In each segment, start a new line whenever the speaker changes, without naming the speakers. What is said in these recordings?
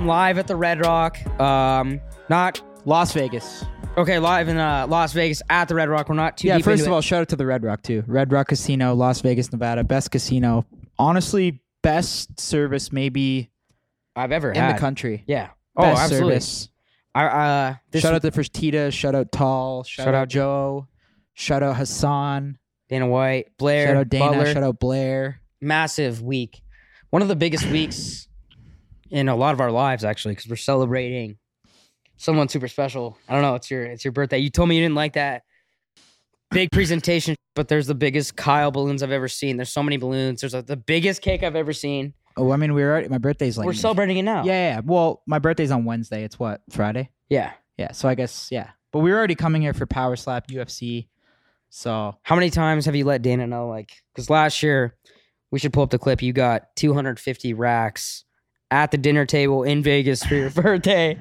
live at the Red Rock. Um, not
Las Vegas.
okay, live in uh, Las Vegas at the Red Rock. We're not too
Yeah,
deep
first
into
of
it.
all, shout out to the Red Rock too. Red Rock Casino, Las Vegas, Nevada, best casino. Honestly, best service maybe
I've ever
in
had.
the country.
Yeah. Oh,
Best
absolutely.
service.
I, uh, this
shout out to first Tita, shout out Tall, shout,
Shout
out,
out-
Joe, shout out Hassan,
Dana White, Blair,
shout out Dana,
Butler,
shout out Blair.
massive week. One of the biggest weeks in a lot of our lives, actually, because we're celebrating someone super special. I don't know. It's your it's your birthday. You told me you didn't like that big presentation, but there's the biggest Kyle balloons I've ever seen. There's so many balloons. There's like the biggest cake I've ever seen.
Oh, I mean, we we're already, my birthday's like
we're celebrating it now.
Yeah, yeah. Well, my birthday's on Wednesday. It's what Friday.
Yeah.
Yeah, so I guess yeah. But we were already coming here for Power Slap UFC, so
How many times have you let Dana know? Like, because last year, we should pull up the clip. You got 250 racks at the dinner table in Vegas for your birthday.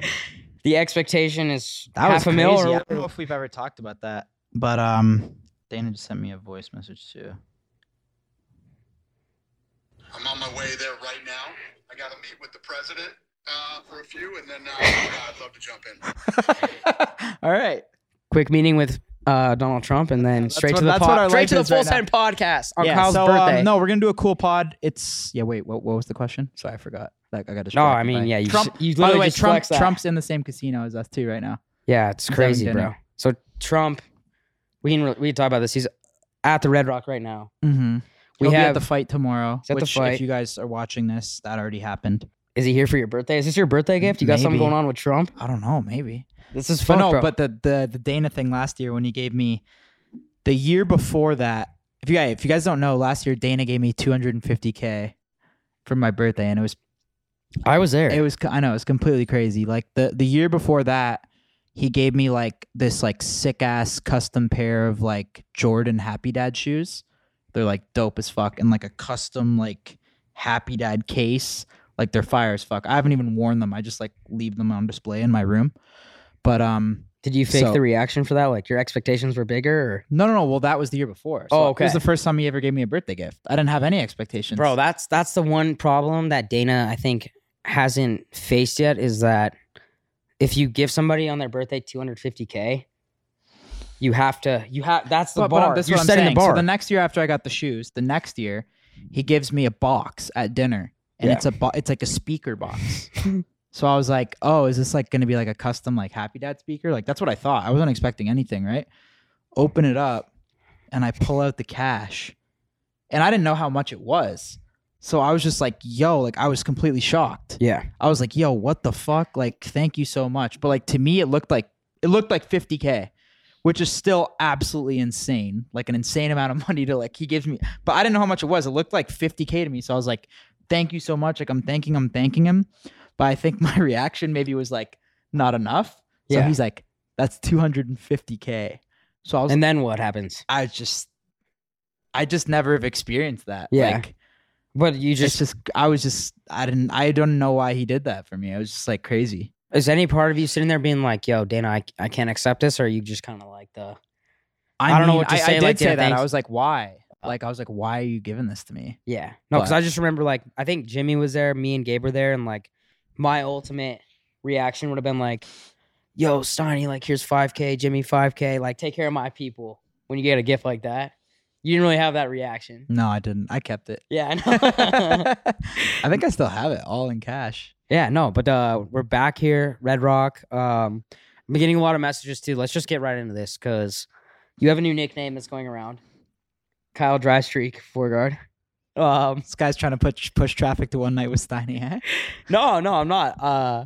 The expectation is half a mil.
I
Or,
don't know if we've ever talked about that, but um, Dana just sent me a voice message too.
I'm on my way there right now. I got to meet with the president uh, for a few, and then uh, yeah, I'd love to jump in.
All right,
quick meeting with uh, Donald Trump, and then
That's
straight
what-
to the
that's what
pod,
our
straight
life
to the
is
full
right now.
send podcast on
yeah.
Kyle's
so, um,
birthday. no,
no, we're gonna do a cool pod. It's yeah. Wait, what? What was the question? Sorry, I forgot. Like I got to.
I mean, yeah, you,
Trump.
you
By
literally
the way,
just
Trump,
flexed that.
Trump's in the same casino as us too right now.
Yeah, it's
having
crazy, bro.
dinner.
So Trump, we can re- we can talk about this. He's at the Red Rock right now.
Mm-hmm.
We
We will
have
be at the fight tomorrow.
He's at the
which,
fight.
if you guys are watching this, that already happened.
Is he here for your birthday? Is this your birthday gift? You got something
Maybe.
going on with Trump?
I don't know, maybe.
This is
But
fun,
no,
bro.
but the, the the Dana thing last year when he gave me the year before that. If you guys if you guys don't know, last year Dana gave me 250k for my birthday, and it was
I was there.
it was I know it was completely crazy. Like the the year before that, he gave me like this like sick ass custom pair of like Jordan Happy Dad shoes. They're like dope as fuck and like a custom like Happy Dad case. Like they're fire as fuck. I haven't even worn them. I just like leave them on display in my room. But um
Did you fake
So-
the reaction for that? Like your expectations were bigger? Or?
no no no, well that was the year before.
Oh,
It was
okay.
the first time he ever gave me a birthday gift. I didn't have any expectations.
Bro, that's that's the one problem that Dana I think hasn't faced yet is that if you give somebody on their birthday 250k, you have to you have that's the
but,
bar.
but that's
You're
what I'm
setting
saying.
the bar.
So the next year after I got the shoes, the next year he gives me a box at dinner, and
Yeah.
it's a bo- it's like a speaker box. so I was like, oh, is this like going to be like a custom like Happy Dad speaker? Like that's what I thought. I wasn't expecting anything, right? Open it up, and I pull out the cash, and I didn't know how much it was. So I was just like, yo, like I was completely shocked.
yeah.
I was like, yo, what the fuck? Like, thank you so much. But like to me, it looked like it looked like 50k, which is still absolutely insane. Like an insane amount of money to like he gives me. But I didn't know how much it was. It looked like 50k to me. So I was like, thank you so much. Like I'm thanking, I'm thanking him. But I think my reaction maybe was like, not enough. So
Yeah.
he's like, that's 250k. So I was
And then what happens?
I just I just never have experienced that.
Yeah.
Like
But you
just,
just
it's just I was just I didn't I don't know why he did that for me. It was just like crazy.
is any part of you sitting there being like, "Yo, Dana, I, I can't accept this," or are you just kind of like the
I,
I don't know
mean,
what to
I,
say,
I did
like,
say
yeah,
that. I
thanks. Uh,
was like, why? Like, I was like, why are you giving this to me?
Yeah. No, because
But-
I just remember like I think Jimmy was there, me and Gabe were there, and like my ultimate reaction would have been like, Yo, Steiny, like here's five K, Jimmy five K, like take care of my people when you get a gift like that. You didn't really have that reaction.
No, I didn't. I kept it.
Yeah, I know.
I think I still have it all in cash.
yeah, no, but uh we're back here, Red Rock. Um I'm getting a lot of messages too. Let's just get right into this because you have a new nickname that's going around. Kyle Dry Streak, four guard. Um
This guy's trying to push push traffic to one night with Steiny. Eh?
No, no, I'm not. Uh,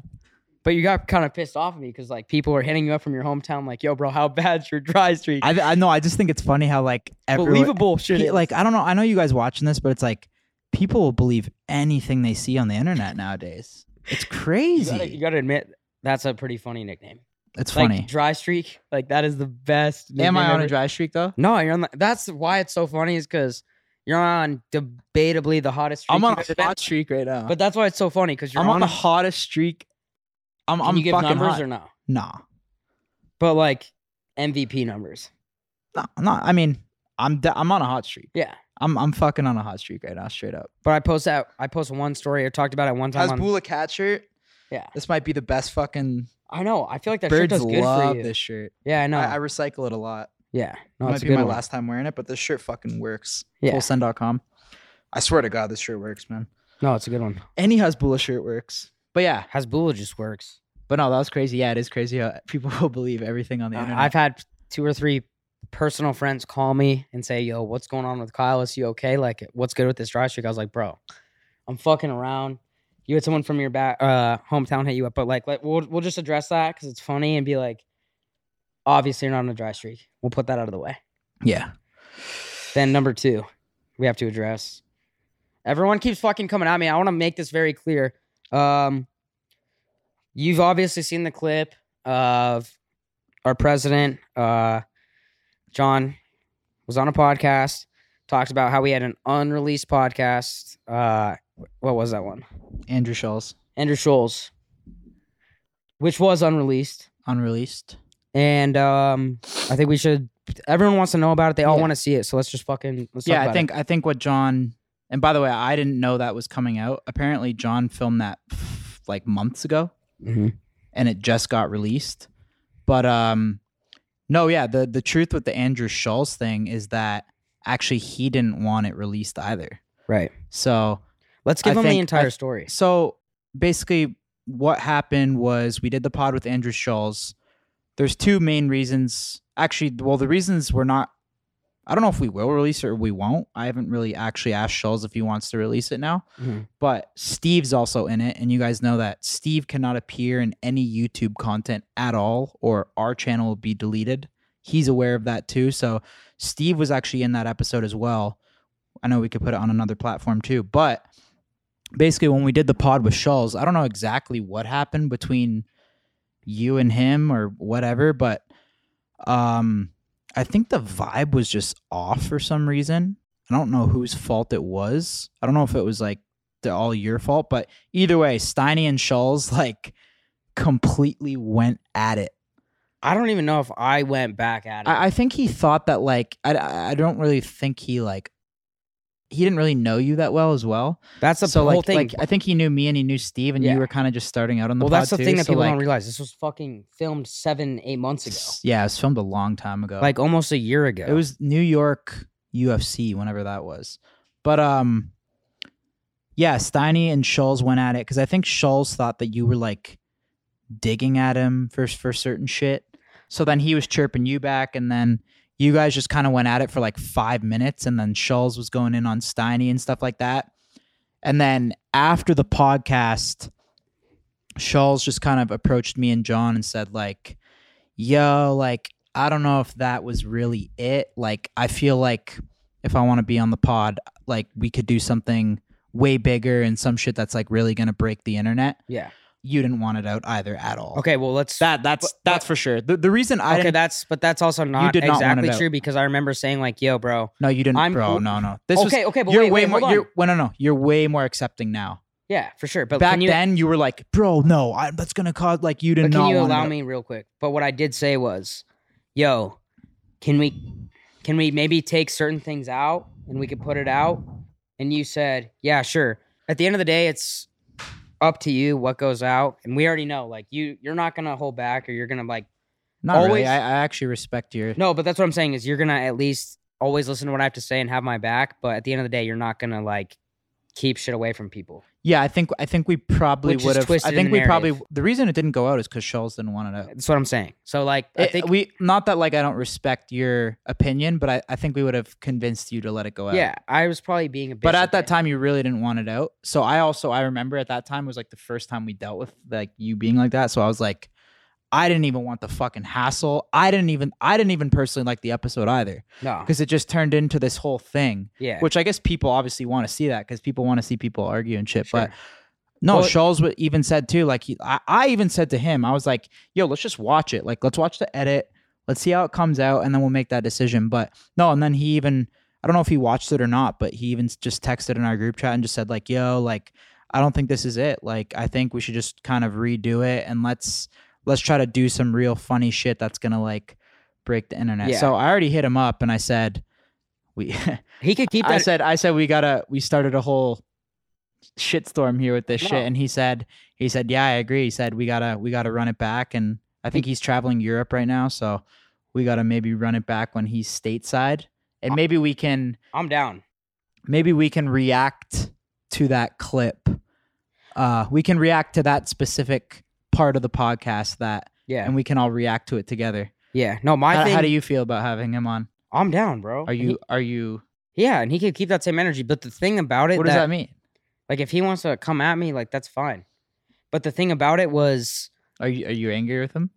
but you got kind of pissed off at me because like people were hitting you up from your hometown, like, "Yo, bro, how bad's your dry streak?"
I I know. I just think it's funny how like everyone,
Believable shit.
Pe-
is.
like I don't know. I know you guys watching this, but it's like people will believe anything they see on the internet nowadays. It's
you
crazy.
gotta, you gotta admit that's a pretty funny nickname.
it's
Like
funny.
dry streak, like that is the best.
Am I
nickname
on a
ever.
dry streak though?
No, you're on. The, that's why it's so funny is because you're on debatably the hottest. Streak
I'm on
you've
a
ever been.
hot streak right now.
But that's why it's so funny because you're
I'm on
on.
the
a-
hottest streak. I'm
Can
I'm
you give
fucking
numbers
hot.
or no?
nah.
But like MVP numbers.
No, no. I mean, I'm de- I'm on a hot streak.
Yeah.
I'm I'm fucking on a hot streak right now, straight up.
But I post that. I post one story. I talked about it one time. on,
Bula cat shirt.
Yeah.
This might be the best fucking.
I know. I feel like that shirt
Birds
does good for
love
you.
this shirt.
Yeah, I know.
I, I recycle it a lot.
yeah, no, it's
it might
a
be
good
my
one.
last time wearing it, but this shirt fucking works.
Yeah.
Fullsend.com. I swear to God, this shirt works, man.
No, it's a good one.
Any Hasbula shirt works. But yeah,
Hasbulla just works.
but no, that was crazy. Yeah, it is crazy how people will believe everything on the
I-
internet.
Uh, I've had two or three personal friends call me and say, "Yo, what's going on with Kyle? Is he okay? Like, what's good with this dry streak?" I was like, "Bro, I'm fucking around." You had someone from your back uh, hometown hit you up, but like, let, we'll we'll just address that because it's funny and be like, obviously you're not on a dry streak. We'll put that out of the way.
yeah.
Then number two, we have to address. Everyone keeps fucking coming at me. I want to make this very clear. Um, you've obviously seen the clip of our president, uh, John, was on a podcast, talked about how we had an unreleased podcast. Uh, what was that one?
Andrew Schulz,
Andrew Scholes, which was unreleased.
unreleased.
And um, I think we should. Everyone wants to know about it. They all
Yeah.
want to see it. So let's just fucking. Let's talk
yeah,
about
I
it.
think I think what John and by the way, I didn't know that was coming out. Apparently, John filmed that f- like months ago,
Mhm.
and it just got released. But um, no, yeah, the the truth with the Andrew Schulz thing is that actually he didn't want it released either.
Right.
So
Let's give
I
them the
think-
entire
I-
story.
So basically, what happened was we did the pod with Andrew Schulz. There's two main reasons. Actually, well, the reasons we're not. I don't know if we will release it or we won't. I haven't really actually asked Schulz if he wants to release it now.
Mhm.
But Steve's also in it, and you guys know that Steve cannot appear in any YouTube content at all, or our channel will be deleted. He's aware of that too. So Steve was actually in that episode as well. I know we could put it on another platform too, but basically when we did the pod with Schulz, I don't know exactly what happened between you and him or whatever, but um I think the vibe was just off for some reason. I don't know whose fault it was. I don't know if it was like the, all your fault, but either way, Steiny and Schulz like completely went at it.
I don't even know if I went back at it.
I, I think he thought that like I- I, I don't really think he like he didn't really know you that well as well.
that's the
so
whole
like,
thing.
like I think he knew me and he knew Steve, and
Yeah.
you were kind of just starting out on the.
well, that's the
pod, too,
thing that
so,
people
like,
don't realize. This was fucking filmed seven, eight months ago,
Yeah, it was filmed a long time ago.
like almost a year ago.
it was New York UFC, whenever that was. But um, yeah, Steiny and Schulz went at it because I think Schulz thought that you were like digging at him for for certain shit. So then he was chirping you back, and then you guys just kind of went at it for like five minutes, and then Schulz was going in on Steiny and stuff like that. And then after the podcast, Schulz just kind of approached me and John and said, like, yo, like, I don't know if that was really it. Like, I feel like if I want to be on the pod, like, we could do something way bigger and some shit that's like really going to break the internet.
yeah.
You didn't want it out either at all.
Okay. Well, let's.
That, that's,
But-
that's for sure. The, the reason I
okay.
didn't,
That's. But that's also not
did not want
exactly
it out.
true because I remember saying like, "Yo, bro."
no, you didn't,
I'm
bro.
cool.
No, no. This was,
okay. okay. But
you're
wait,
way
wait,
more,
hold on.
you're, well, no, no. You're way more accepting now.
yeah, for sure. But
back
can you,
then you were like, bro, no, I, that's gonna cause like you
but
didn't.
can you allow me real quick? But what I did say was, "Yo, can we, can we maybe take certain things out and we could put it out?" And you said, "Yeah, sure." At the end of the day, it's up to you what goes out, and we already know. Like you, you're not gonna hold back, or you're gonna like
Not
always-
really. I, I actually respect your.
no. But that's what I'm saying is you're gonna at least always listen to what I have to say and have my back. But at the end of the day, you're not gonna like keep shit away from people.
Yeah, I think I think we probably
Which is
would have. I
twisted in
think
the
we probably
narrative.
the reason it didn't go out is because Schultz didn't want it out.
That's what I'm saying. So like, I
It-
think
Eh, we not that like I don't respect your opinion, but I, I think we would have convinced you to let it go out.
yeah, I was probably being a bitch.
But at
there.
that time, you really didn't want it out. So I also I remember at that time was like the first time we dealt with like you being like that. So I was like, I didn't even want the fucking hassle. I didn't even I didn't even personally like the episode either.
no,
because it just turned into this whole thing,
yeah,
which I guess people obviously want to see that because people want to see people argue and shit. But
Sure.
no,
Well-
Schulz wa- even said too, like he, I, I even said to him, I was like, yo, let's just watch it. Like, let's watch the edit. Let's see how it comes out and then we'll make that decision. But no, and then he even, I don't know if he watched it or not, but he even s- just texted in our group chat and just said, like, yo, like, I don't think this is it. Like, I think we should just kind of redo it and let's, let's try to do some real funny shit that's going to like break the internet.
Yeah.
So I already hit him up and I said, we,
he could keep
I
that.
said I said we gotta we started a whole shitstorm here with this
No.
shit. And he said, he said, yeah, I agree. He said we gotta we gotta run it back. And I think he's traveling Europe right now, so we gotta maybe run it back when he's stateside, and
Uh,
maybe we can
I'm down.
maybe we can react to that clip. Uh, we can react to that specific part of the podcast that,
Yeah.
and we can all react to it together.
yeah. No, my
How,
thing.
how do you feel about having him on?
I'm down, bro.
Are
And
you are you?
he- yeah, and he can keep that same energy. But the thing about it,
What does that mean?
like, if he wants to come at me, like, that's fine. But the thing about it was,
Are you are you angry with him?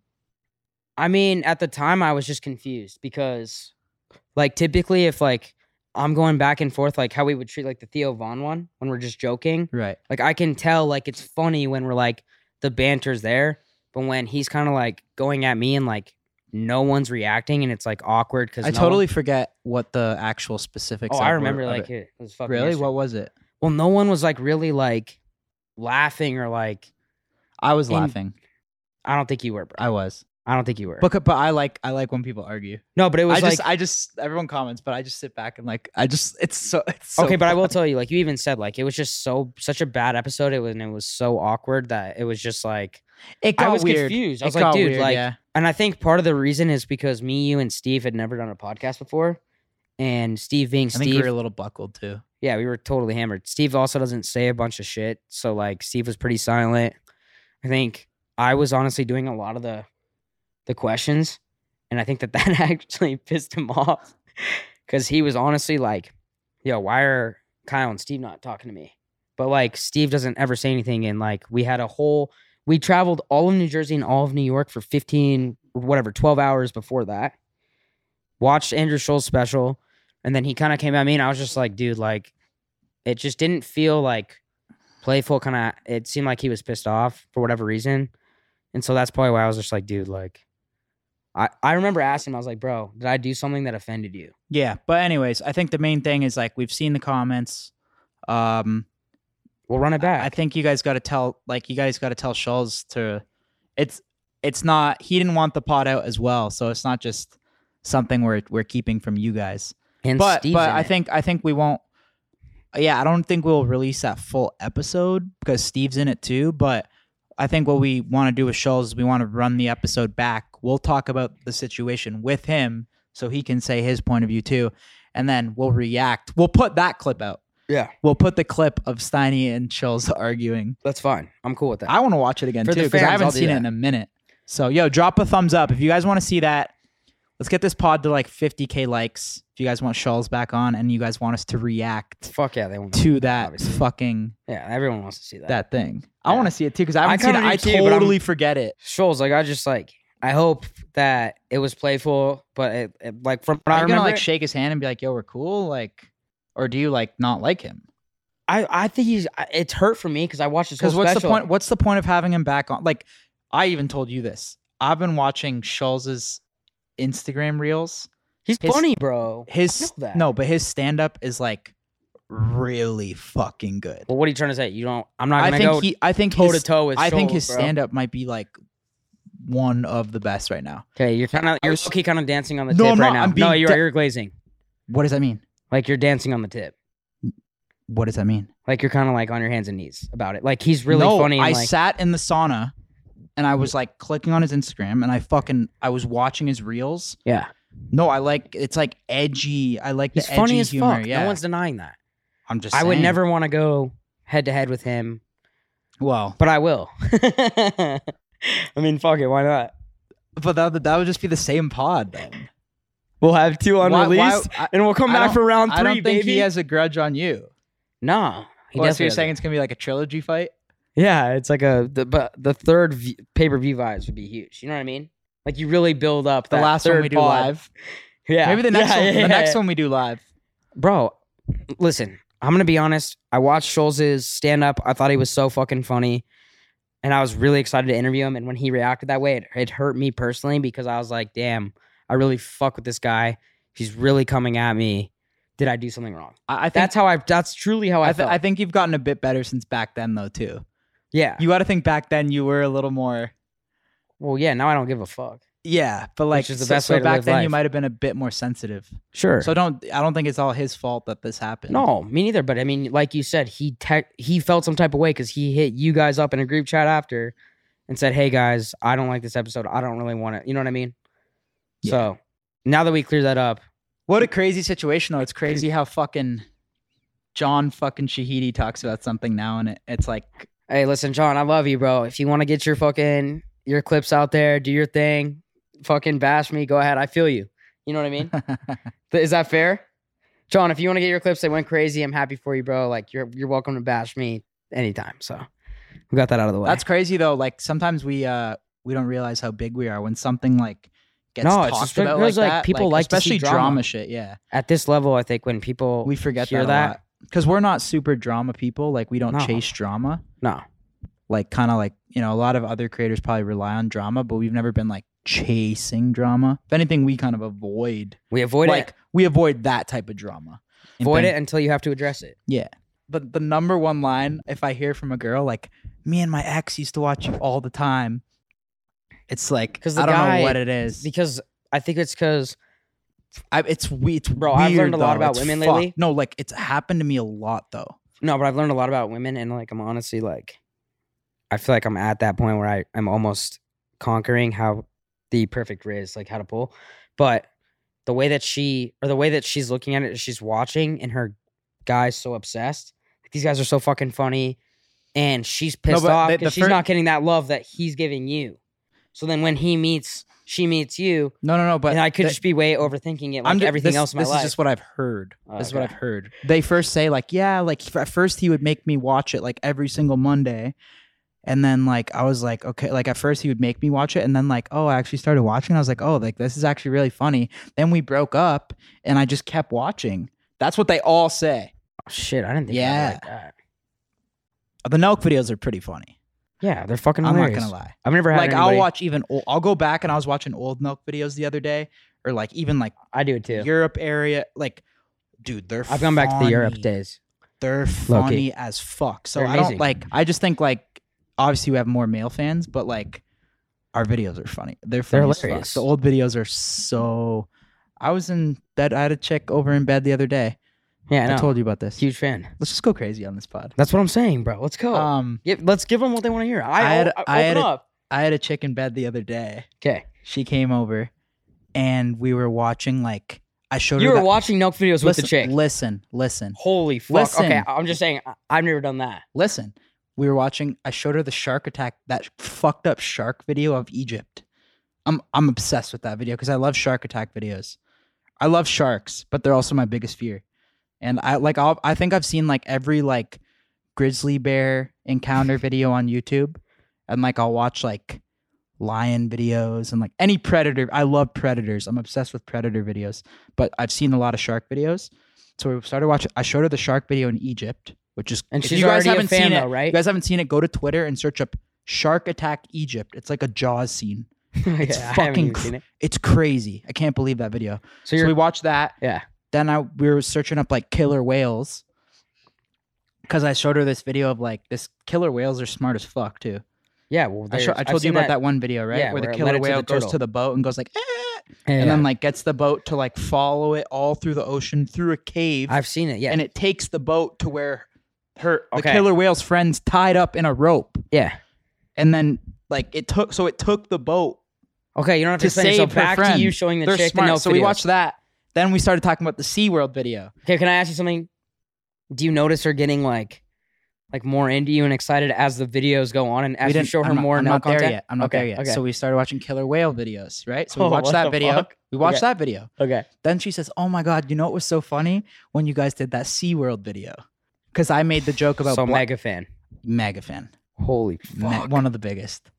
I mean, at the time I was just confused because like typically if like I'm going back and forth like how we would treat like the Theo Vaughn one when we're just joking,
Right.
like I can tell like it's funny when we're like the banter's there, but when he's kind of like going at me and like no one's reacting and it's like awkward cuz
I totally forget what the actual specifics.
Oh,
of
I
were-
remember
of
like
it.
it was fucking
really.
yesterday.
What was it?
Well, no one was like really like laughing or like
I was
In-
laughing.
I don't think you were, bro.
I was.
I don't think you were.
But but I like I like when people argue.
no, but it was
I
like
just I just everyone comments, but I just sit back and like I just it's so it's so
okay, but I will
funny.
tell you, like you even said, like it was just so such a bad episode. It was and it was so awkward that it was just like
It got
I was
weird.
confused. I
It
was like,
got
dude,
weird,
like,
yeah.
and I think part of the reason is because me, you, and Steve had never done a podcast before, and Steve being
I think
Steve,
we were a little buckled too.
yeah, we were totally hammered. Steve also doesn't say a bunch of shit, so like Steve was pretty silent. I think I was honestly doing a lot of the the questions, and I think that that actually pissed him off because he was honestly like, "Yo, why are Kyle and Steve not talking to me?" But like Steve doesn't ever say anything, and like we had a whole we traveled all of New Jersey and all of New York for fifteen or whatever twelve hours before that. Watched Andrew Schultz special. And then he kind of came at me, and I was just like, dude, like, it just didn't feel like playful. Kind of, it seemed like he was pissed off for whatever reason. And so that's probably why I was just like, dude, like, I, I remember asking him, I was like, bro, did I do something that offended you?
Yeah. But anyways, I think the main thing is like we've seen the comments. Um
We'll run it
I-
back.
I think you guys got to tell, like, you guys got to tell Schultz to. It's it's not. He didn't want the pot out as well, so it's not just something we're we're keeping from you guys.
and
but
Steve's
but
in
I
it.
think I think we won't. Yeah, I don't think we'll release that full episode because Steve's in it too. But I think what we want to do with Schultz is we want to run the episode back. We'll talk about the situation with him so he can say his point of view too, and then we'll react. We'll put that clip out.
Yeah.
we'll put the clip of Steiny and Schultz arguing.
that's fine. I'm cool with that.
I want to watch it again
For
too
the
because I
fans,
haven't
I'll do
seen it
that.
in a minute. So yo, drop a thumbs up if you guys want to see that. Let's get this pod to like 50k likes. If you guys want Shawls back on and you guys want us to react
Fuck yeah, they want to.
to that
Obviously.
fucking
Yeah, everyone wants to see that.
that thing, I
Yeah.
want to see it too because
I
I haven't seen it.
kinda
I
do, too, but I'm-
totally forget it.
Scholes, like, I just like, I hope that it was playful, but it, it- like from what
Are
I
you gonna
remember,
like
it-
shake his hand and be like, "Yo, we're cool," like, or do you like not like him?
I, I think he's, I- it's hurt for me because I watched this whole
Because what's
special.
the point? What's the point of having him back on? Like, I even told you this. I've been watching Schulz's Instagram reels.
He's
His-
funny, bro.
His
know
s-
that.
no, but his stand up is like really fucking good.
Well, what are you trying to say? You don't. I'm not
I
gonna go
think he, I think
toe to
his,
toe with.
I think
Scholes,
his
bro.
stand up might be like one of the best right now.
Okay, you're kind of you're
was-
low-key kind of dancing on the
No,
tip
I'm
right
not.
now.
I'm
no,
being
you're
de-
you're glazing.
What does that mean?
Like you're dancing on the tip.
What does that mean?
Like you're kind of like on your hands and knees about it. Like he's really
no,
funny. And
I
like,
sat in the sauna and I was like clicking on his Instagram and I fucking I was watching his reels.
yeah,
No, I like it's like edgy. I like
he's
the edgy
funny as
humor.
fuck.
Yeah,
No one's denying that.
I'm just.
I would
saying.
never want to go head to head with him,
Well,
but I will. I mean, fuck it. Why not?
but that that would just be the same pod then.
We'll have two
Why- why- I-
and we'll come
I don't-
round
I don't think he has a grudge on you.
nah. He
Well, so
definitely
you're
doesn't.
saying it's gonna be like a trilogy fight?
Yeah, it's like a the but the third v- pay per view vibes would be huge. You know what I mean? Like you really build up
The
that
last one
third
we do
pod.
live.
Yeah,
Maybe the next
Yeah,
one.
yeah,
the next
yeah.
one we do live.
bro. Listen, I'm gonna be honest. I watched Schulz's stand up. I thought he was so fucking funny, and I was really excited to interview him. And when he reacted that way, it, it hurt me personally because I was like, damn, I really fuck with this guy. He's really coming at me. Did I do something wrong?
I, I think.
That's how I. That's truly how I,
I, th-
felt.
I think you've gotten a bit better since back then, though. Too.
yeah.
You got to think back then you were a little more.
Well, yeah. Now I don't give a fuck.
yeah, but like
is the
so-
best
so
way to
back
live
then you
life.
might have been a bit more sensitive.
Sure.
So don't I don't think it's all his fault that this happened.
No, me neither. But I mean, like you said, he te- he felt some type of way because he hit you guys up in a group chat after and said, "Hey guys, I don't like this episode. I don't really want it." You know what I mean?
Yeah.
So now that we clear that up,
What a crazy situation though. It's crazy how fucking John fucking Shahidi talks about something now and it, it's like
hey, listen, John, I love you, bro. If you want to get your fucking your clips out there, do your thing, fucking bash me. Go ahead, I feel you. You know what I mean? Th- Is that fair, John? If you want to get your clips, they went crazy. I'm happy for you, bro. Like you're you're welcome to bash me anytime. So we got that out of the way.
That's crazy though. Like sometimes we uh we don't realize how big we are when something like gets
No, it's
talked
just
about like
because, like,
that.
people like to see
especially drama.
drama.
shit. Yeah,
at this level, I think when people
we forget
hear
that,
that.
because we're not super drama people. Like we don't
No.
chase drama.
No.
Like kind of like you know a lot of other creators probably rely on drama, but we've never been like chasing drama. If anything, we kind of avoid
We avoid
like
it.
we avoid that type of drama. And
Avoid
then-
it until you have to address it.
But the number one line, if I hear from a girl, like me and my ex used to watch you all the time. It's like
'Cause the
I don't
guy-
know what it is.
Because I think it's because
I, it's we, it's
Bro, I've
weird,
learned a lot
though.
about
It's
women
fucked.
lately.
No, like it's happened to me a lot though.
no, but I've learned a lot about women and like I'm honestly like I feel like I'm at that point where I, I'm almost conquering how the perfect raise, like how to pull. But the way that she or the way that she's looking at it is she's watching and her guy's so obsessed. Like, these guys are so fucking funny. And she's pissed
but
off
the- the
because she's
fir-
not getting that love that he's giving you. So then when he meets she meets you,
No, no, no. But
and I could
th-
just be way overthinking it like
ju-
everything
this-
else in my
this
life.
is just what I've heard.
Oh,
this is what
okay.
I've heard. They first say like, yeah, like f- at first he would make me watch it like every single Monday, and then like I was like, okay, like at first he would make me watch it, and then like, oh, I actually started watching. I was like, oh, like this is actually really funny. Then we broke up, and I just kept watching. That's what they all say.
Oh, shit, I didn't think yeah.
Yeah.
like that.
The Nelk videos are pretty funny.
Yeah, they're fucking
I'm
hilarious.
not gonna lie.
I've never had
like I'll
anybody-
watch even old, I'll go back and I was watching old milk videos the other day or like even like
I do it too.
Europe area like dude they're
I've gone back to the Europe
funny.
days.
they're funny as fuck so
They're
I don't
amazing.
like I just think like obviously we have more male fans but like our videos are funny they're funny as fuck.
hilarious.
the old videos are so I was in bed I had a chick over in bed the other day
Yeah, I
I,
know.
told you about this
Huge Oh. fan.
let's just go crazy on this pod
That's what I'm saying, bro. Let's go.
um
yeah, let's give them what they want to hear. I,
I had-
o-
I had
open
a-
up.
I had a chick in bed the other day
Okay,
she came over and we were watching like I showed
you
her
were
that-
watching Nelk videos with
listen,
the chick.
Listen, listen,
Holy fuck! Okay,
Listen.
I'm just saying. I- I've never done that.
listen. We were watching. I showed her the shark attack, that fucked up shark video of Egypt. I'm I'm obsessed with that video because I love shark attack videos. I love sharks, but they're also my biggest fear. And I like I'll, I think I've seen like every like grizzly bear encounter video on YouTube, and like I'll watch like lion videos and like any predator. I love predators. I'm obsessed with predator videos, but I've seen a lot of shark videos. So we started watching. I showed her the shark video in Egypt, which is
And
if
she's
you guys
already a
haven't
fan
seen it,
though, right?
You guys haven't seen it. Go to Twitter and search up shark attack Egypt. It's like a Jaws scene.
it's
fucking cr- It's crazy. I can't believe that video.
So
So
you're
we watched that.
Yeah.
Then I we were searching up like killer whales. Cause I showed her this video of like this killer whales are smart as fuck too.
yeah. Well,
I, sho-
there's-
I
I've
told you
seen
about that. one video, right?
Yeah,
where the
where it led it
killer
to the
whale goes
turtle.
to the boat and goes like, "Eh,"
Yeah,
and then like gets the boat to like follow it all through the ocean through a cave,
I've seen it. Yeah,
and it takes the boat to where her the
Okay.
killer whale's friends tied up in a rope,
yeah.
and then like it took so it took the boat
Okay, you don't have to,
to
explain yourself.
save her
Back to you
friend.
showing the
They're
chick the
smart.
Nelk
So we
videos.
watched that. Then we started talking about the SeaWorld video.
Okay, can I ask you something? Do you notice her getting like, like more into you and excited as the videos go on, and as you
didn't-
show her
I'm not-
more
I'm
now
not
content?
there yet. I'm not
Okay,
there yet.
okay.
So we started watching killer whale videos, right? So we
Oh,
watched
what
that
the
video.
fuck?
We watched
Okay.
that video.
Okay.
Then she says, "Oh my god, you know what was so funny when you guys did that SeaWorld video?" Because I made the joke about
so
bla-
mega fan.
mega fan,
Holy
Me-
fuck.
one of the biggest.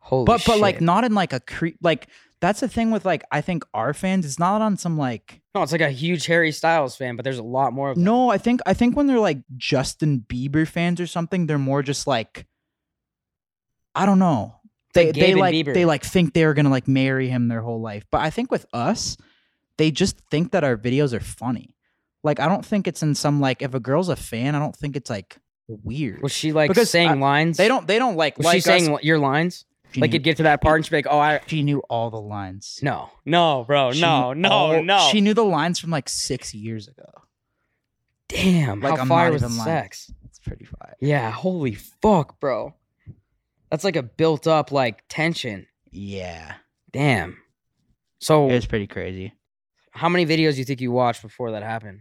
Holy
but but like
shit.
not in like a creep. Like that's the thing with like I think our fans. It's not on some like
no, it's like a huge Harry Styles fan, but there's a lot more of them.
No, I think I think when they're like Justin Bieber fans or something, they're more just like I don't know. They
like
they
Gabe and
like
Bieber.
they like think they're gonna like marry him their whole life. But I think with us, they just think that our videos are funny. Like I don't think it's in some like if a girl's a fan, I don't think it's like weird.
Was she like
Because,
saying
uh,
lines?
They don't they don't like
Was
like
she
us. Mm-hmm.
saying li- your lines?
She
like
knew,
it'd get to that part and she'd be like, "Oh, I
she knew all the lines.
no, no, bro,
She
no,
knew
no,
all-
no."
She knew the lines from like six years ago.
Damn,
Like,
how
I'm
fire
not
was the
even lying.
sex?
It's pretty fire.
Yeah, holy fuck, bro. That's like a built up like tension.
Yeah,
Damn. So
it was pretty crazy.
how many videos do you think you watched before that happened?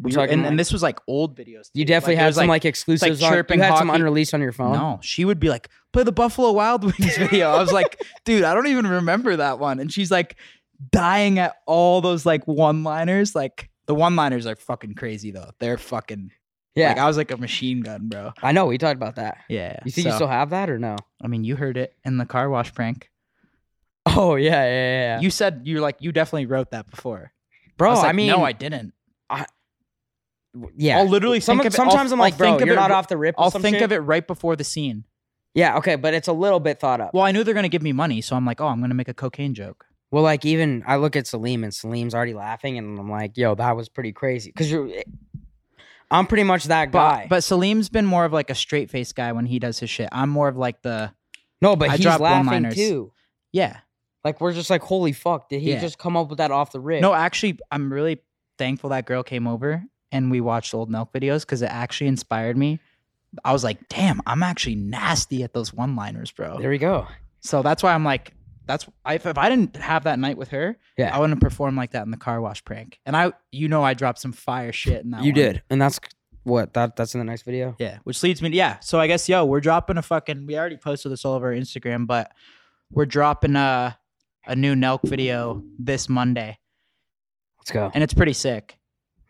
We
talking,
and,
like-
and this was like old videos.
You
too.
definitely
there
had
was,
some like, exclusives on.
chirping
You had some
hockey.
unreleased on your phone.
No, she would be like, play the Buffalo Wild Wings video. I was like, dude, I don't even remember that one. And she's like dying at all those like one liners. Like the one liners are fucking crazy though. They're fucking
Yeah,
Like I was like a machine gun, bro.
I know. We talked about that.
Yeah.
You think you
so-
still have that or no?
I mean, you heard it in the car wash prank.
Oh yeah, yeah, yeah. yeah.
You said you're like you definitely wrote that before.
bro,
I,
I,
was like,
mean,
no, I didn't.
yeah.
I'll literally
Some-
think of it- I'll-
sometimes am like,
I'll
bro,
think of
you're
it
not
ri-
off the rip. with
I'll
some
think
shit.
of it right before the scene.
Yeah, okay, but it's a little bit thought up. Well,
Well, I knew they're gonna give me money, so I'm like, oh, I'm gonna make a cocaine joke.
like even I look at Salim and Salim's already laughing, and I'm like, yo, that was pretty crazy. Cause you're, eh, I'm pretty much that guy.
But, but Salim's been more of like a straight face guy when he does his shit. I'm more of like the
no, but
I
he's
drop
laughing
one-liners.
too.
yeah.
Like we're just like, holy fuck, did he
Yeah.
just come up with that off the rip?
No, actually, I'm really thankful that girl came over and we watched old milk videos because it actually inspired me. I was like, damn, I'm actually nasty at those one liners, bro.
there we go.
So that's why I'm like, that's I, if, if I didn't have that night with her,
Yeah.
I wouldn't perform like that in the car wash prank. And I, you know, I dropped some fire shit in that.
You
one.
did, and that's what that that's in the next video.
Yeah, which leads me to yeah. So I guess yo, we're dropping a fucking. We already posted this all over Instagram, but we're dropping a a new Nelk video this Monday,
Let's go.
and it's pretty sick.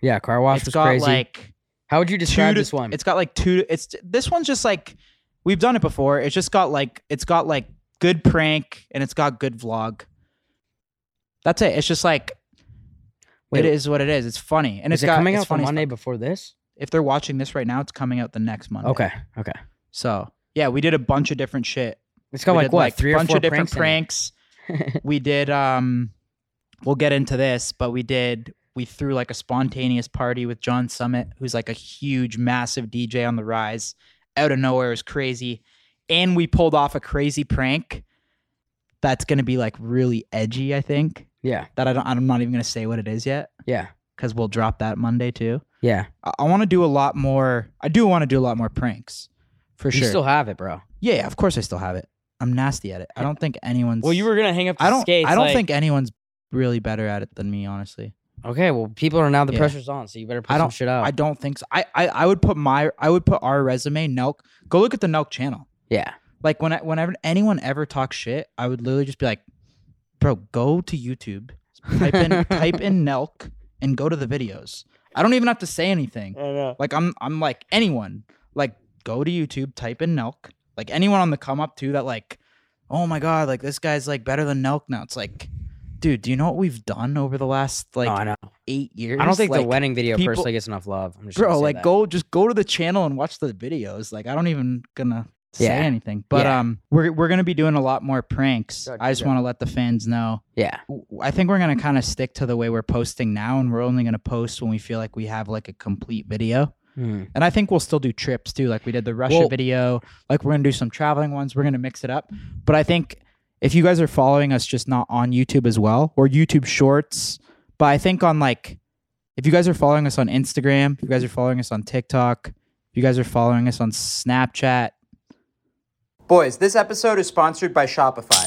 Yeah, car wash
it's
was
got
crazy.
like
How would you describe
to-
this one?
It's got like two. It's this one's just like we've done it before. It's just got like it's got like good prank and it's got good vlog. That's it. It's just like
Wait,
it is what it is. It's funny and
is
it's
it
got,
coming
it's
out for
funny as
Monday
fuck.
before this?
If they're watching this right now, it's coming out the next Monday.
Okay, okay.
So yeah, we did a bunch of different shit.
It's got
we
like
did,
what three or
bunch
four
of different
pranks.
pranks.
in it.
we did. Um, we'll get into this, but we did. We threw like a spontaneous party with John Summit, who's like a huge, massive DJ on the rise. Out of nowhere, it was crazy, and we pulled off a crazy prank. That's gonna be like really edgy, I think.
yeah,
That I don't. I'm not even gonna say what it is yet,
yeah,
because we'll drop that Monday too.
yeah.
I, I want to do a lot more. I do want to do a lot more pranks, for
You
sure.
still have it, bro.
Yeah, yeah, of course I still have it. I'm nasty at it. I don't think anyone's.
Well, you were gonna hang up. The
I don't.
Skates,
I don't
like-
think anyone's really better at it than me, honestly.
Okay, well, people are now the
Yeah.
pressure's on, so you better put
I
some
don't-
shit out.
I don't think so. I, I I would put my I would put our resume Nelk. Go look at the Nelk channel.
yeah,
Like when I, whenever anyone ever talks shit, I would literally just be like, "Bro, go to YouTube, type in type in Nelk, and go to the videos." I don't even have to say anything. Like I'm I'm like anyone. Like go to YouTube, type in Nelk. Like anyone on the come up too that like, oh my god, like this guy's like better than Nelk now. It's like, dude, do you know what we've done over the last like
no, I know.
eight years?
I don't think the
Like,
wedding video
people-
personally gets enough love. I'm just gonna
Bro,
say
like
that.
go just go to the channel and watch the videos. Like I don't even gonna say
Yeah.
anything. But
Yeah.
um we're we're gonna be doing a lot more pranks.
Good,
I just
good.
wanna let the fans know.
Yeah,
w- I think we're gonna kind of stick to the way we're posting now, and we're only gonna post when we feel like we have like a complete video.
Mm.
And I think we'll still do trips too. Like we did the Russia
Well-
video. Like we're gonna do some traveling ones. We're gonna mix it up. But I think if you guys are following us, just not on YouTube as well or YouTube Shorts, but I think on like if you guys are following us on Instagram, if you guys are following us on TikTok, if you guys are following us on Snapchat. Boys, this episode is sponsored by Shopify.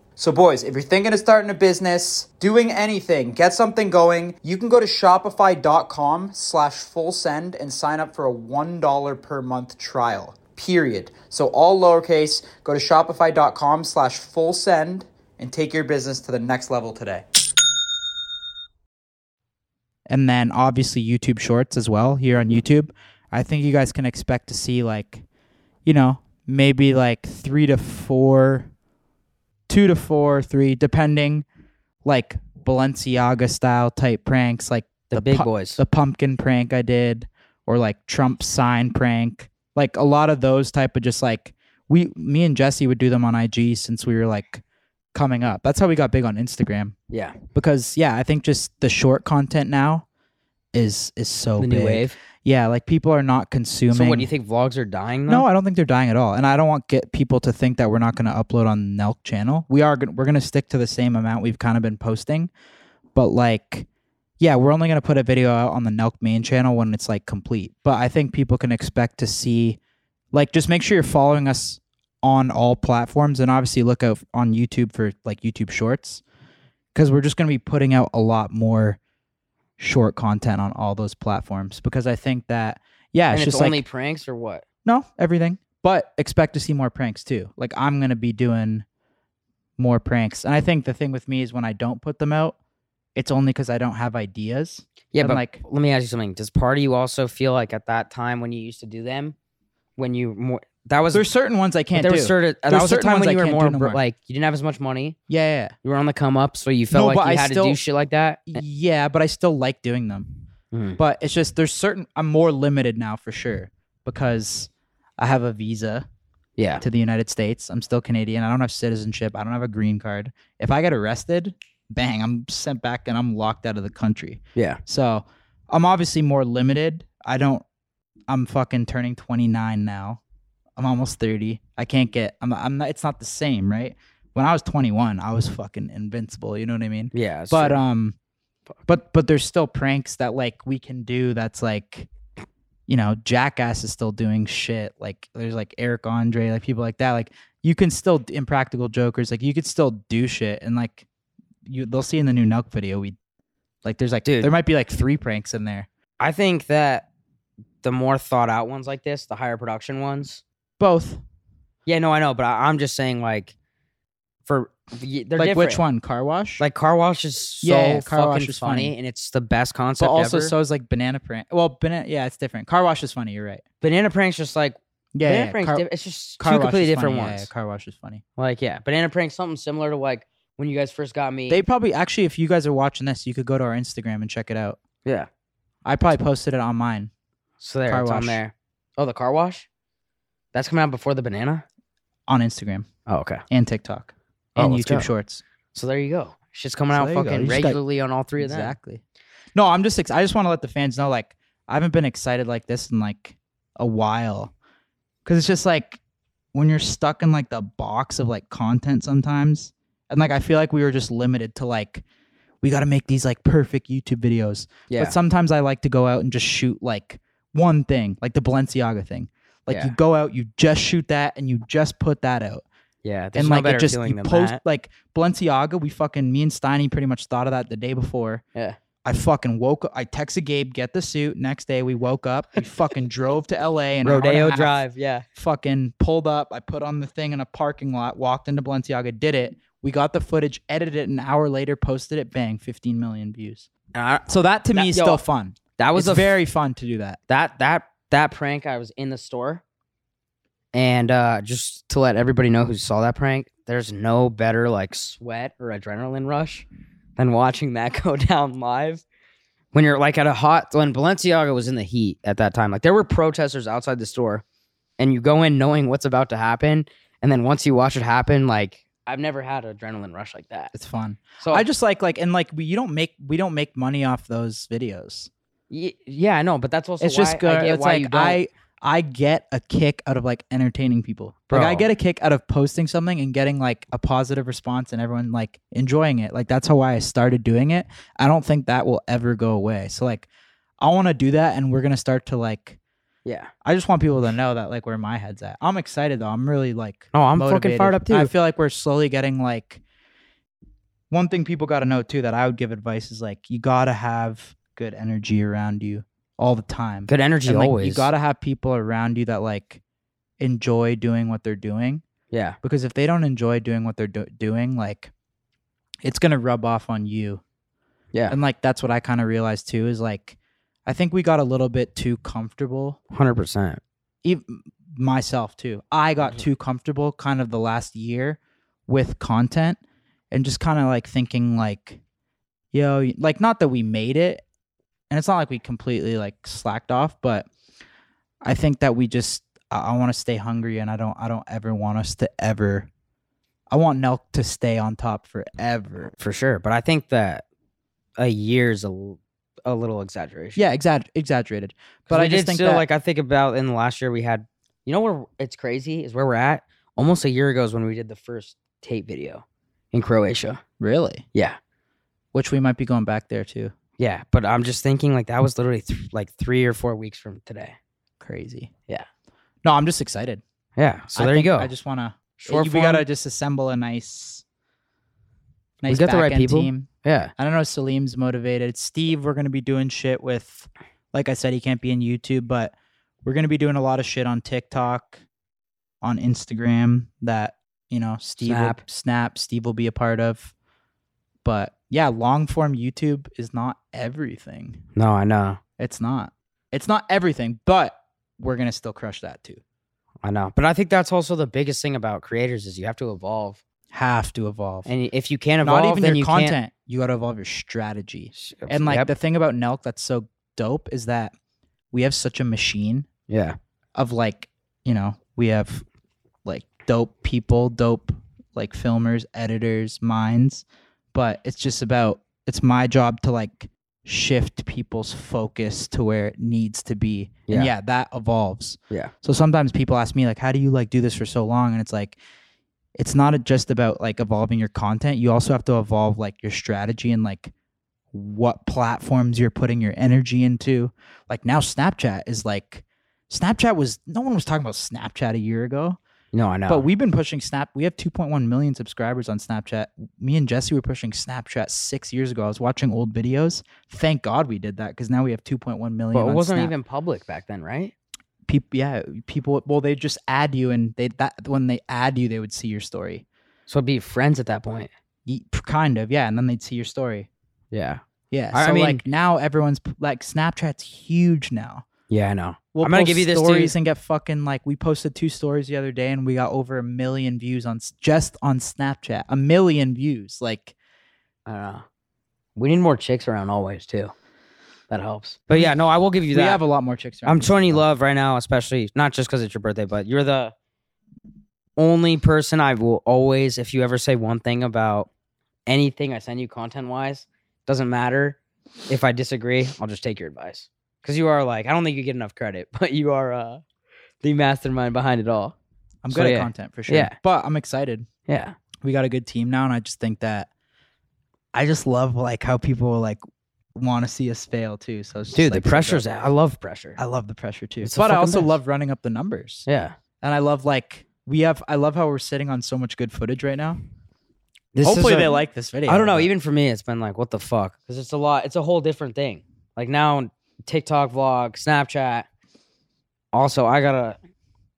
So, boys, if you're thinking of starting a business, doing anything, get something going, you can go to shopify.com slash full send and sign up for a $1 per month trial period. So all lowercase, go to shopify.com slash full send and take your business to the next level today.
and then obviously YouTube Shorts as well here on YouTube. I think you guys can expect to see like, you know, maybe like three to four, two to four, three, depending, like Balenciaga style type pranks, like
The big
pu-
boys.
the pumpkin prank I did, or like Trump sign prank, like a lot of those type of just like we, me and Jesse would do them on IG since we were like coming up. That's how we got big on Instagram
Yeah,
because yeah, I think just the short content now is is so
the new
Oh, big.
wave.
Yeah, like people are not consuming.
So, what do you think? Vlogs are dying? Though?
No, I don't think they're dying at all, and I don't want get people to think that we're not going to upload on Nelk channel. We are. Gonna, we're going to stick to the same amount we've kind of been posting, but like, yeah, we're only going to put a video out on the Nelk main channel when it's like complete. But I think people can expect to see, like, just make sure you're following us on all platforms, and obviously look out on YouTube for like YouTube Shorts, because we're just going to be putting out a lot more short content on all those platforms because I think that. Yeah,
and
it's,
it's,
just like
only pranks or what?
no, everything. But expect to see more pranks too. Like I'm gonna be doing more pranks, and I think the thing with me is when I don't put them out, it's only because I don't have ideas.
Yeah,
and
but
like
let me ask you something. Does part of you also feel like at that time when you used to do them, when you more that was
there's certain ones I
but
can't
there
do.
was sort of that
There's
was a
certain
time
ones
when
I
you were
can't do
more,
no
bro-
more.
like you didn't have as much money.
yeah,
You were on the come up, so you felt
No,
like
but
you
I
had to
still-
do shit like that.
yeah, yeah, yeah. But I still like doing them.
Mhm.
But it's just there's certain I'm more limited now for sure because I have a visa.
Yeah,
to the United States. I'm still Canadian. I don't have citizenship. I don't have a green card. If I get arrested, bang, I'm sent back and I'm locked out of the country.
Yeah.
So I'm obviously more limited. I don't, I'm fucking turning 29 now. I'm almost 30. I can't get, I'm, I'm not, it's not the same, right? When I was 21, I was fucking invincible. You know what I mean?
yeah. that's
but
true.
um but but there's still pranks that like we can do that's like you know jackass is still doing shit like there's like eric andre like people like that like you can still d- impractical jokers like you could still do shit and like you they'll see in the new Nelk video we like there's like
Dude.
there might be like three pranks in there
I think that the more thought out ones like this, the higher production ones.
both
Yeah, no, I know, but I, I'm just saying like for y- they're
like
different.
which one car wash
Like car wash is so
Yeah, Car
fucking
Wash is
funny,
funny.
and it's the best
but
concept.
also
ever.
so is like banana prank well banana yeah it's different car wash is funny you're right
banana prank's just like
yeah,
banana
yeah,
prank's
car,
diff- it's just
car
two
wash
completely
is
different
funny. Yeah,
ones.
yeah, car wash is funny
Like yeah, banana prank something similar to like when you guys first got me.
They probably actually, if you guys are watching this, you could go to our Instagram and check it out.
yeah.
I probably posted it on mine.
So there,
Car
it's on
wash.
there. Oh, the car wash. That's coming out before the banana.
on Instagram
Oh, okay.
and TikTok
Oh,
and
let's go.
YouTube Shorts.
So there you go. Shit's coming
So
out
there you go.
fucking
You just got-
regularly on all three of them.
Exactly. No, I'm just. Ex- I just want to let the fans know, like, I haven't been excited like this in like a while, because it's just like when you're stuck in like the box of like content sometimes, and like I feel like we were just limited to like we got to make these like perfect YouTube videos.
Yeah.
But sometimes I like to go out and just shoot like one thing, like the Balenciaga thing. Like
Yeah.
you go out, you just shoot that, and you just put that out
yeah. There's
and
no
like
better
it just
feeling
you
than
post
that.
like Balenciaga. We fucking me and Steiny pretty much thought of that the day before.
Yeah.
I fucking woke up. I texted Gabe, get the suit. Next day we woke up. We fucking drove to LA and
Rodeo Drive. Yeah.
Fucking pulled up. I put on the thing in a parking lot. Walked into Balenciaga. Did it. We got the footage, edited it an hour later, posted it. Bang, 15 million views.
And I,
So that to
That-
me is
yo,
still fun.
that
That
was
was
a very
very fun to do that.
that that that prank. I was in the store, and uh just to let everybody know who saw that prank, there's no better like sweat or adrenaline rush than watching that go down live. When you're like at a hot when Balenciaga was in the heat at that time, like there were protesters outside the store, and you go in knowing what's about to happen, and then once you watch it happen, like I've never had an adrenaline rush like that.
It's fun.
So
I just like like and like we you don't make we don't make money off those videos.
Y- yeah, I know, but that's also
it's just
why I
good.
get
It's
why you
like
don't.
I I get a kick out of like entertaining people. Like I
Bro.
get a kick out of posting something and getting like a positive response and everyone like enjoying it. Like that's how I started doing it. I don't think that will ever go away. So like I want to do that and we're going to start to like
Yeah.
I just want people to know that like where my head's at. I'm excited though. Oh, I'm really like
No, I'm fucking
motivated.
fired up too.
I feel like we're slowly getting like one thing people got to know too that I would give advice is like you got to have good energy around you all the time.
Good energy
And, like,
always.
You got to have people around you that like enjoy doing what they're doing
Yeah.
because if they don't enjoy doing what they're do- doing like it's going to rub off on you
Yeah.
and like that's what I kind of realized too is like I think we got a little bit too comfortable
Hundred percent.
even myself too. I
Mm-hmm.
got too comfortable kind of the last year with content and just kind of like thinking like yo like not that we made it and it's not like we completely like slacked off but I think that we just I, I want to stay hungry and I don't I don't ever want us to ever I want Nelk to stay on top forever.
For sure. But I think that a year's a, l- a little exaggeration.
Yeah, exag- exaggerated.
But
But
I
I just think
still
that
like I think about in the last year we had you know where it's crazy is where we're at? Almost a year ago is when we did the first tape video in Croatia.
really,
Yeah.
which we might be going back there too.
Yeah. But I'm just thinking like that was literally th- like three or four weeks from today.
Crazy.
Yeah.
No, I'm just excited.
Yeah. So
I
there you
think
go.
I just want to.
Short
we gotta
form.
just assemble a nice,
We
nice
got the right
back-end
people.
team.
yeah.
I don't know. Salim's motivated. Steve, we're gonna be doing shit with. Like I said, he can't be in YouTube, but we're gonna be doing a lot of shit on TikTok, on Instagram. That you know, Steve Will,
Snap.
Snap. Steve will be a part of. But yeah, long form YouTube is not everything.
No, I know.
It's not. It's not everything, but we're gonna still crush that too.
I know. But I think that's also the biggest thing about creators is you have to evolve.
Have to evolve.
And if you can't evolve,
not even
then
your
you
content. You got to evolve your strategy.
Can't,
And like
Yep.
the thing about Nelk that's so dope is that we have such a machine
yeah.
of like, you know, we have like dope people, dope like filmers, editors, minds, but it's just about it's my job to like shift people's focus to where it needs to be.
Yeah.
And yeah, that evolves.
Yeah.
So sometimes people ask me like how do you like do this for so long and it's like it's not just about like evolving your content. You also have to evolve like your strategy and like what platforms you're putting your energy into. Like now Snapchat is like Snapchat was no one was talking about Snapchat a year ago,
No, I know.
but we've been pushing Snap. We have 2.1 million subscribers on Snapchat. Me and Jesse were pushing Snapchat six years ago. I was watching old videos. Thank God we did that because now we have 2.1 million.
but it
on
wasn't
Snap.
even public back then, right?
people. Yeah, people. Well, they just add you, and they that when they add you, they would see your story.
So it'd be friends at that point.
Ye- Kind of, yeah, and then they'd see your story.
Yeah.
Yeah,
I- I
so
mean-
like now everyone's p- like Snapchat's huge now.
Yeah, I know.
We'll
I'm gonna
post
give you this,
stories
dude.
and get fucking like we posted two stories the other day and we got over a million views on s- just on Snapchat. A million views. Like
I don't know. We need more chicks around always too. That helps. But yeah, no, I will give you that.
we have a lot more chicks. around
I'm
us
Tony
now.
Love right now, especially not just because it's your birthday, but you're the only person I will always, if you ever say one thing about anything I send you content wise, doesn't matter. If I disagree, I'll just take your advice. Because you are like, I don't think you get enough credit, but you are uh, the mastermind behind it all.
I'm
So,
good at
yeah.
content for sure.
Yeah.
But I'm excited.
Yeah.
We got a good team now and I just think that I just love like how people like want to see us fail too. So it's just,
Dude,
like,
the
so
pressure's
dope.
out. I love pressure.
I love the pressure too.
It's the
but I
fucking
also
best.
love running up the numbers.
Yeah.
And I love like we have I love how we're sitting on so much good footage right now.
This is
Hopefully
a-
they like this video.
I don't know.
but-
Even for me, it's been like, what the fuck? Because it's a lot. It's a whole different thing. Like now, TikTok vlog, Snapchat. Also, I gotta,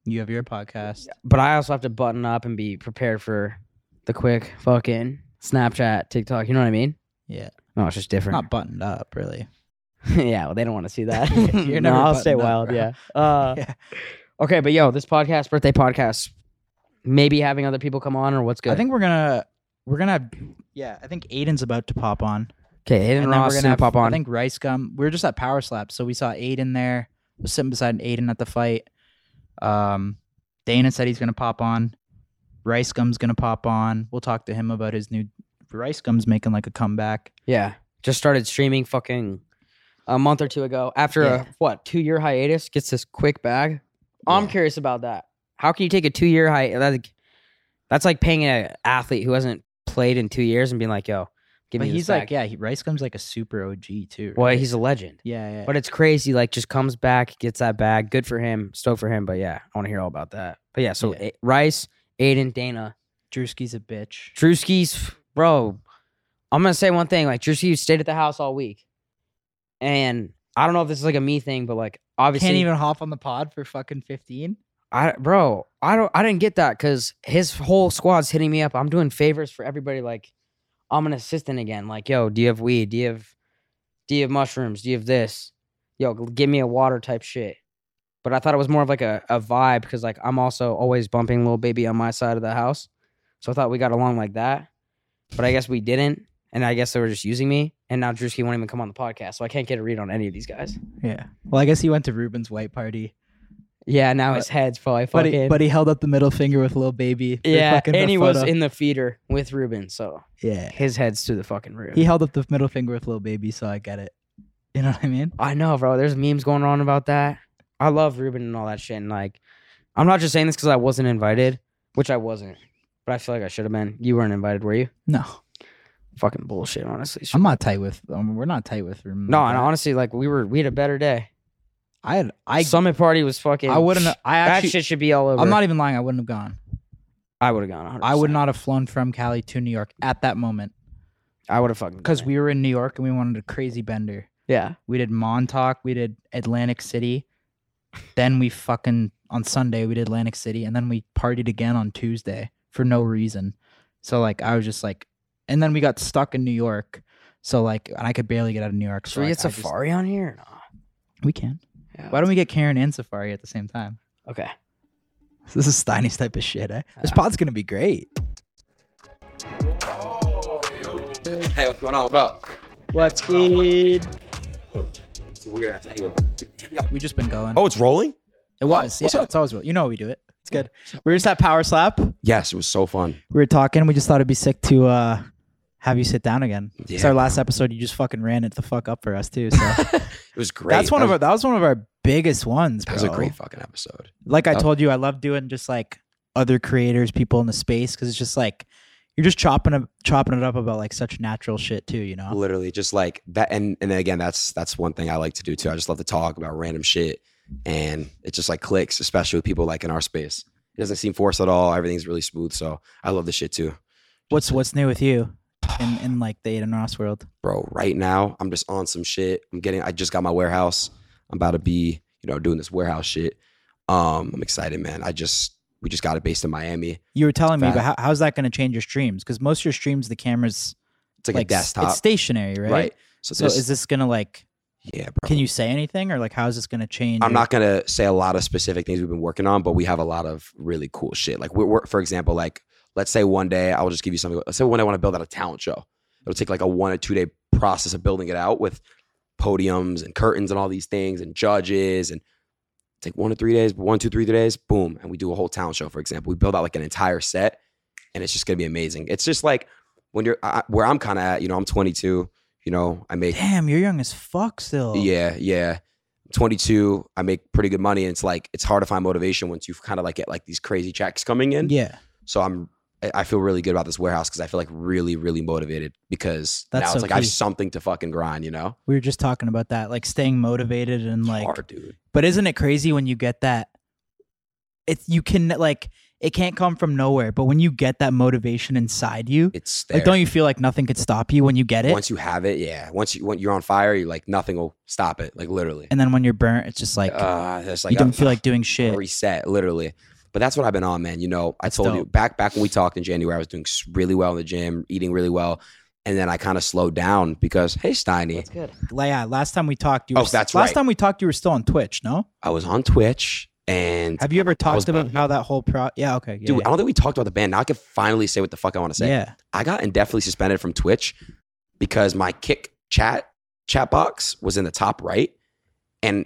you have your podcast.
but I also have to button up and be prepared for the quick fucking Snapchat, TikTok. You know what I mean?
Yeah.
No, it's just different.
Not buttoned up, really.
yeah, well, they don't want to see that.
You're
no,
never
I'll stay
buttoned up,
wild.
bro.
Yeah. Uh,
Yeah.
Okay, but yo, this podcast, birthday podcast, maybe having other people come on or what's good.
I think we're gonna we're gonna have, yeah. I think Aiden's about to pop on.
okay, Aiden
then
Ross
we're
is gonna
have-
pop on.
I think Rice Gum. We were just at Power Slap, so we saw Aiden there. Was sitting beside Aiden at the fight. Um, Dana said he's gonna pop on. Rice Gum's gonna pop on. We'll talk to him about his new. Rice Gum's making like a comeback.
Yeah. Just started streaming fucking a month or two ago after
Yeah.
a what, two year hiatus, gets this quick bag. I'm
Yeah.
curious about that. How can you take a two year high? That's, that's like paying an athlete who hasn't played in two years and being like, "Yo, give
but
me."
he's
this
like,
back.
yeah, he, Rice comes like a super OG too.
Well,
right?
he's a legend.
yeah, yeah.
But it's crazy. Like, just comes back, gets that bag. Good for him. Stoked for him. But yeah, I want to hear all about that. But yeah, so
Yeah.
A- Rice, Aiden, Dana,
Drewski's a bitch.
Drewski's, bro. I'm gonna say one thing. Like Drewski stayed at the house all week, and I don't know if this is like a me thing, but like obviously,
Can't even hop on the pod for fucking fifteen.
I bro, I don't, I didn't get that because his whole squad's hitting me up. I'm doing favors for everybody. Like, I'm an assistant again. Like, yo, do you have weed? Do you have, do you have mushrooms? Do you have this? Yo, g- give me a water type shit. But I thought it was more of like a, a vibe because like I'm also always bumping little baby on my side of the house, so I thought we got along like that. But I guess we didn't, and I guess they were just using me. And now Drewski won't even come on the podcast, so I can't get a read on any of these guys.
Yeah. Well, I guess he went to Ruben's white party,
Yeah, now his head's probably
but
fucking.
he, but he held up the middle finger with little baby. They're
Yeah,
fucking
and
for
he was
photo.
in the feeder with Ruben, so
Yeah.
his head's to the fucking roof.
He held up the middle finger with little baby, so I get it. You know what I mean?
I know, bro. There's memes going on about that. I love Ruben and all that shit. And like, I'm not just saying this because I wasn't invited, which I wasn't, but I feel like I should have been. You weren't invited, were you?
No,
Fucking bullshit, honestly.
I'm not tight with. Um, we're not tight with room.
no,
like
and
that.
honestly, like we were, we had a better day.
I had. I.
Summit party was fucking.
I wouldn't. I
That
actually.
shit should be all over.
I'm not even lying. I wouldn't have gone.
I would have gone. 100%.
I would not have flown from Cali to New York at that moment
I would have fucking.
because
done
we were in New York and we wanted a crazy bender.
it. Yeah.
We did Montauk. We did Atlantic City. Then we fucking on Sunday we did Atlantic City, and then we partied again on Tuesday for no reason. So like I was just like, and then we got stuck in New York. So like, and I could barely get out of New York. So
Should we
like,
get
I just-
safari on here? Or not?
We can.
Yeah.
Why don't we get Karen and Safari at the same time?
Okay.
This is Steiny's type of shit. Eh? This pod's gonna be great.
Hey, what's going on? What up?
What's good?
We're gonna have to
We just been going.
Oh, it's rolling?
it was.
oh,
Yeah, it's always real. You know how we do it. It's good. We were just at Power Slap. We
Yes, it was so fun.
were talking. We just thought it'd be sick to uh have you sit down again. it's
Yeah,
our last episode. You just fucking ran it the fuck up for us too. So
It was great.
that's one
that
of
was,
our. Oh. That was one of our biggest ones.
That was a
bro.
great fucking episode.
like I
Uh,
told you, I love doing just like other creators, people in the space, because it's just like you're just chopping up, chopping it up about like such natural shit too. You know?
Literally, just like that. And and again, that's that's one thing I like to do too. I just love to talk about random shit, and it just like clicks, especially with people like in our space. It doesn't seem forced at all. Everything's really smooth. So I love this shit too,
What's what's new with you in in like the Aiden Ross world?
bro. Right now, I'm just on some shit. I'm getting. I just got my warehouse. I'm about to be, you know, doing this warehouse shit. Um, I'm excited, man. I just we just got it based in Miami.
You were telling me,
Fat.
but how, how's that going to change your streams? Because most of your streams, the cameras
It's like, a
s-
desktop,
it's stationary, right?
So,
So
this,
is this going to like?
yeah, bro.
Can you say anything or like how is this going to change?
I'm
your-
not gonna say a lot of specific things we've been working on, but we have a lot of really cool shit. Like we're, we're for example, like let's say one day I'll just give you something. Let's say one day I want to build out a talent show. It'll take like a one or two day process of building it out with podiums and curtains and all these things and judges and take one to three days, one, two, three, three days, boom, and we do a whole talent show. For example, we build out like an entire set, and it's just gonna be amazing. It's just like when you're I, I- where I'm kind of at. You know, I'm 22. You know, I make
Damn, you're young as fuck still.
yeah, yeah. 22, I make pretty good money. And it's like, it's hard to find motivation once you've kind of like get like these crazy checks coming in.
Yeah.
So I'm, I- I feel really good about this warehouse because I feel like really, really motivated because
That's
now
so
it's like I have
key.
something to fucking grind, you know?
We were just talking about that, like staying motivated and
It's
like
hard, dude.
But isn't it crazy when you get that? It's you can like it can't come from nowhere, but when you get that motivation inside you,
It's there.
like don't you feel like nothing could stop you when you get it?
once you have it, yeah. Once you, when you're on fire, you're like, nothing will stop it. Like literally.
and then when you're burnt, it's just like
uh, it's like
you don't
I'm-
feel like doing shit.
reset literally but that's what i've been on man you know i
That's
told you
dope.
back back when we talked in january i was doing s- really well in the gym eating really well and then i kind of slowed down because hey steiny
That's good.
Like, yeah, last time we talked, you were
Oh, that's
last
right.
time we talked, you were still on Twitch, no?
i was on twitch and
Have you ever
was
talked about
banned.
how that whole pro? Yeah, okay, yeah,
dude i
yeah.
don't think we talked about the band now i can finally say what the fuck i want to say
Yeah.
i got indefinitely suspended from twitch because my kick chat chat box was in the top right and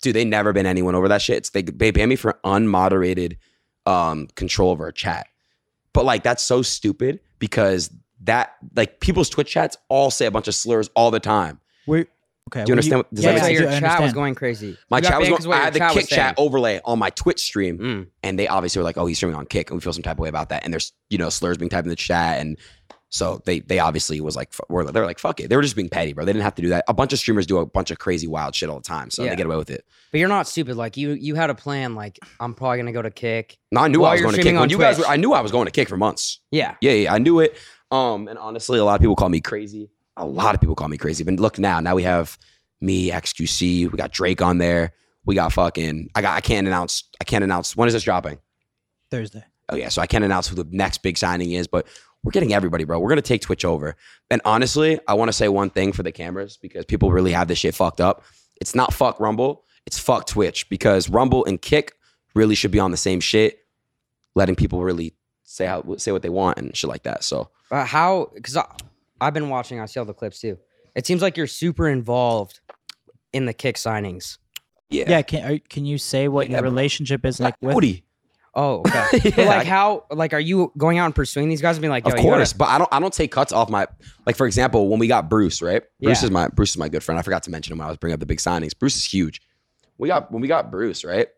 dude they never been anyone over that shit It's- they, they banned me for unmoderated um control over a chat but like that's so stupid because that like people's twitch chats all say a bunch of slurs all the time
Were Okay. what
Do you understand? what does
Yeah,
that
That's
make
yeah,
how
I
sense?
your
do- I
chat was
understand.
going crazy.
My
You got
chat was
big 'cause
going.
what
I
your
had the
chat was
kick chat
saying.
overlay on my Twitch stream,
Mm.
and they obviously were like, "Oh, he's streaming on Kick," and we feel some type of way about that. And there's you know slurs being typed in the chat, and so they they obviously was like, f- were they were like, "Fuck it," they were just being petty, bro. They didn't have to do that. A bunch of streamers do a bunch of crazy wild shit all the time, so
Yeah.
they get away with it.
But you're not stupid. Like you, you had a plan. Like I'm probably gonna go to kick.
No, I knew
While
I was
you're
going to
streaming
Kick when
on
you guys
Twitch.
were. I knew I was going to Kick for months.
Yeah,
Yeah, yeah, I knew it. Um, and honestly, a lot of people call me crazy. A lot of people call me crazy. But look now, now we have me, XQC, we got Drake on there. We got fucking I got I can't announce I can't announce when is this dropping?
Thursday.
Oh yeah, so I can't announce who the next big signing is, but we're getting everybody, bro. We're gonna take Twitch over. And honestly, I wanna say one thing for the cameras because people really have this shit fucked up. It's not fuck Rumble, it's fuck Twitch because Rumble and Kick really should be on the same shit, letting people really say how say what they want and shit like that. So
but Uh, how? Because I've been watching. I see all the clips too. It seems like you're super involved in the kick signings.
Yeah.
Yeah. can, are, can you say what
Yeah,
your
bro.
relationship is like with?
Woody.
Oh, okay. But like how? Like are you going out and pursuing these guys and being like,
of
Yo, you gotta-
course, but I don't. I don't take cuts off my. Like for example, when we got Bruce, right? Bruce
Yeah.
is my Bruce is my good friend. I forgot to mention him when I was bringing up the big signings. Bruce is huge. We got when we got Bruce, right?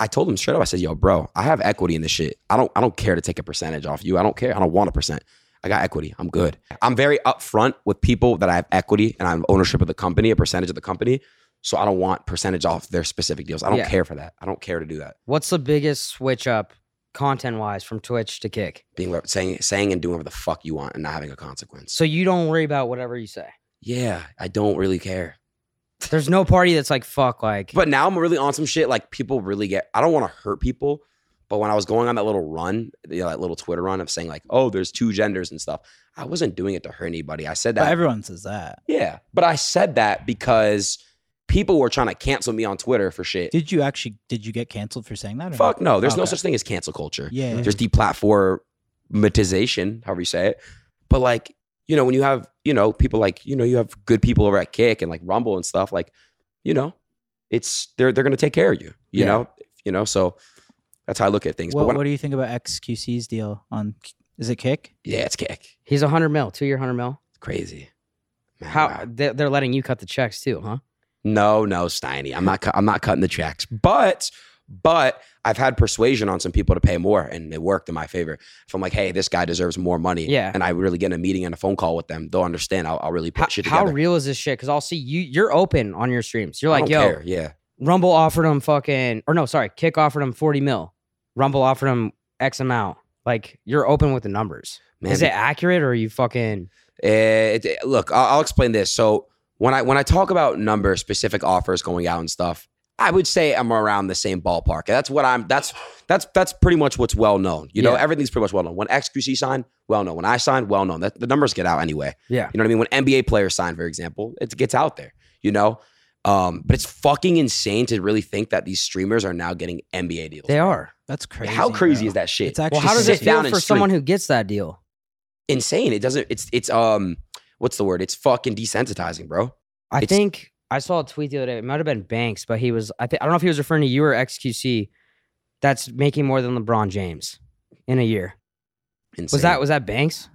I told him straight up. I said, "Yo, bro, I have equity in this shit. I don't. I don't care to take a percentage off you. I don't care. I don't want a percent. I got equity. I'm good. I'm very upfront with people that I have equity and I have ownership of the company, a percentage of the company. So I don't want percentage off their specific deals. I don't
Yeah.
care for that. I don't care to do that.
What's the biggest switch up content wise from Twitch to Kick?
Being re- saying saying and doing whatever the fuck you want and not having a consequence.
So you don't worry about whatever you say.
yeah, I don't really care.
There's no party that's like fuck. Like
But now I'm really on some shit. Like people really get. I don't want to hurt people, but when I was going on that little run, you know, that little Twitter run of saying like, "Oh, there's two genders and stuff," I wasn't doing it to hurt anybody. I said that.
But everyone says that.
yeah, but I said that because people were trying to cancel me on Twitter for shit.
Did you actually? Did you get canceled for saying that? or
Fuck no. There's no
Okay.
such thing as cancel culture.
Yeah.
There's deplatformatization, however you say it. But like, you know, when you have, you know, people like, you know, you have good people over at Kick and like Rumble and stuff, like, you know, it's they're they're gonna take care of you. You
Yeah.
know, you know, so that's how I look at things.
What,
but when,
what do you think about XQC's deal on? Is it kick?
yeah, it's kick.
he's a hundred mil, two year hundred mil.
It's crazy. Man,
How
wow.
they- they're letting you cut the checks too, huh?
No, no, Steiny. I'm not. Cu- I'm not cutting the checks. But, but I've had persuasion on some people to pay more, and it worked in my favor. If I'm like, hey, this guy deserves more money,
Yeah.
and I really get in a meeting and a phone call with them, they'll understand. I'll, I'll really put
How,
shit
how
together.
real is this shit? Because I'll see you. You're open on your streams. You're
I
like,
don't
yo,
care. yeah,
Rumble offered him fucking, or no, sorry, Kick offered him forty mil. Rumble offered him X amount. Like you're open with the numbers.
man. eh,
Is it accurate or are you fucking?
it- it- look, I'll, I'll explain this. So when I when I talk about numbers, specific offers going out and stuff, I would say I'm around the same ballpark. That's what I'm. That's that's that's pretty much what's well known. You know,
Yeah.
everything's pretty much well known. When XQC signed, well known. When I signed, well known. That the numbers get out anyway.
Yeah.
You know what I mean? When NBA players sign, for example, it gets out there, you know? Um, but it's fucking insane to really think that these streamers are now getting NBA deals.
They are.
That's crazy.
How crazy
bro.
is that shit?
It's actually
Well, how does
sit
it feel
down
for
and
someone who gets that deal?
insane. It doesn't, it's, it's, um, what's the word? It's fucking desensitizing, bro.
I
It's-
think I saw a tweet the other day. It might have been Banks, but he was. I think I don't know if he was referring to you or XQC. That's making more than LeBron James in a year.
Insane.
Was that was that Banks?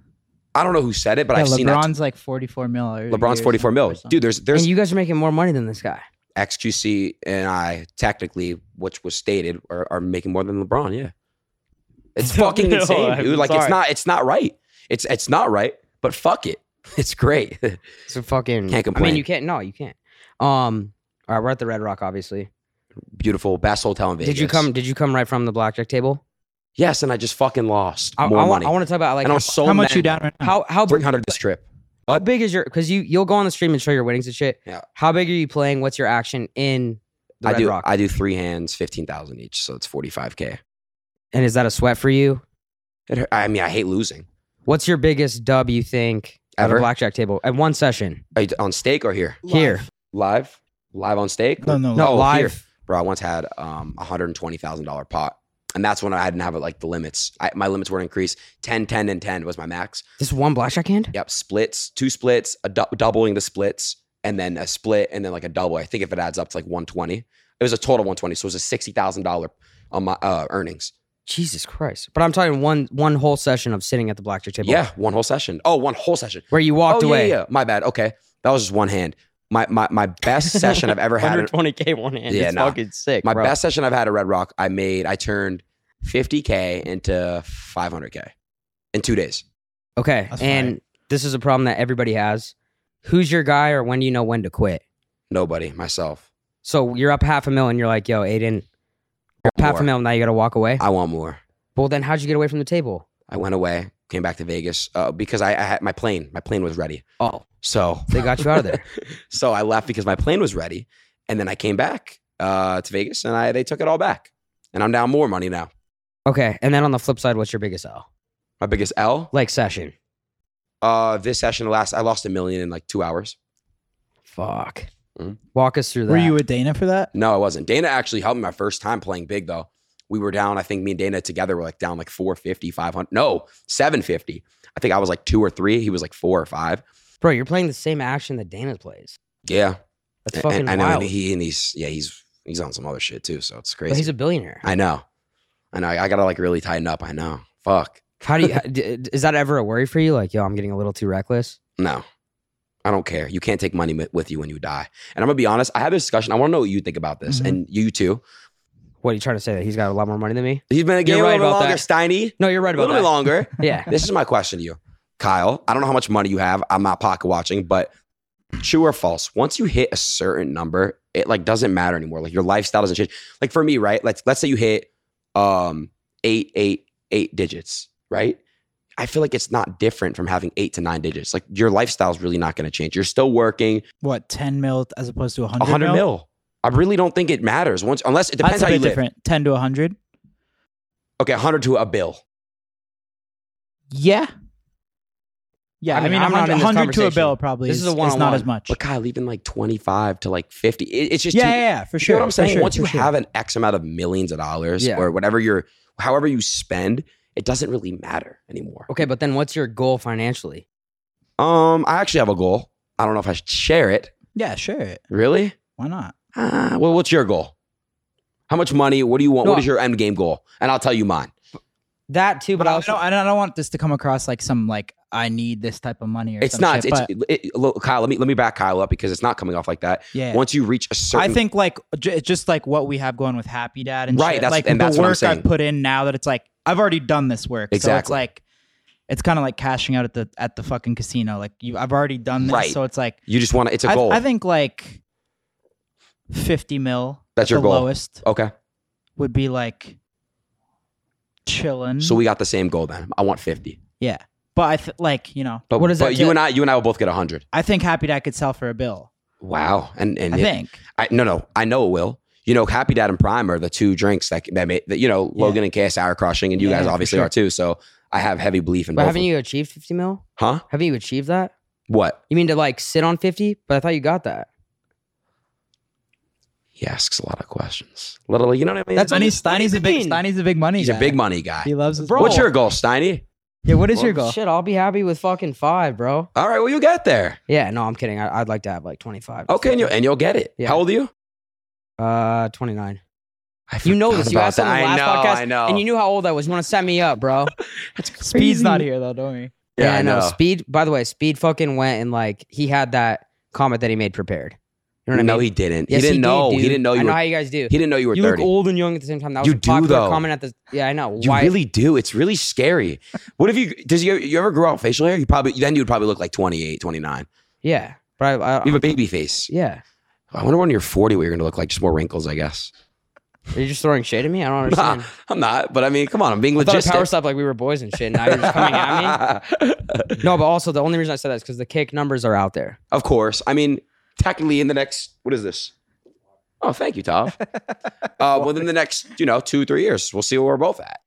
I don't know who said it, but
Yeah,
I've seen that.
LeBron's like 44 mil. or a
LeBron's
year or
44 mil.
something.
Dude, there's, there's,
and you guys are making more money than this guy.
XQC and I technically, which was stated, are, are making more than LeBron. Yeah, it's fucking
No,
insane,
I'm
dude. Like it's
sorry.
not, it's not right. It's it's not right. But fuck it, it's great.
So fucking
Can't
I
complain.
mean, you can't. No, you can't. Um. All right, we're at the Red Rock, obviously.
Beautiful, best hotel in Vegas.
Did you come? Did you come right from the blackjack table?
Yes, and I just fucking lost
I,
more
I, wa-
money.
I want to talk about like
and I
how,
was so
How much
mad.
you down right now?
how how,
Three hundred this trip.
how big is your? Because you you'll go on the stream and show your winnings and shit.
Yeah.
How big are you playing? What's your action in the
I
Red
do.
Rock?
I do three hands, fifteen thousand each, so it's forty five k.
and is that a sweat for you?
I mean, I hate losing.
What's your biggest dub you think at
Ever?
a blackjack table at one session?
Are you on stake or here?
Here.
Live, live on stake.
No, no,
No,
Oh,
live.
here. bro. I once had um a hundred and twenty thousand dollar pot, and that's when I didn't have like the limits. I, my limits weren't increased. 10, 10, and ten was my max.
Just one blackjack hand?
Yep, splits, two splits, a dou- doubling the splits, and then a split, and then like a double. I think if it adds up to like one twenty, it was a total one twenty. So it was a sixty thousand dollar on my uh, earnings.
Jesus Christ. But I'm talking one one whole session of sitting at the blackjack table.
Yeah, one whole session. Oh, one whole session.
Where you walked
oh,
away.
Yeah, yeah, my bad. Okay, that was just one hand. my my my best session I've ever had. at-
120k one hand.
Yeah,
it's
nah.
fucking sick.
My
bro.
best session I've had at Red Rock, I made, I turned 50K into 500K in two days.
Okay.
That's
and this is a problem that everybody has. Who's your guy or when do you know when to quit?
Nobody, myself.
So you're up half a mil and you're like, yo, Aiden, you're up half a
More.
mil. Now you got to walk away.
I want more.
well, then how'd you get away from the table?
I went away, came back to Vegas uh, because I, I had my plane. My plane was ready.
Oh,
So,
they got you out of there.
so I left because my plane was ready, and then I came back uh, to Vegas, and I they took it all back, and I'm down more money now.
Okay. And then on the flip side, what's your biggest L?
My biggest L
Like session.
uh, this session last I lost a million in like two hours.
Fuck.
Mhm.
Walk us through that.
Were you with Dana for that?
No, I wasn't. Dana actually helped me my first time playing big though. We were down, I think me and Dana together were like down like 450, 500. No, 750. I think I was like two or three. He was like four or five.
bro? You're playing the same action that Dana plays.
Yeah.
That's
And-
fucking
and I know
wild.
and he and he's yeah, he's he's on some other shit too. So it's
but
crazy.
he's a billionaire.
I know. I know. I, I gotta like really tighten up. I know. Fuck.
How do you? d- d- is that ever a worry for you? Like, yo, I'm getting a little too reckless.
No. I don't care. You can't take money mi- with you when you die. And I'm gonna be honest, I had this discussion. I wanna know what you think about this.
Mm-hmm.
Mhm.
And you too.
What are you trying to say that he's got a lot more money than me?
He's been a
You're
game a
right
little
about
longer,
that.
Steiny.
No, you're right
A
about
little
that.
bit longer.
Yeah.
this is my question to you, Kyle. I don't know how much money you have. I'm not pocket watching, but true or false? Once you hit a certain number, it like doesn't matter anymore. Like your lifestyle doesn't change. Like for me, right? Let's let's say you hit um eight eight eight digits, right? I feel like it's not different from having eight to nine digits. Like your lifestyle's really not going to change. You're still working
What ten mil as opposed to hundred?
a hundred mil. I really don't think it matters once, unless it depends
That's a
how you
bit
live.
different. Ten to hundred.
Okay, a hundred to a bill.
Yeah. Yeah,
I
I
mean,
mean,
I'm not in
hundred
this
to a
conversation.
bill probably.
This
is,
is a
It's not
one-on-one.
as much.
But Kyle, even like twenty five to like fifty, it- it's just
yeah,
too,
yeah, yeah, for
You
sure.
know what I'm
for
saying?
sure,
Once
for
you
sure.
have an X amount of millions of dollars
Yeah.
or whatever your, however you spend, it doesn't really matter anymore.
Okay, but then what's your goal financially?
Um, I actually have a goal. I don't know if I should share it.
yeah, sure.
Really?
Why not?
Uh, well, what's your goal? How much money? What do you want?
No,
what is your end game goal? And I'll tell you mine.
That too, but,
But I
also
don't, I don't want this to come across like some like I need this type of money or
It's
some
not.
shit,
it's
but
it, it- look, Kyle. Let me let me back Kyle up because it's not coming off like that.
yeah.
Once you reach a certain,
I think like j- just like what we have going with Happy Dad and
Right,
shit,
that's-
like
and that's
the
what I'm
work
saying.
I've put in now that it's like I've already done this work. So it's
Exactly.
like it's kind of like cashing out at the at the fucking casino. Like you, I've already done this,
Right.
so it's like
you just want to. It's a
I,
goal.
I think like fifty mil.
That's
at
your
the
goal.
Lowest
okay,
would be like chilling.
so we got the same goal then. I want fifty.
yeah, but I th- like you know
But
What does that
But you
get-
and I, you and I will both get hundred.
I think Happy Dad could sell for a bill.
Wow. And and
I
it-
think
I, no, no, I know it will. You know, Happy Dad and Prime are the two drinks that that, made, that you know Logan and KSI are crushing, and you
Yeah,
guys
for
obviously
sure.
are too. So I have heavy belief in
but
both.
haven't
of
you achieved 50 mil?
them. Huh?
Haven't you achieved that?
What?
You mean to like sit on 50? But I thought you got that.
He asks a lot of questions. Literally, you know what I mean?
That's-
Steiny's,
what do you
Steiny's a big
mean?
Steiny's a big money.
He's a
guy.
big money guy.
He loves his
Bro,
What's your goal, Steiny?
Yeah, what is
Well,
your goal?
Shit, I'll be happy with fucking five, bro.
All right, well, you get there.
Yeah, no, I'm kidding. I, I'd like to have like 25.
Okay, and you'll, and you'll get it.
Yeah.
How old are you?
Uh, 29.
I
You know
forgot
this. You
about
asked on the
that. I
last
know,
podcast,
I know.
and you knew how old I was. You want to set me up, bro? uh,
Speed's not here though, don't we?
Yeah, I know.
Speed. By the way, Speed fucking went and like he had that comment that he made prepared. You know what I mean?
No, he didn't.
Yes,
he didn't
did,
know. he
dude.
didn't know
I
you.
know
were,
how you guys do.
he didn't know you were
you look
thirty.
old and young at the same time. That was
You
a
do,
popular
though.
comment at the. Yeah, I know.
You
Why?
really do. It's really scary. What if you does you, you ever grow out facial hair? You probably then you would probably look like 28, 29.
Yeah. But I, I,
You have a baby face.
yeah.
I wonder when you're 40 what you're going to look like. Just more wrinkles, I guess.
Are you just throwing shade at me? I don't
Nah,
understand.
I'm not, but I mean, come on, I'm being
I thought of
legit.
power stop like we were boys and shit. Now you're just coming at me. No, but also the only reason I said that is because the kick numbers are out there.
Of course. I mean, technically in the next, what is this? Oh, thank you, Tav. uh, within the next, you know, two, three years, we'll see where we're both at.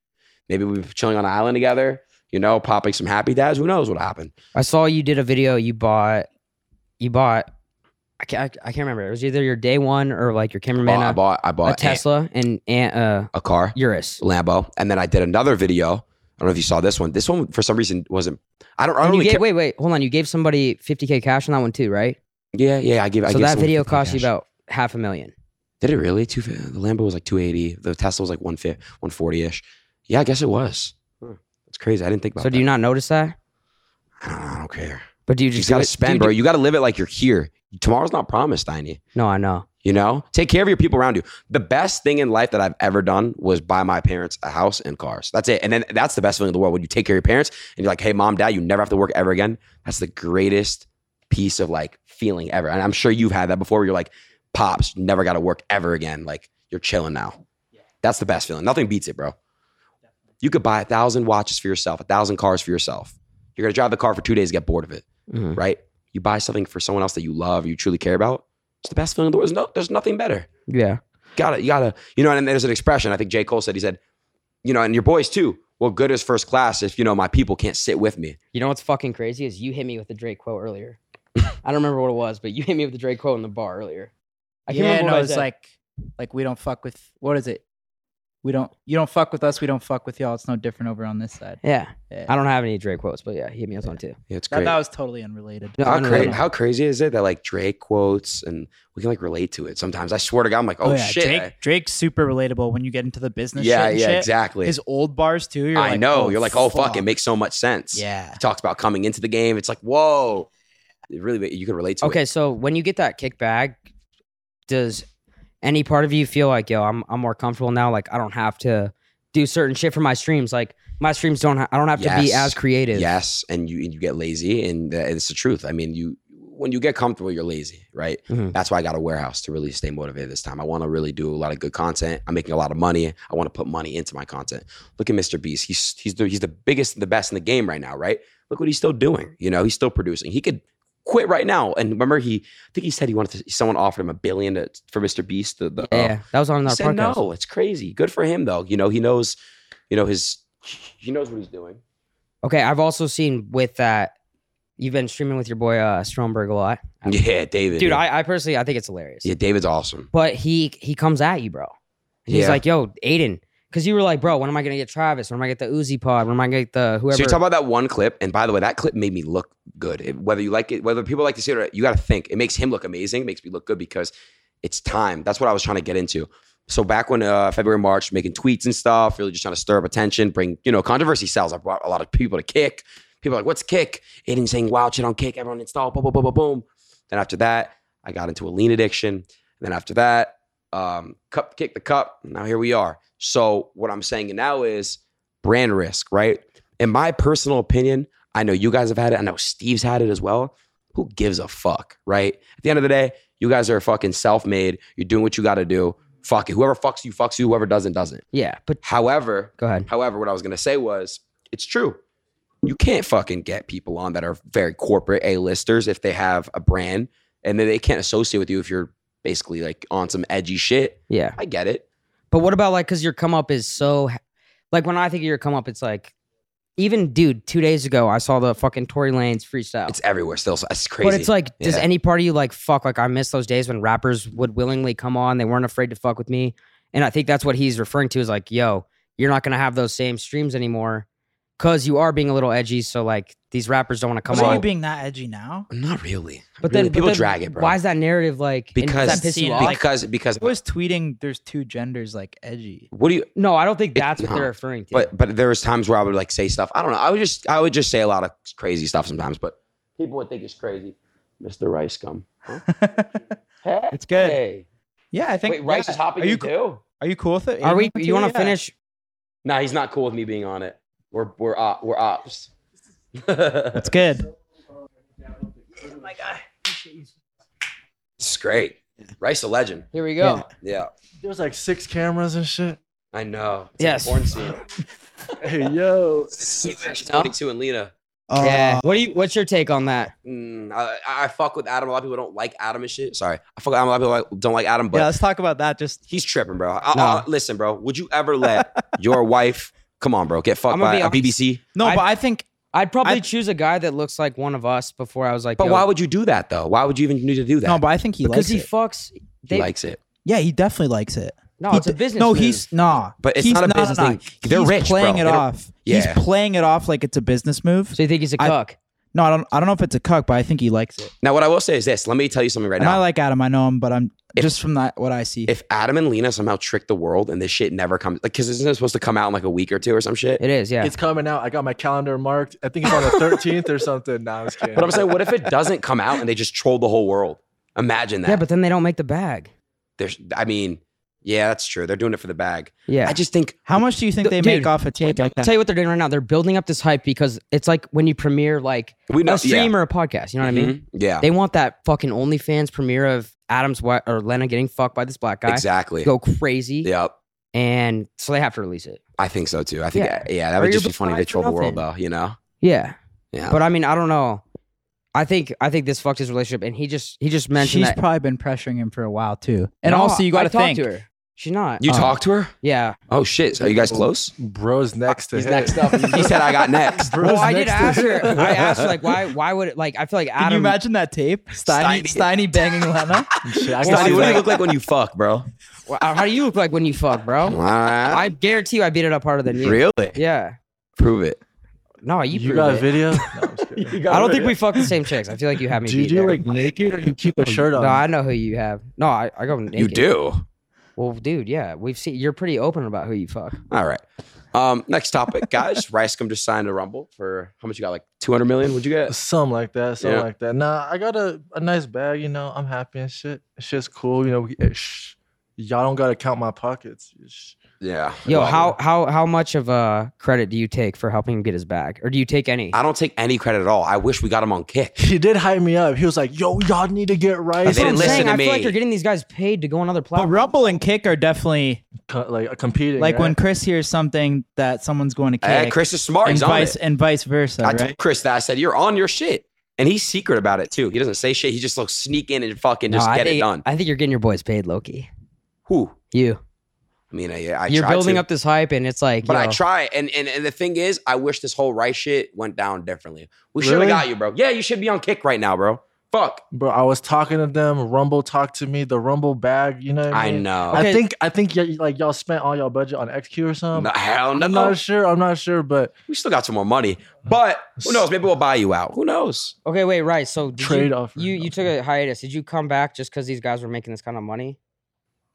Maybe we'll be chilling on an island together, you know, popping some happy dads. Who knows what'll happen?
I saw you did a video. You bought, you bought. I can't. I, I can't remember. It was either your day one or like your
I
cameraman
bought, I
a-
bought, I
a,
bought a,
Tesla and, and uh,
a car.
Urus.
Lambo, and then I did another video. I don't know if you saw this one. This one for some reason wasn't. I don't. I
And
don't
you
really
gave,
care.
wait, wait, hold on. You gave somebody 50k cash on that one too, right?
Yeah, yeah. I give. I
so
give
that
someone
video
50
cost you
cash.
about half a million.
Did it really? Two. fif- The Lambo was like two eighty. The Tesla was like one fifty, one forty ish. Yeah, I guess it was. Huh. It's crazy. I didn't think about.
So do you
that.
not notice that?
I don't, I don't care.
But do you
You
just
just gotta
do it- do
spend,
you
bro.
do-
You gotta live it like you're here. Tomorrow's not promised, Steiny.
No, I know.
You know, take care of your people around you. The best thing in life that I've ever done was buy my parents a house and cars. That's it. And then that's the best feeling in the world when you take care of your parents and you're like, hey, mom, dad, you never have to work ever again. That's the greatest piece of like feeling ever. And I'm sure you've had that before where you're like, pops, you never got to work ever again. Like you're chilling now. That's the best feeling. Nothing beats it, bro. You could buy a thousand watches for yourself, a thousand cars for yourself. You're going to drive the car for two days, get bored of it,
Mhm.
right? You buy something for someone else that you love, you truly care about. It's the best feeling in the world. There's, no, there's nothing better.
Yeah.
Gotta, you gotta, you know, and there's an expression I think J. Cole said, he said, you know, and your boys too. Well, good is first class if, you know, my people can't sit with me.
You know what's fucking crazy is you hit me with the Drake quote earlier. I don't remember what it was, but you hit me with the Drake quote in the bar earlier. I can't
yeah,
remember
no,
what I
it's
said.
like like we don't fuck with what is it? We don't you don't fuck with us, we don't fuck with y'all. It's no different over on this side.
yeah.
Yeah.
I don't have any Drake quotes, but yeah, he hit me with one too.
Yeah, it's
That,
great.
that was totally unrelated.
No,
how,
I know,
cra-
I know.
how crazy is it that like Drake quotes and we can like relate to it sometimes? I swear to God, I'm like, oh, shit.
Drake,
I-
Drake's super relatable when you get into the business.
yeah,
shit and
yeah,
shit.
exactly.
His old bars too. You're
I
like,
know. You're like, oh fuck. it makes so much sense.
Yeah.
He talks about coming into the game. It's like, whoa. It really, you can relate to it.
Okay, so when you get that kick back, does any part of you feel like, yo, I'm I'm more comfortable now? Like I don't have to do certain shit for my streams. Like my streams don't. Ha- I don't have to be
Yes.
as creative.
Yes, and you and you get lazy, and uh, it's the truth. I mean, you when you get comfortable, you're lazy, right?
Mhm.
That's why I got a warehouse to really stay motivated this time. I want to really do a lot of good content. I'm making a lot of money. I want to put money into my content. Look at Mr. Beast. He's he's the he's the biggest, the best in the game right now, right? Look what he's still doing. You know, he's still producing. He could quit right now. And remember, he I think he said he wanted to, someone offered him a billion to, for Mr. Beast. The, the uh,
Yeah, that was on
he
our
said
podcast.
no. It's crazy. Good for him though. You know, he knows. You know his. He knows what he's doing.
Okay, I've also seen with that. You've been streaming with your boy uh, Stromberg a lot,
Yeah, David.
dude.
yeah.
I, I personally I think it's hilarious.
Yeah, David's awesome.
But he he comes at you, bro. And He's
Yeah.
like, yo, Aiden, because you were like, bro, when am I gonna get Travis? When am I gonna get the Uzi Pod? When am I gonna get the whoever?
So you're talking about that one clip, and by the way, that clip made me look good. It- whether you like it, whether people like to see it, or not, you got to think it makes him look amazing. It makes me look good because it's time. That's what I was trying to get into. So back when uh, February, March, making tweets and stuff, really just trying to stir up attention, bring you know controversy sells. I brought a lot of people to Kick. People are like, what's Kick? Aiden saying wild shit on Kick. Everyone install. Boom, boom, boom, boom, boom. Then after that, I got into a lean addiction. then after that, um, cup kick the cup. Now here we are. So what I'm saying now is brand risk, right? In my personal opinion, I know you guys have had it. I know Steve's had it as well. Who gives a fuck, right? At the end of the day, you guys are fucking self-made. You're doing what you got to do. Fuck it. Whoever fucks you, fucks you. Whoever doesn't, doesn't.
yeah, but
However,
go ahead.
However, what I was gonna say was, it's true. You can't fucking get people on that are very corporate A-listers if they have a brand, and then they can't associate with you if you're basically like on some edgy shit.
Yeah,
I get it.
but what about like because your come up is so, like when I think of your come up, it's like, even dude, two days ago I saw the fucking Tory Lanez freestyle.
It's everywhere still. so It's crazy.
but it's like, does
Yeah.
any part of you like fuck? Like I miss those days when rappers would willingly come on; they weren't afraid to fuck with me. And I think that's what he's referring to is like, yo, you're not gonna have those same streams anymore because you are being a little edgy. So like these rappers don't want to come
Come on.
on.
you being that edgy now?
not really.
But
Really,
then but
people
then
drag it, bro.
Why is that narrative like? and does
Because-
that piss you
Seen it,
off?
like-
Because because
I was tweeting there's two genders like edgy.
what do you?
no, I don't think
It-
that's what
no.
they're referring to.
But but there was times where I would like say stuff. I don't know. I would just I would just say a lot of crazy stuff sometimes. But people would think it's crazy. Mr. Rice gum.
It's good.
Hey.
Yeah, I think
Wait, Rice
yeah.
is hopping
Are you
you
cool-
too.
Are you cool with it?
are we?
Aiden?
You want
Yeah.
to finish?
Nah, he's not cool with me being on it. We're we're op, we're ops. That's
It's good.
It's great. Rice a legend.
Here we go.
Yeah,
There's like six cameras and shit.
I know. It's
Yes.
like porn scene.
Hey, yo.
She's 22 and Lena.
Yeah.
Uh,
What do you? What's your take on that?
Mm, I, I fuck with Adam. A lot of people don't like Adam and shit. Sorry, I fuck with Adam. A lot of people like, don't like Adam, but
yeah, let's talk about that. Just
he's tripping, bro. I,
Nah.
I- listen, bro. Would you ever let your wife? Come on, bro. Get fucked
I'm gonna
by
be
a
honest.
BBC.
no,
I-
but I think
I'd probably
I-
choose a guy that looks like one of us before I was like.
But
yo,
why would you do that though? Why would you even need to do that?
no, but I think he
Because
likes
he
it.
fucks.
he
They,
likes it.
yeah, he definitely likes it.
no,
He
it's a
d-
business.
No,
move.
he's nah.
But it's
he's
not a
no, no,
business
no.
thing. They're
he's
rich, bro.
playing
They
it
don't-
off.
Yeah.
He's playing it off like it's a business move.
So you think he's a
I-
cuck?
No, I don't. I don't know if it's a cuck, but I think he likes it.
Now, what I will say is this. Let me tell you something right
And
now.
I like Adam. I know him, but I'm
If-
just from that what I see.
if Adam and Lena somehow trick the world and this shit never comes, like, because isn't it supposed to come out in like a week or two or some shit?
It is. Yeah.
It's coming out. I got my calendar marked. I think it's on the 13th or something. Nah, I was kidding.
But I'm saying, what if it doesn't come out and they just troll the whole world? Imagine that.
Yeah, but then they don't make the bag.
there's. I mean, yeah, that's true. They're doing it for the bag.
Yeah.
I just think
How much do you think
Th-
they
dude,
make off a tape like
I'll
that?
tell you what they're doing right now. They're building up this hype because it's like when you premiere like
we know.
a stream
yeah.
or a podcast. You know what I mean?
Mhm. Yeah,
They want that fucking OnlyFans premiere of Adam's wife or Lena getting fucked by this black guy.
exactly.
Go crazy.
Yep.
And so they have to release it.
I think so too. I think yeah,
Yeah.
that
Or
would
you're
just be funny to
beside
troll the world
nothing.
though, you know?
Yeah.
Yeah.
But I mean, I don't know. I think I think this fucked his relationship and he just he just mentioned
She's
that.
probably been pressuring him for a while too. And
No,
also, you
I
got to
talked
think.
to her. She's not.
you
Uh,
talk to her?
yeah.
Oh shit. Are you guys close?
Bro's next to
He's
hit.
next up. he said I got next.
Bro's
Well, Oh, I did
next to
ask her.
hit.
I asked her like why why would it like I feel like
Can you
Adam
imagine that tape? Steiny, Steiny banging Lena.
Shit, I can
Stoney,
see
what do you
that.
look like when you fuck, bro?
Well, how do you look like when you fuck, bro?
I,
I guarantee you I beat it up harder than you.
really?
Yeah.
Prove it.
No, you,
You
proved
got a
it.
video? No, I'm just kidding.
I don't think we fuck the same chicks. I feel like you have me
Do you
beat
do
there. Oh,
like um, naked or you keep a shirt on?
No, I know who you have. No, I, I go naked.
You do.
Well, dude, yeah. We've seen you're pretty open about who you fuck.
All right. Um, next topic, guys. Ricecum just signed a rumble for how much you got? Like 200 million? Would you get?
Something like that, something
Yeah.
like that. Nah, I got a, a nice bag, you know. I'm happy and shit. Shit's cool, you know. We, eh, shh, y'all don't gotta count my pockets. Shh.
Yeah.
Yo,
Well,
how how how much of uh credit do you take for helping him get his bag? Or do you take any?
I don't take any credit at all. I wish we got him on kick.
He did hype me up. He was like, "Yo, y'all need to get
They
rice."
That's what
didn't
I'm
listen
saying.
to
I feel
me.
like you're getting these guys paid to go on other
But
platforms.
Rumble and Kick are definitely
Co- like uh, competing.
like
right?
when Chris hears something that someone's going to kick,
Hey, Uh, Chris is smart.
and
He's on it.
vice and vice versa,
I
right?
told Chris that I said you're on your shit, and he's secret about it too. He doesn't say shit. He just looks sneak in and fucking
No,
just
I
get
think,
it done.
I think you're getting your boys paid, Loki.
Who?
You.
I mean, I, I
you're
try
building
to,
up this hype and it's like
but I
yo,
try. And, and and the thing is, I wish this whole rice shit went down differently. We should have
Really?
got you, bro. Yeah, you should be on kick right now, bro. Fuck.
bro, I was talking to them. Rumble talked to me. The Rumble bag, you know. What
I
mean?
know.
Okay.
I think I think y- like y'all spent all y'all budget on XQ or something.
No, hell no.
I'm not sure. I'm not sure, but
We still got some more money, but who knows? Maybe we'll buy you out. Who knows?
Okay, wait, right. So did
trade
you,
off.
you you took a hiatus. Did you come back just because these guys were making this kind of money?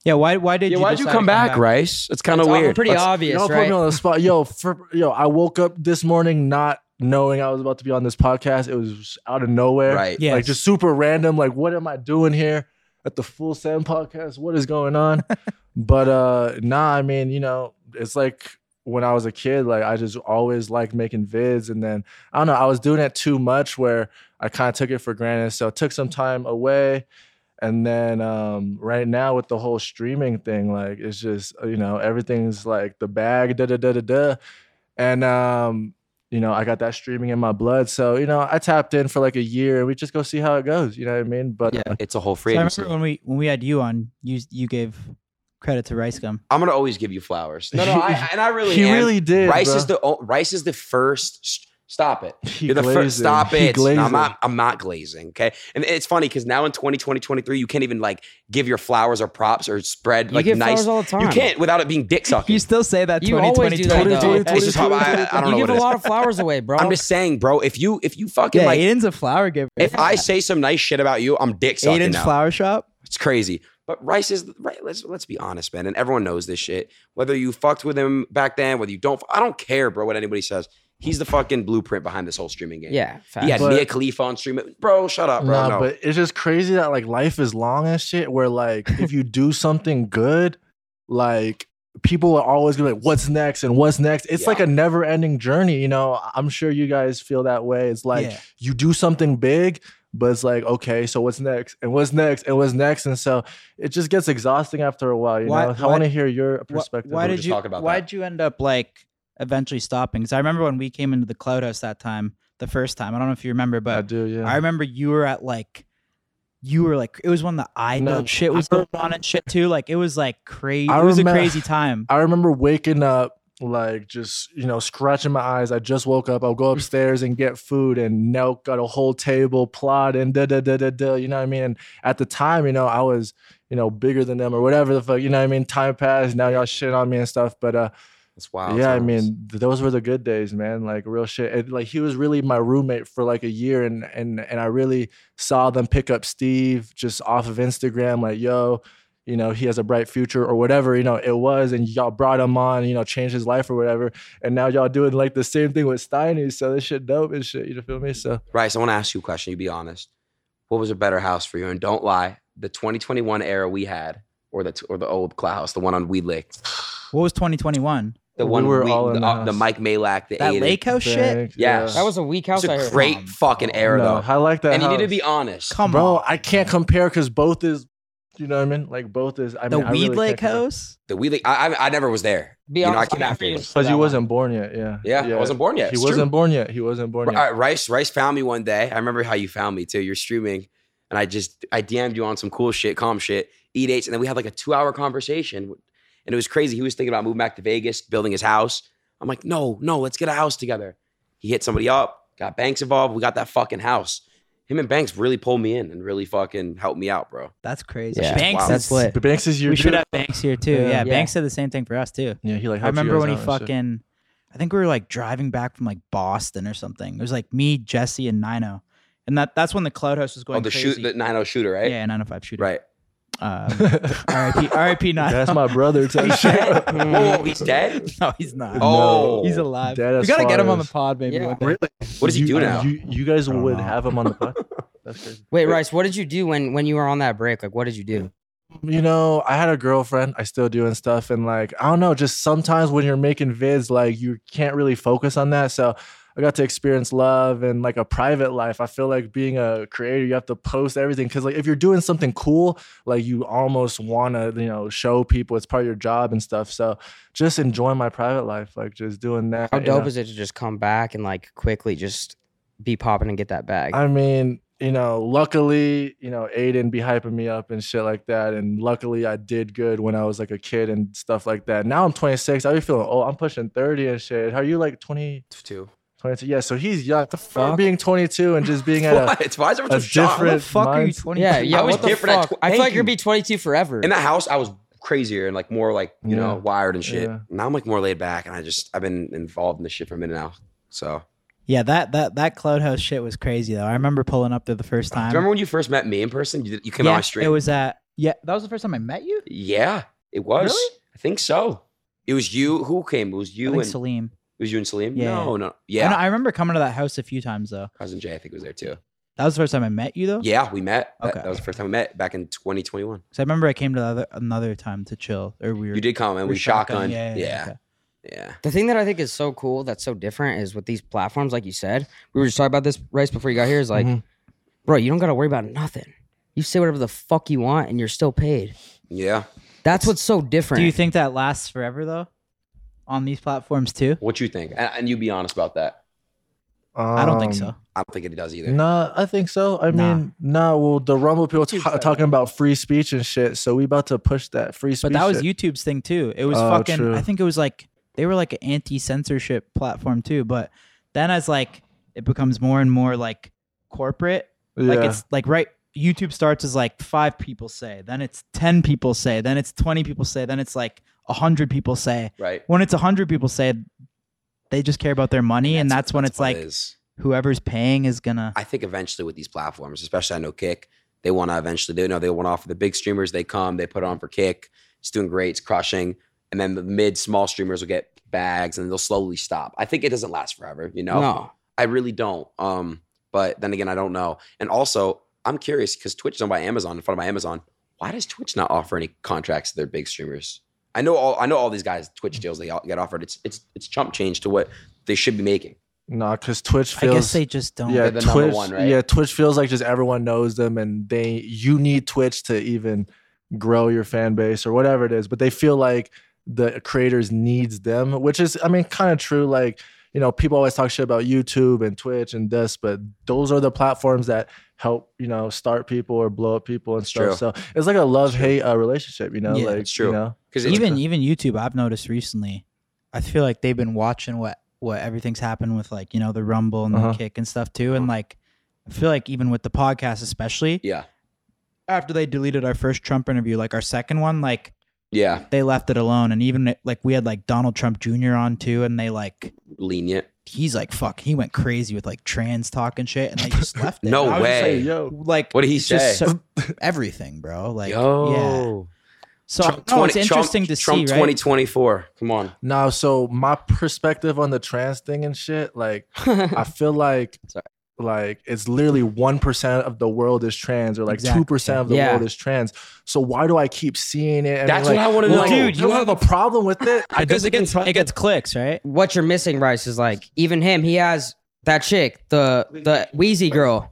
Yeah. Why? Why did you? decide to
Rice? It's kind of
It's ob- pretty
Let's-
obvious,
Y'all put
right?
me on the spot. Yo, for, yo, I woke up this morning not knowing I was about to be on this podcast. It was out of nowhere.
Right.
Yes.
Like just super random. Like, what am I doing here at the Full Send podcast? What is going on? but uh nah, I mean, you know, it's like when I was a kid, like I just always liked making vids. And then I don't know, I was doing it too much where I kind of took it for granted. So it took some time away. And then um, right now with the whole streaming thing, like it's just, you know, everything's like the bag, da da da da da. And um, you know, I got that streaming in my blood. So, you know, I tapped in for like a year and we just go see how it goes. You know what I mean? But
Yeah, it's a whole
So
free
I
agency.
remember when we when we had you on, you you gave credit to Rice Gum.
I'm gonna always give you flowers. No, no, I, and I really
he
am.
really did.
Rice
bro.
is the o- rice is the first. st- Stop it.
He
You're the first.
glazed it.
Stop
He
it. No,
glazed
I'm
it.
not. I'm not glazing. Okay. And it's funny because now in 2020, 2023, you can't even like give your flowers or props or spread
You
like
give
nice.
flowers all the time.
You can't without it being dick sucking.
You still say that
You always
2020
do that, though.
It's just how I, I don't know
you
what
give
it
a
is.
lot of flowers away, bro.
I'm just saying, bro. If you if you fucking
Yeah,
like
Aiden's a flower giver.
if I say some nice shit about you, I'm dick sucking
Aiden's
now.
flower shop.
It's crazy. But Rice is right. Let's let's be honest, man. And everyone knows this shit. Whether you fucked with him back then, whether you don't, I don't care, bro. What anybody says, he's the fucking blueprint behind this whole streaming game.
yeah, facts.
He had
But-
Mia Khalifa on stream. Bro, shut up, bro.
Nah,
no.
but it's just crazy that like life is long and shit. Where like if you do something good, like people are always gonna be like, "What's next?" and "What's next?" It's
Yeah.
like a never-ending journey. You know, I- I'm sure you guys feel that way. It's like
Yeah.
you do something big, but it's like, okay, so what's next? And what's next? And what's next? And so it just gets exhausting after a while. You
Why-
know, I
why-
want to hear your
Wh-
perspective.
Why,
We were
did
just
you?
talking about
why
that.
did you end up like eventually stopping? Because I remember when we came into the cloud house that time, the first time. I don't know if you remember,
I
but
do. Yeah.
I remember you were at like, you were like, it was when the I
No,
Dub shit was
I
going on and shit too. Like it was like crazy.
I
It was a
remem-
crazy time.
I remember waking up like just you know scratching my eyes. I just woke up. I'll go upstairs and get food, and Nelk got a whole table plot and da da da da da. You know what I mean? And at the time, you know, I was you know bigger than them or whatever the fuck. You know what I mean? Time passed. Now y'all shit on me and stuff. But uh,
It's wild.
yeah,
times.
I mean, th- those were the good days, man. Like real shit. And, like he was really my roommate for like a year, and and and I really saw them pick up Steve just off of Instagram. Like, yo, you know, he has a bright future or whatever. You know, it was, and y'all brought him on. You know, changed his life or whatever. And now y'all doing like the same thing with Steiny. So this shit dope and shit. You know, feel me? So
Rice, I want to ask you a question. You be honest. what was a better house for you? And don't lie, the 2021 era we had, or the or the old cloud house, the one on Weed Lake,
What was 2021?
the
We
one
were all in
the,
the
uh, the
house.
Mike Malak, the
That
eight-
lake house shit?
Thanks,
Yeah.
That was a weak house.
It's
I
a
heard.
great fucking era
Oh, No,
though,
I like that.
and you need to
house.
be honest.
Come on.
bro. I can't compare because both is, you know what I mean? Like both is. I
the
mean, I
Weed
really
Lake
can't compare.
house?
The Weed Lake, I, I I never was there.
Be
you know, I
honest,
came
I'm
after you.
confused.
Because
That
he
one.
wasn't born yet. Yeah.
Yeah, I wasn't born yet.
He
It's
wasn't
true.
born yet. He wasn't born
All
yet.
right, Rice, Rice found me one day. I remember how you found me too. You're streaming, and I just I DM'd you on some cool shit, calm shit, eat dates, and then we had like a two hour conversation, and it was crazy. He was thinking about moving back to Vegas, building his house. I'm like, no, no, let's get a house together. He hit somebody up, got Banks involved. We got that fucking house. Him and Banks really pulled me in and really fucking helped me out, bro.
That's crazy.
Yeah.
Banks
Wow.
is
That's lit.
But Banks is your
we should
dude.
have Banks here too.
Yeah.
Yeah,
Yeah.
Banks said the same thing for us too.
Yeah, he like.
I
helped you
remember
guys
when he
out and shit.
fucking I think we were like driving back from like Boston or something. It was like me, Jesse, and Nino. And that that's when the cloud house was going
Oh, the
crazy.
shoot, the 90 shooter, right?
Yeah, 905 shooter.
Right.
Um, RIP RIP Nino.
That's my brother. Type shit.
Whoa, whoa, Oh, he's dead.
No, he's not.
Oh,
He's alive.
Dead
we
as
gotta
far
get him on the
as-
pod, maybe.
Yeah.
one day.
Really?
What does he do now?
You, you guys
I don't
would
know.
have him on the pod. That's crazy.
Wait, Rice, what did you do when when you were on that break? Like, what did you do?
You know, I had a girlfriend. I still do and stuff. And like, I don't know, just sometimes when you're making vids, like you can't really focus on that. So I got to experience love and like a private life. I feel like being a creator, you have to post everything. Cause like if you're doing something cool, like you almost wanna, you know, show people it's part of your job and stuff. So just enjoying my private life, like just doing that.
How
you
dope
know?
is it to just come back and like quickly just be popping and get that bag?
I mean, you know, luckily, you know, Aiden be hyping me up and shit like that. And luckily, I did good when I was like a kid and stuff like that. Now I'm 26. I be feeling, oh, I'm pushing 30 and shit. How are you like 20,
Two.
22? Yeah, so he's young. The
fuck?
Being 22 and just being at a,
What? Why is everyone
a
so shocked?
How the
different
fuck are you
mindset.
20?
yeah, yeah.
was
what the
different at
fuck?
tw-
I feel
Thank
like you'll
you.
be 22 forever.
in the house i was crazier and like more like you know
Yeah.
wired and shit
Yeah.
now i'm like more laid back and i just i've been involved in this shit for a minute now so
Yeah, that that that cloud house shit was crazy though. I remember pulling up there the first
Do
time.
you remember when you first met me in person you, did- you came on
yeah,
my stream
It was at yeah, that was the first time I met you.
yeah it was
Really?
i think so it was you who came it
I
was you
think
and it
Salim.
was you and salim
Yeah.
no no
I, know,
yeah
I remember coming to that house a few times though.
cousin jay i think was there too
That was the first time I met you though.
yeah we met That-
Oh. Okay.
that, was the first time we met back in 2021
So I remember I came to the other, another time to chill or we were.
you did come
we
and
were
we shotgun
Yeah.
yeah yeah,
okay.
The thing that I think is so cool that's so different is with these platforms, like you said, we were just talking about this race before you got here. Is like,
Mhm.
bro, you don't got to worry about nothing. You say whatever the fuck you want, and you're still paid.
Yeah.
That's what's so different.
Do you think that lasts forever though? On these platforms too?
what you think and, and you be honest about that
I don't think
Um,
so.
i don't think it does either
Nah, I think so. I
Nah.
mean, nah. Well, the Rumble people
Dude,
ta-
so-
talking about free speech and shit, so we about to push that free speech.
But that was
shit.
YouTube's thing too. It was
Oh,
fucking.
true.
I think it was like they were like an anti-censorship platform too. But then as like it becomes more and more like corporate,
Yeah.
like it's like right. YouTube starts as like five people say, then it's ten people say, then it's twenty people say, then it's like hundred people say.
right
When it's hundred people say, they just care about their money, and that's, when it's
what
like
it is.
whoever's paying is gonna.
I think eventually with these platforms, especially I know Kick, they want to eventually do. You know, they want to offer the big streamers. They come, they put it on for Kick. It's doing great. It's crushing. And then the mid small streamers will get bags, and they'll slowly stop. I think it doesn't last forever. You know,
No.
I really don't. Um, but then again, I don't know. And also, I'm curious because Twitch is owned by Amazon, in front of my Amazon. Why does Twitch not offer any contracts to their big streamers? I know all I know all these guys Twitch deals they all get offered. It's it's it's chump change to what they should be making.
nah, because Twitch
I
feels.
guess they just don't.
yeah,
They're the
Twitch,
number one, right?
Yeah, Twitch feels like just everyone knows them, and they you need Twitch to even grow your fan base or whatever it is. But they feel like the creators needs them, which is, I mean, kind of true. Like you know, people always talk shit about YouTube and Twitch and this, but those are the platforms that help you know start people or blow up people and stuff.
true.
So it's like a love hate uh, relationship, you know.
Yeah.
like
It's true.
You know?
Because
even even YouTube, I've noticed recently. I feel like they've been watching what what everything's happened with like you know the Rumble and
Uh-huh.
the Kick and stuff too, and like I feel like even with the podcast, especially
yeah
after they deleted our first Trump interview, like our second one, like
yeah
they left it alone, and even like we had like Donald Trump Jr. on too, and they like
lenient.
he's like fuck, he went crazy with like trans talk and shit, and they just left it.
No
And I was just
way.
like-
Yo,
Like
What did he say?
just so- everything, bro. Like yeah.
Yo.
So
Trump
no, it's
20
interesting
Trump,
to
Trump
see, right?
2024. Come on.
Now, so my perspective on the trans thing and shit, like I feel like
Sorry.
like it's literally 1% of the world is trans or like
Exactly.
2% of the
Yeah.
world is trans so why do i keep seeing it and
That's
being
what
like,
I wanna
well,
know.
dude
Dude,
you have a problem with it
It, does, it gets it gets clicks, right?
what you're missing, Rice, is like even him. He has that chick, the the Wheezy girl,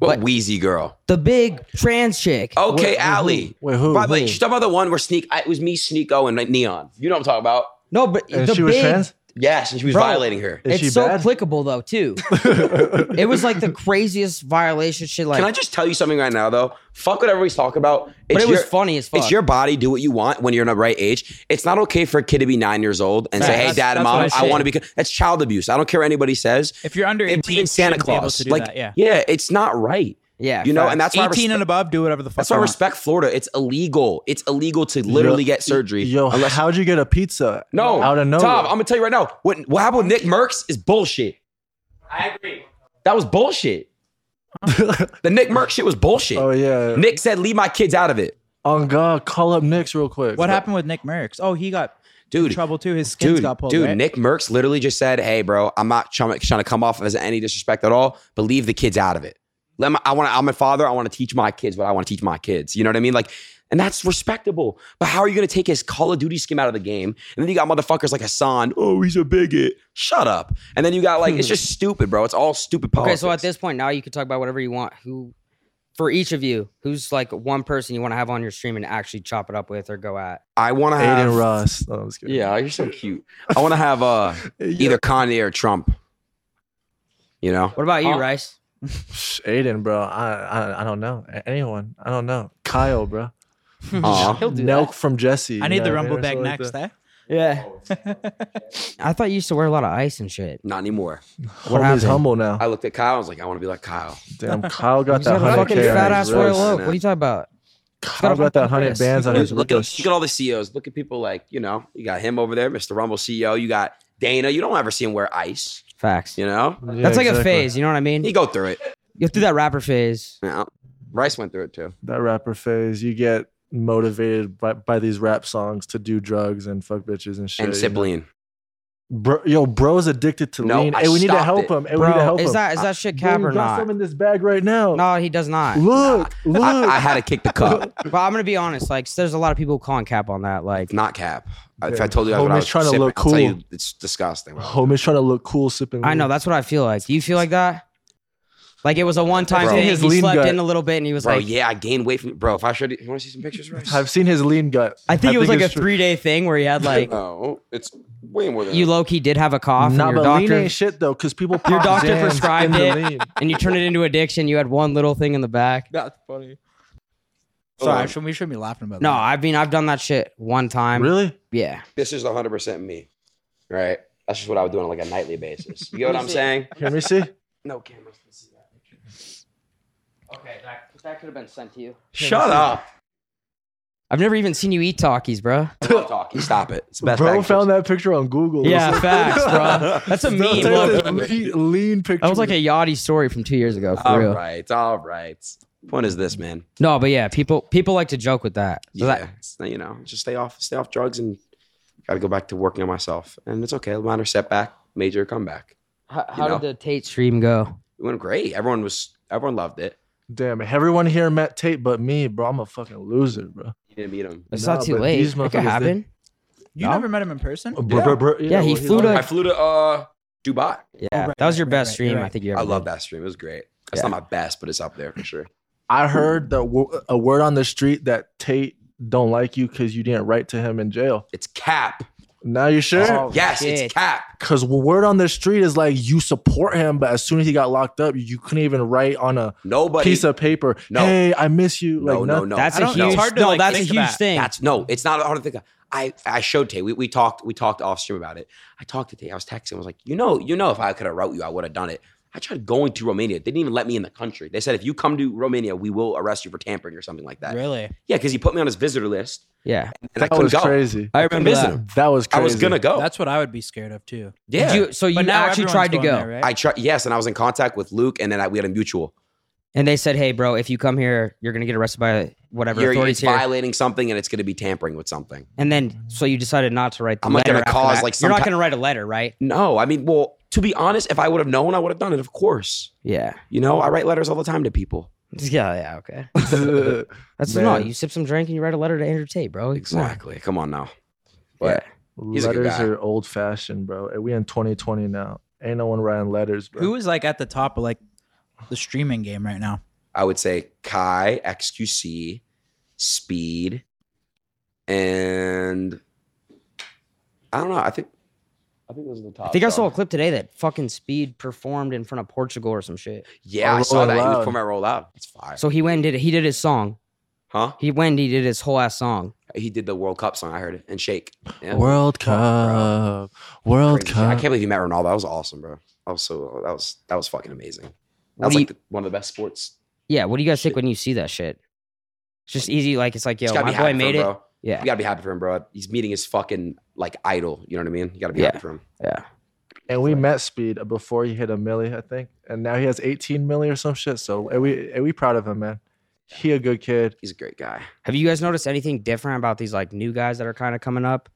What
What?
Wheezy girl?
the big trans chick.
Okay, Allie.
wait who,
Probably
who?
she's talking about the one where Sneak. I, it was me, Sneeko, and Neon. You know what I'm talking about?
no, but
And
the
she
big.
was trans
Yes, and she was
Bro.
violating her.
Is she
it's so
bad?
clickable though too. it was like the craziest violation shit. Like,
Can I just tell you something right now, though? Fuck what everybody's talking about. It's
but it was
your-
funny as fuck.
It's your body. Do what you want when you're in the right age. It's not okay for a kid to be nine years old and say,
Right,
"Hey,
that's-
dad and
that's what
mom,
I
I
say.
want to be." That's child abuse. I don't care what anybody says.
If you're under 18,
It's even Santa Claus. Like,
yeah.
it's not right.
yeah,
You know, and that's why I
18
respect-
and above, do whatever the fuck.
That's why I
you want.
respect Florida. It's illegal. It's illegal to literally
Yo-
get surgery.
yo
unless-
how'd you get a pizza
no,
out of nowhere
Tom, I'm gonna tell you right now. What what happened with Nick Merckx is bullshit. I agree. That was bullshit. the Nick Merckx shit was bullshit.
oh yeah
Nick said, "Leave my kids out of it."
on god call up Nick's real quick
What happened with Nick Merckx? Oh, he got in
Dude,
trouble too. His skins
dude,
got pulled.
dude,
right?
Nick Merckx literally just said, "Hey, bro, I'm not trying to, trying to come off as any disrespect at all, but leave the kids out of it. Let my, I want. I'm a father. I want to teach my kids what I want to teach my kids. You know what I mean? Like, and that's respectable. But how are you going to take his Call of Duty skin out of the game? And then you got motherfuckers like Hassan. Oh, he's a bigot. Shut up. And then you got like, it's just stupid, bro. It's all stupid
okay.
politics.
So at this point now, you can talk about whatever you want. Who, for each of you, who's like one person you want to have on your stream and actually chop it up with or go at?
I want to have.
Aiden Ross no, I'm just kidding.
Yeah, you're so cute. I want to have uh, either Kanye or Trump. You know.
What about you,
Huh?
Rice?
Psh, Aiden, bro. I, I I don't know A- anyone. I don't know. Kyle, bro.
Aw.
He'll do
Nelk from Jesse.
I
you
need
know
the
what mean,
rumble
or
bag
something like
next,
that.
eh?
Yeah. I thought you used to wear a lot of ice and shit.
Not anymore.
What
Homie's
happened?
humble now.
I looked at Kyle. I was like, I want to be like Kyle.
Damn, Kyle got
He's
that
got a
hundred
fucking
k
fat
on
ass
his
Royal Oak.
wrist.
What are you talking about?
Kyle got that hundred bands on his
look, at,
wrist.
look at all the CEOs. Look at people like, you know, you got him over there, Mr. Rumble CEO. You got Dana. You don't ever see him wear ice,
Facts.
you know?
That's like a phase. You know what I mean?
He go through it.
You'll do that rapper phase.
You know? Rice went through it too.
That rapper phase. You get motivated by, by these rap songs to do drugs and fuck bitches and shit.
and
you know?
Sibling.
Bro, yo, bro's addicted to
No,
lean.
I
Hey, we need to
stopped
help
it.
him. Hey, we need to
Bro,
help
is
him.
that is that shit
Dude,
cap or
got some
not?
in this bag right now.
No, he does not.
Look, look.
I, I had to kick the cup,
But I'm gonna be honest. Like, there's a lot of people calling cap on that. Like,
not cap. If
Yeah.
I told you guys what I
Homie's
was
trying to
sipping,
look
I'll tell you,
cool.
it's disgusting. bro.
Homie's trying to look cool sipping.
I know
lean.
that's what I feel like. Do you feel like that? Like it was a one time
Bro.
thing.
His
He
lean
slept
gut.
in a little bit, and he was
Bro,
like,
yeah, I gained weight from Bro, if I showed you, you want to see some pictures, Rice?
I've seen his lean gut.
I think it was like a
it's true.
three day thing where he had like
no, it's way more than
you low key did have a cough,
Nah,
and your
but lean
doctor
ain't shit though, because people
your
pop
doctor
Zans
prescribed
in the
it,
lean.
and you turned it into addiction. You had one little thing in the back.
That's funny.
Sorry, I
Hold on.
shouldn't- we shouldn't be laughing about
No,
that.
I mean I've done that shit one time.
Really?
Yeah.
This is 100% me, right? That's just what I would do on like a nightly basis. You get what I'm saying?
Let me see.
No cameras can see that.
Okay, that, that could have been sent to you.
Shut up.
I've never even seen you eat talkies, bro.
Stop talking. Stop it. It's the best
Bro
package.
found that picture on Google.
Yeah, facts, bro. That's a
Bro,
meme.
take
low-key.
this lean, lean picture.
That was like a yachty story from two years ago, for
All
real.
right. All right. Point is this, man.
No, but yeah, people people like to joke with that. So
Yeah.
that
it's- you know, just stay off, stay off drugs, and got to go back to working on myself. And it's okay. Minor setback, major comeback.
how,
how did know?
did the Tate stream go?
It went great. Everyone was, everyone loved it.
Damn, everyone here met Tate but me, bro. I'm a fucking loser, bro.
You didn't meet him.
It's
Nah,
not too
but
late.
these
It could
motherfuckers
happen.
You
No?
never met him in person?
Bro, bro, bro,
Yeah, he
well,
flew to-
I flew to uh Dubai.
Yeah,
Oh, right,
that was
right,
your
right,
best
right,
stream.
right.
I think you. Ever
I love
did.
that stream. It was great. That's
Yeah.
not my best, but it's up there for sure.
I heard that wo- a word on the street that Tate don't like you because you didn't write to him in jail.
It's cap.
Now you sure?
Oh,
yes,
shit.
it's cap.
Cause word on the street is like you support him, but as soon as he got locked up, you couldn't even write on a
Nobody.
piece of paper.
No.
Hey, I miss you.
no,
like,
no,
nothing.
no.
That's a
no.
huge.
it's hard to,
no,
like,
that's a
think
huge
about.
thing.
That's no, it's not. I don't think I. I showed Tate. We, we talked. We talked off stream about it. I talked to Tate. I was texting. I was like, you know, you know, if I could have wrote you, I would have done it. I tried going to Romania. They didn't even let me in the country. They said if you come to Romania, we will arrest you for tampering or something like that.
Really?
Yeah, because he put me on his visitor list,
yeah,
and I
That
couldn't
was
go.
crazy.
I
couldn't
remember
visit
that.
him.
That was crazy.
I was gonna go.
That's what I would be scared of too.
yeah.
Did you, so you
But now
actually
everyone's
tried to
going
go,
there, right?
I Oh. tried. Yes, and I was in contact with Luke, and then I, we had a mutual.
and they said, "Hey, bro, if you come here, you're gonna get arrested by whatever
You're,
authorities
it's
here."
violating something, and it's going to be tampering with something.
And then, so you decided not to write. The
I'm not
letter
gonna
after
cause,
that.
like, some
You're not
ki-
gonna write a letter, right?
No, I mean, well, to be honest, if I would have known, I would have done it. Of course,
Yeah.
you know, I write letters all the time to people.
Yeah. Yeah. Okay.
That's
That's
Man.
no. You sip some drink and you write a letter to Andrew Tate, bro. Come on.
Exactly. Come on now. But He's a good
letters
guy.
are old fashioned, bro. And We in 2020 now. Ain't no one writing letters, bro.
Who is like at the top of like the streaming game right now?
I would say Kai, XQC, Speed, and I don't know. I think I think those are the top.
I think I saw a
dog.
clip today that fucking Speed performed in front of Portugal or some shit.
Yeah,
Oh,
I saw
Roll
that. He
Loud.
was from at Roll Out. It's fire.
So he went and did it. He did his song.
huh?
He went and he did his whole ass song.
He did the World Cup song. I heard it and Shake. Yeah.
World
Cup,
World
Crazy shit. I can't believe you met Ronaldo. That was awesome, bro. That was so that was that was fucking amazing. That
What
was
do
like
you,
the, one of the best sports.
yeah, what do you guys think
Shit.
when you see that shit? It's just easy. Like it's like, yo,
Just gotta
my
be
boy
happy
made
for him,
it.
bro.
Yeah.
You gotta be happy for him, bro. He's meeting his fucking like idol. You know what I mean? You gotta be
Yeah.
happy for him.
And we met Speed before he hit a milli, I think. And now he has 18 milli or some shit. So and we and we proud of him, man. He a good kid.
He's a great guy.
Have you guys noticed anything different about these like new guys that are kind of coming up?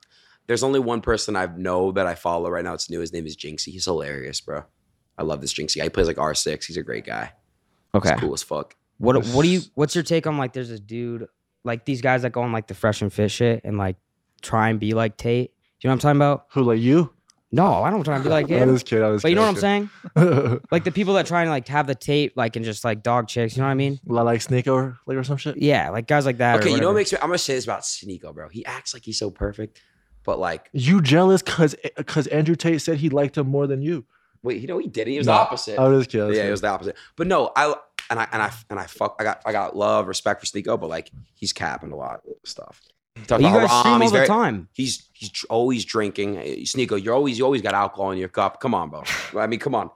There's only one person I know that I follow right now. It's new. His name is Jinxie. He's hilarious, bro. I love this Jinxie guy. He plays like R6. He's a great guy.
Okay.
He's cool as fuck.
What what do you what's your take on like there's this dude like these guys that go on like the fresh and fit shit and like try and be like Tate? Do you know what I'm talking about?
Who like you?
No, I don't try and be like
Yeah.
him.
this kid. I was
But you know what I'm saying?
saying?
Like the people that try and like have the tape like and just like dog chicks, you know what I mean?
like sneak over like or some shit.
Yeah, like guys like that. or
Okay, you know what
whatever.
makes me? I'm gonna say this about Sneeko, bro. He acts like he's so perfect, but like,
You jealous cause cause Andrew Tate said he liked him more than you.
wait, you know he didn't. He was
No,
the opposite.
Oh,
I was just kidding. I was
yeah, it
kidding.
was the opposite. But no, I and I and I and I fuck. I got I got love, respect for Sneeko, but like he's capping a lot of stuff. He talks
But you
about
guys stream
Haram,
all
he's
the
very-
time.
He's he's dr- always drinking. Sneeko, you're always you always got alcohol in your cup. Come on, bro. I mean, come on.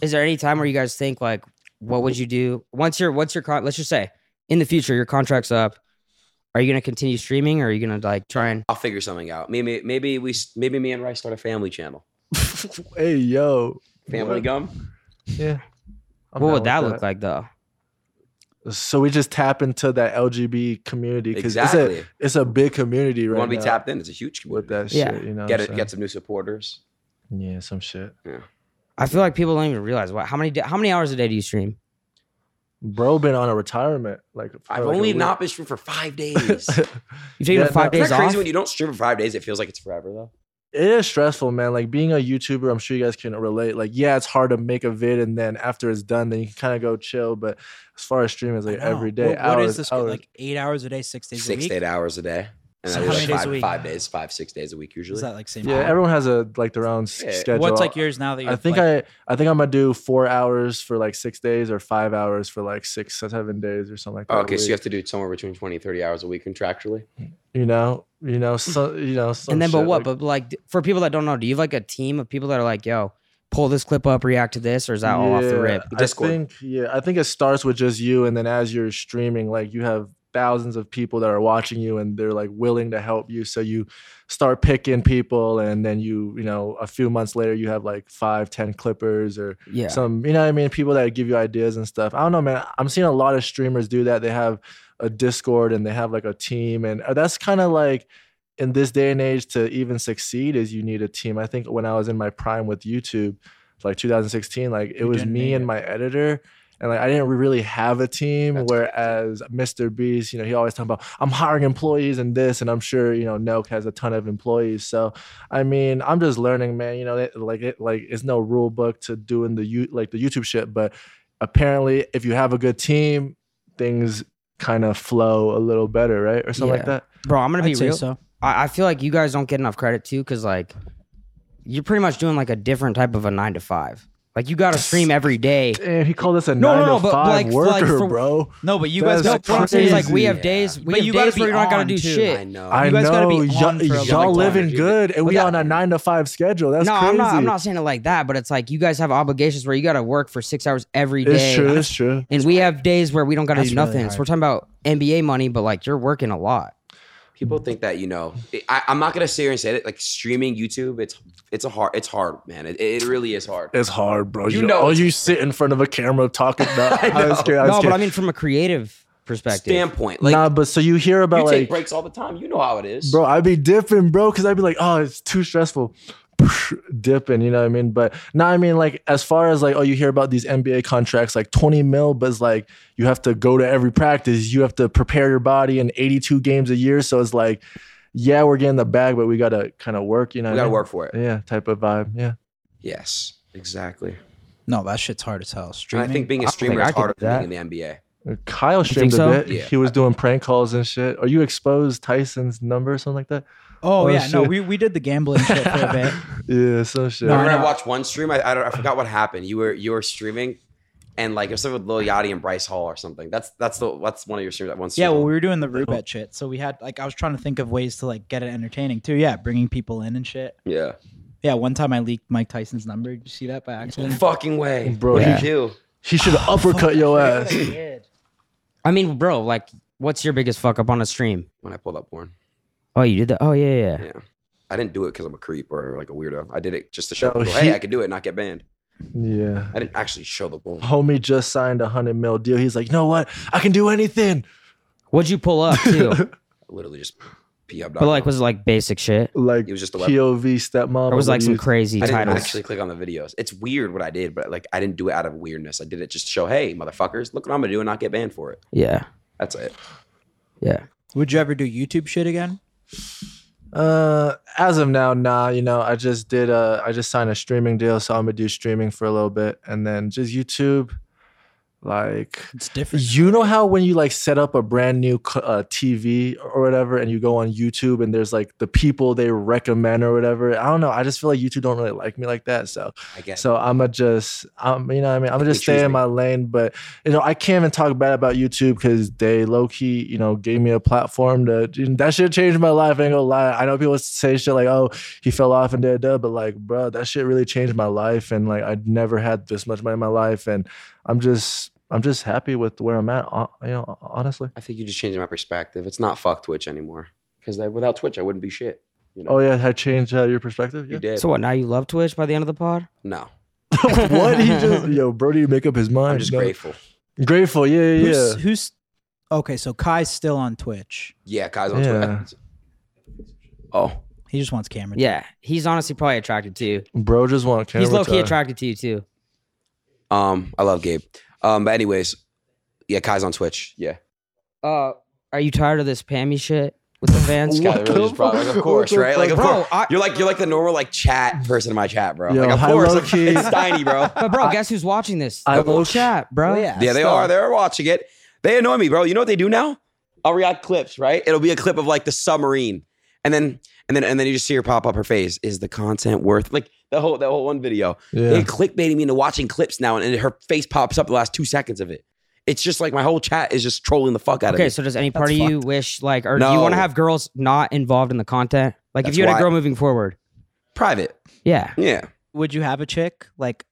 Is there any time where you guys think like, what would you do once your once your con- let's just say in the future your contract's up? Are you gonna continue streaming or are you gonna like try and
I'll figure something out. Maybe maybe we s- maybe me and Rice start a family channel.
hey yo.
Family
What?
gum.
Yeah. I'm
what
down
would
with
that look like though?
So we just tap into that LGB community because
Exactly.
it's a it's a big community
You
right
want to
now
be tapped in? It's a huge
with that
community.
Yeah.
shit. You know, what
Get
I'm
it.
saying?
Get some new supporters.
yeah, some shit,
I feel like people don't even realize what how many da- how many hours a day do you stream?
bro. Been on a retirement like for
I've
Oh, like a
only
week.
not been streaming for five days.
You taking
Yeah,
five
no,
days
Isn't that
off?
crazy when you don't stream for five days? It feels like it's forever though.
it is stressful, man. Like being a YouTuber, I'm sure you guys can relate. Like, yeah, it's hard to make a vid, and then after it's done, then you can kind of go chill. But as far as streaming, it's like every day,
What-
hours,
what is this?
hours.
Like eight hours a day, six days a
Six
week.
to eight hours a day. And
So
I
how
do like
many days a
five,
week?
five days, five, six days a week usually.
Is that like same?
yeah,
hour?
everyone has a like their own s-
Yeah. What's,
schedule.
What's like yours now that you're?
I think
like,
I I think I'm gonna do four hours for like six days, or five hours for like six or seven days, or something like that.
Oh, okay, so you
Like,
have to do somewhere between 20 and 30 hours a week contractually.
you know, you know, so you know, some
and then, but
shit,
what?
like-
but like, d- for people that don't know, do you have like a team of people that are like, yo, pull this clip up, react to this, or is that all off the
Yeah,
rip?
Discord.
I think yeah, I think it starts with just you, and then as you're streaming, like you have thousands of people that are watching you, and they're like willing to help you. So you start picking people, and then you you know a few months later you have like five, ten clippers or
Yeah.
some you know what I mean people that give you ideas and stuff. I don't know, man. I'm seeing a lot of streamers do that. They have a Discord and they have like a team, and uh, that's kind of like in this day and age to even succeed is you need a team. I think when I was in my prime with YouTube, like 2016, like it
You
was
didn't
me
need
and
it.
my editor. And like I didn't really have a team,
That's crazy.
whereas Mr. Beast, you know, he always talking about I'm hiring employees and this, and I'm sure you know Nelk has a ton of employees. So I mean, I'm just learning, man. You know, it, like it, like it's no rule book to doing the you like the YouTube shit, but apparently, if you have a good team, things kind of flow a little better, right, or something like
Yeah.
that.
Bro, I'm gonna be
I'd say
real.
so.
I, I feel like you guys don't get enough credit too, because like, you're pretty much doing like a different type of a nine to five. Like, you gotta stream every day.
Damn, he called us a
No, no,
nine
no,
to
but, like,
five worker,
like, for-
bro.
No, but you
That's
guys
No,
got
what I'm saying is like, we
crazy.
have days, we
But
have
you gotta
days where
be
you're not gonna
on,
do
too.
shit.
I know.
I
You guys
know
gotta be on
y'all,
for a
long
y'all
time.
living good, and we
Yeah.
on a nine to five schedule. That's
no,
crazy.
I'm not. I'm not saying it like that, but it's like you guys have obligations where you gotta work for six hours every day.
It's true. It's true.
And we have days where we don't gotta
That's
do
really
nothing. so
hard.
we're talking about NBA money, but like you're working a lot.
People think that, you know, I, I'm not gonna sit here and say it like streaming YouTube, it's it's a hard it's hard, man. It, it really is hard.
It's hard, bro.
You
You,
know
know, oh,
it's-
you sit in front of a camera talking. No,
I
I, was
know.
kidding. I was
No,
kidding.
but I mean from a creative perspective.
Standpoint. Like
nah, but so you hear
you
about
take
like
breaks all the time. You know how it is.
Bro, I'd be dipping, bro, because I'd be like, oh, it's too stressful. dipping, you know what I mean? But no, I mean like as far as like oh you hear about these NBA contracts like 20 mil, but it's like you have to go to every practice, you have to prepare your body in 82 games a year, so it's like yeah, we're getting the bag, but we gotta kind of work, you know.
We
what I
gotta
mean?
work for it.
Yeah, type of vibe. Yeah.
Yes, exactly.
No, that shit's hard as hell.
And
Streaming.
I think being a
think
streamer
I
is
could
harder
do that.
than being in the NBA.
Kyle streamed
so?
a bit.
Yeah.
He was doing prank calls and shit. Are you exposed Tyson's number or something like that?
oh,
Oh,
yeah, no,
shit.
we, we did the gambling shit for a bit.
Yeah, some shit.
No,
I remember I
know.
watched one stream. I, I, don't, I forgot what happened. You were you were streaming, and like it was something with Lil Yachty and Bryce Hall or something. That's that's the that's one of your streams. That one stream.
Yeah, well, we were doing the Rubet shit, so we had like I was trying to think of ways to like get it entertaining too. Yeah, bringing people in and shit.
yeah.
Yeah, one time I leaked Mike Tyson's number. Did you see that by accident?
Fucking way,
Bro,
What'd
he-
you do?
He should have uppercut your ass.
I mean, bro, like, what's your biggest fuck up on a stream?
When I pulled up porn,
Oh, you did that? Oh, yeah, yeah. yeah.
yeah. I didn't do it because I'm a creep or like a weirdo. I did it just to show
No,
people, hey,
he-
I could do it, and not get banned.
Yeah.
I didn't actually show the porn.
Homie just signed a hundred mil deal. He's like, you know what? I can do anything.
What'd you pull up too?
I literally just p
but like, was it like basic shit?
Like
It was just the web-
POV stepmom.
Or was
or
like some
what
crazy
I didn't
titles?
actually click on the videos. It's weird what I did, but like I didn't do it out of weirdness. I did it just to show, hey, motherfuckers, look what I'm gonna do and not get banned for it.
Yeah,
That's it.
yeah.
Would you ever do YouTube shit again?
you- Uh, as of now, nah. You know, I just did. Uh, I just signed a streaming deal, so I'm gonna do streaming for a little bit, and then just YouTube. Like,
It's different.
You know how when you like set up a brand new c- uh, TV or whatever, and you go on YouTube and there's like the people they recommend or whatever. I don't know. I just feel like YouTube don't really like me like that. So,
I guess.
so I'm gonna just, um, you know, what I mean, I'm gonna
They
just stay
choose
in
me.
my lane. But you know, I can't even talk bad about YouTube because they low key, you know, gave me a platform to that shit changed my life. I ain't gonna lie. I know people say shit like, "Oh, he fell off and da da," but like, bro, that shit really changed my life. And like, I'd never had this much money in my life, and I'm just. I'm just happy with where I'm at, hon- you know, honestly.
I think you just changed my perspective. It's not fuck Twitch anymore. Because without Twitch, I wouldn't be shit. You know?
Oh yeah, had changed uh, your perspective. Yeah.
You did.
So what? Now you love Twitch by the end of the pod?
no.
what he just, yo, Brody, make up his mind.
I'm just
No.
grateful.
Grateful, yeah, yeah, yeah.
Who's, who's okay? So Kai's still on Twitch.
Yeah, guys on
Yeah.
Twitch. Oh.
He just wants camera.
Yeah, he's honestly probably attracted to you.
Bro just want camera.
he's low key
time.
attracted to you too.
Um, I love Gabe. Um, but anyways, yeah, Kai's on Twitch. Yeah.
Uh, are you tired of this Pammy shit with the fans?
Sky really just brought, like, of course, right? Like, of
Bro,
course.
I-
you're like you're like the normal like chat person in my chat, bro.
Yo,
like, of
hi,
course,
low
like,
key.
it's tiny, bro.
But bro, guess who's watching this?
I
The whole
will-
chat, bro.
Well, yeah.
Yeah, they
still.
are. They're watching it. They annoy me, bro. You know what they do now? I'll react clips, right? It'll be a clip of like the submarine, and then and then and then you just see her pop up her face. Is the content worth like the whole that whole one video?
Yeah.
They're clickbaiting me into watching clips now, and, and her face pops up the last two seconds of it. It's just like my whole chat is just trolling the fuck out
Okay,
of me.
so does any part of
That's
you wish like, or do you want to
No.
have girls not involved in the content? Like,
That's
if you had
why-
a girl moving forward,
Private,
yeah.
yeah.
Would you have a chick like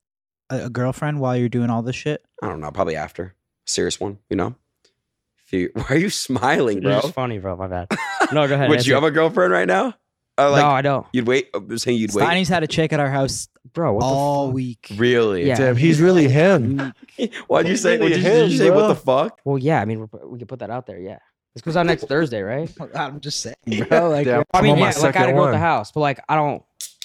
a, a girlfriend while you're doing all this shit?
I don't know. Probably after serious one, you know. If you- Why are you smiling,
You're
bro?
just funny, bro. My bad. No, go ahead.
Would
answer.
you have a girlfriend right now? Uh, like
no, I don't,
you'd wait. I'm saying you'd wait.
Steiny's had a chick at our house
bro. What
all
the fuck?
week.
Really?
Yeah.
Damn, he's really him.
Why'd you say?
Really
Did you, did you
him,
say what
bro.
the fuck?
Well, yeah. I mean, we're, we could put that out there. Yeah, this goes out next Thursday, right?
I'm just saying, bro. Like
Damn,
I
I'm
mean,
on my
yeah. Like, I had a
second
girl at the
one.
house, but like, I don't.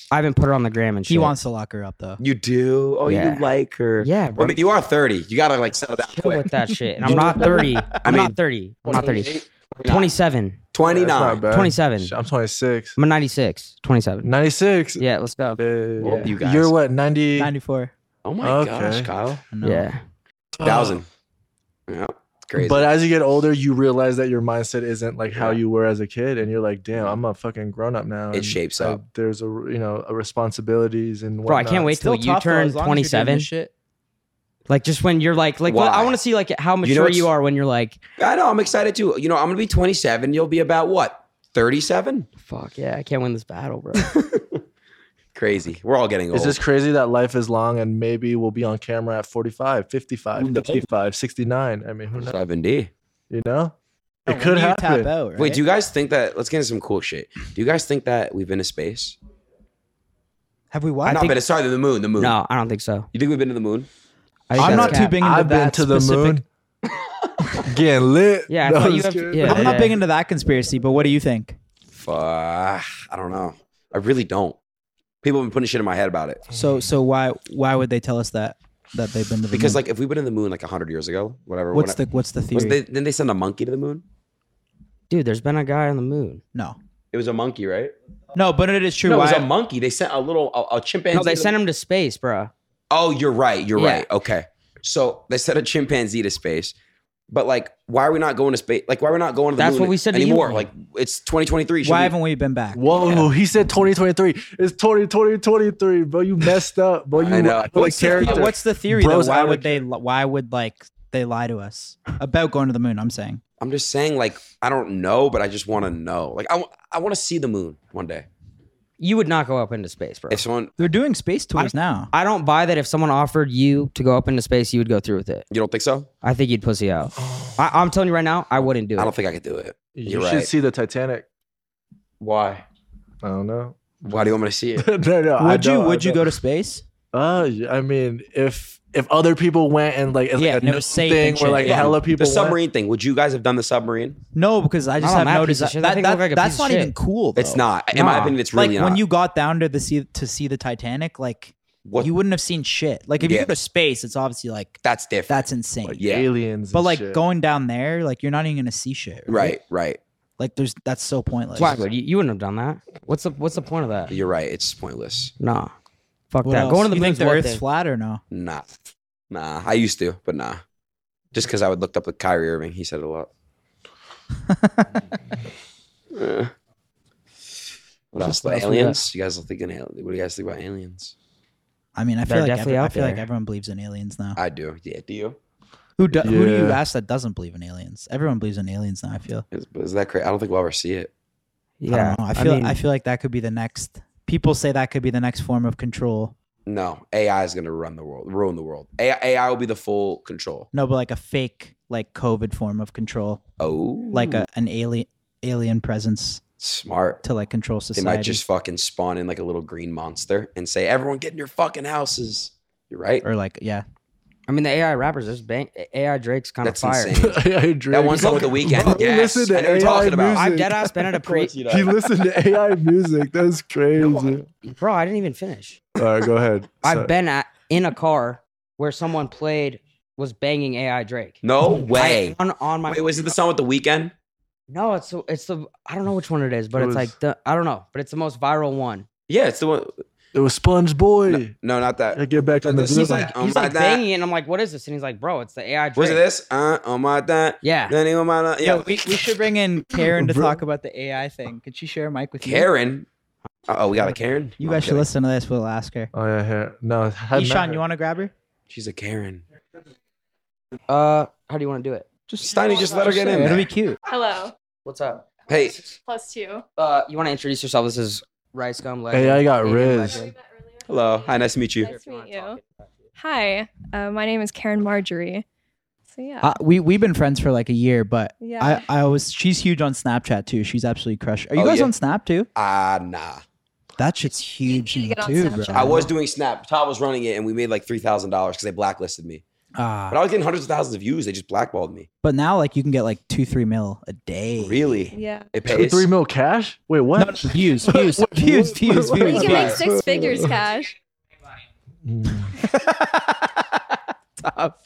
I haven't put her on the gram and shit.
he wants to lock her up though.
You do? Oh, you
Yeah.
do like her?
Yeah,
Well,
bro.
I mean, you are 30. You gotta like settle down
Chill
quick.
with that shit. And I'm not 30. I'm not
mean,
30. I'm not 30. 27.
That's not
29.
bad.
27.
Shit, I'm 26.
I'm a 96. 27.
96.
Yeah, let's go.
Yeah, yeah,
Well,
yeah.
you guys.
You're what? 90.
94.
Oh my
Okay. Uh,
gosh, Kyle.
No.
Yeah.
Thousand. Yeah. Crazy.
But as you get older, you realize that your mindset isn't like how
Yeah.
you were as a kid, and you're like, "Damn, I'm a fucking grown up now."
It
and,
shapes
uh,
up.
There's a you know a responsibilities and
Bro, I can't
whatnot.
wait till you turn 27.
Shit.
Like just when you're like like I
Why?
want to see like how mature
You
you,
know what's-
are when you're like
I know. I'm excited too. You know, I'm gonna be 27. You'll be about what? 37.
fuck yeah, I can't win this battle, bro.
Crazy. We're all getting old.
It's just crazy that life is long, and maybe we'll be on camera at 45, 55, 55, 69. I mean, who knows?
7D.
You know, it could happen.
Tap out, right?
Wait, do you guys think that? Let's get into some cool shit. Do you guys think that we've been to space?
have we
Not
watched?
been. Sorry, the moon. The moon.
no, I don't think so.
You think we've been to the moon?
I think
I'm
that's
not too
cap.
big into
I've been
that
to the
specific-
moon. Getting lit.
Yeah, I
No,
thought
I'm
you have-
just kidding.
yeah.
I'm not big into that conspiracy, but what do you think?
Fuck. I don't know. I really don't. People have been putting shit in my head about it.
So so why why would they tell us that that they've been to the
Mm-hmm.
Because
moon?
like if we've been in the moon like hundred years ago, whatever.
what's
when
the what's the
I- was
theory?
they, didn't they send a monkey to the moon?
Dude, there's been a guy on the moon.
no,
It was a monkey, right?
no, but it is true.
No, it
why,
was a monkey. They sent a little a, a chimpanzee.
No, they
to the-
sent him to space, bro.
Oh, you're right. You're
Yeah.
right. Okay. So they sent a chimpanzee to space, but like, why are we not going to space? Like, why are we not going to the
That's
moon
what we said to
anymore?
Elon.
Like, it's 2023. Should
why
we-
haven't we been back?
Whoa, he said 2023. It's 2023, bro. You messed up, bro. You
I know.
What a
What's the-
character.
What's the theory
Bros
though? Why
out of
would they? li- Why would like they lie to us about going to the moon? I'm saying
I'm just saying, like, I don't know, but I just want to know. Like, I want to see the moon one day.
You would not go up into space, bro.
If someone,
they're doing space tours now.
I don't buy that if someone offered you to go up into space, you would go through with it.
you don't think so?
I think you'd pussy out. I, I'm telling you right now, I wouldn't do it.
I don't think I could do it.
you
You're
should
right.
see the Titanic.
Why?
I don't know.
Why do you want me to see it?
no, no, I
would you
don't, I
Would you
don't.
go to space?
Uh, yeah, I mean, if if other people went and like, it's
Yeah,
like a
and it
new
was safe
thing
and
where
shit,
like
yeah.
hella
The
people went.
submarine thing. Would you guys have done the submarine?
No, because I just
Not on
have
that
no
piece of
desire.
shit. That
That,
thing
that,
looked like a piece
that's
of
not
shit.
even cool. Though.
It's not. In my
Nah.
opinion, it's
like
really
when
not.
you got down to the see to see the Titanic. Like
What-
you wouldn't have seen shit. Like if
Yeah.
you go to space, it's obviously like
that's different.
that's insane.
Like
Yeah.
aliens,
but
and
like
shit.
going down there, like you're not even gonna see shit.
right. Right.
Like there's that's so pointless.
That's why, bro. You, you wouldn't have done that. What's the What's the point of that?
You're right. It's pointless.
Nah, fuck
What
that.
else?
Going to the
you think
moon's
the
one
Earth's
thing.
flat or no?
Nah. Nah. I used to, but nah. Just because I would looked up with Kyrie Irving. He said it a lot. Eh. What else? The
else we got?
aliens? You guys are thinking al- what do you guys think about aliens?
I mean, I
They're
feel like
definitely
every, I
out
feel like
there.
everyone believes in aliens now.
I do. Yeah, do you?
Who do, who do you
Yeah.
ask that doesn't believe in aliens? Everyone believes in aliens now. I feel.
Is, is that crazy? I don't think we'll ever see it.
Yeah,
I, don't know. I feel. I,
mean,
feel like that could be the next. People say that could be the next form of control.
No, AI is going to run the world, ruin the world. AI, AI will be the full control.
No, but like a fake, like COVID form of control,
Oh,
like a, an alien alien presence
smart.
to like control
They
society.
might just fucking spawn in like a little green monster and say, "Everyone, get in your fucking houses." You're right.
or like yeah,
I mean, the AI rappers, there's bang AI Drake's kind of
That's
fire.
insane.
AI dreams.
That one song with the weekend.
Bro,
yes,
listen to
I know you're
AI
talking about.
music.
I've dead ass been at a pre.
He listened to AI music. That's crazy.
Bro, I didn't even finish.
All right, go ahead. So-
I've been at in a car where someone played was banging AI Drake.
No way.
I- on, on my
Wait, was it the song with the weekend?
no, it's the- it's the I don't know which one it is, but
It
it's
was-
like the I don't know, but it's the most viral one.
Yeah, it's the one.
It was Sponge Boy.
No, not
I
that.
get back on the
This is
groove.
like- Oh
he's
my
like
God.
banging, it, and I'm like, what is this? And he's like, bro, it's the AI Drake.
Was it this? Uh, oh my god.
Yeah.
Then he- oh my god.
Yo,
Yeah.
we, we should bring in Karen to
Bro.
talk about the AI thing. Could she share a mic with you?
Karen. Oh, we got a Karen.
You
No, I'm
guys should
kidding.
listen to this. We'll ask her.
Oh yeah, here. No, I had
Eshan,
not-
you want to grab her?
She's a Karen.
Uh, how do you want to do it?
Just Steiny, just let her get in.
It'll
There.
be cute.
Hello.
What's up?
Hey,
Plus two.
Uh, you want to introduce yourself? This is Rice Gum. Legend,
Hey, I got
Canadian
Riz.
legend.
hello. Hi, nice to meet you.
Nice to meet you.
talk
Hi, uh, my name is Karen Marjorie. So yeah,
Uh, we we've been friends for like a year, but
Yeah.
I I was she's huge on Snapchat too. She's absolutely crushed. Are you
Oh,
guys
yeah.
on Snap too?
Ah, nah.
That shit's huge
You need to get on
too, bro.
Snapchat.
Uh-huh.
I was doing Snap. Todd was running it, and we made like three thousand dollars because they blacklisted me.
Ah,
But I was getting hundreds of thousands of views. They just blackballed me.
but now like you can get like two three mil a day.
Really?
yeah.
It
Two,
pays.
three mil cash? Wait,
No,
what?
no, views, views, views, views,
Wait,
You
views.
can
Sorry.
make six figures cash.
Hmm.
Top.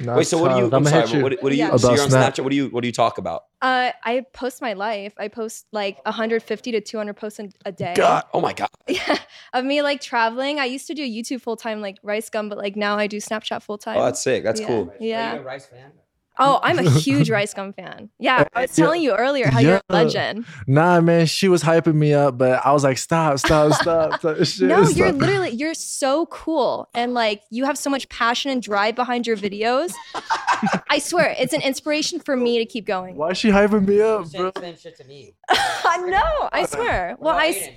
Wait, so what do you? I'm, sorry, but what, what do you?
Yeah.
So
About
you're on
Snap.
Snapchat. What do you? What do you talk about?
Uh, I post my life. I post like 150 to 200 posts an- a day.
God. Oh my God.
Yeah, of me like traveling. I used to do YouTube full time, like Rice Gum, but like now I do Snapchat full time.
Oh, that's sick. That's
yeah.
cool.
Are you
Yeah.
a Rice fan?
Oh, I'm a huge Rice Gum fan. Yeah, I was telling you earlier how you're a
Yeah.
legend.
Nah, man, she was hyping me up, but I was like, stop, stop, stop. type of shit.
No,
Stop.
you're literally you're so cool and like you have so much passion and drive behind your videos. I swear, it's an inspiration for me to keep going.
Why is she hyping me up, bro?
same shit to me.
no, I swear. Well, I s-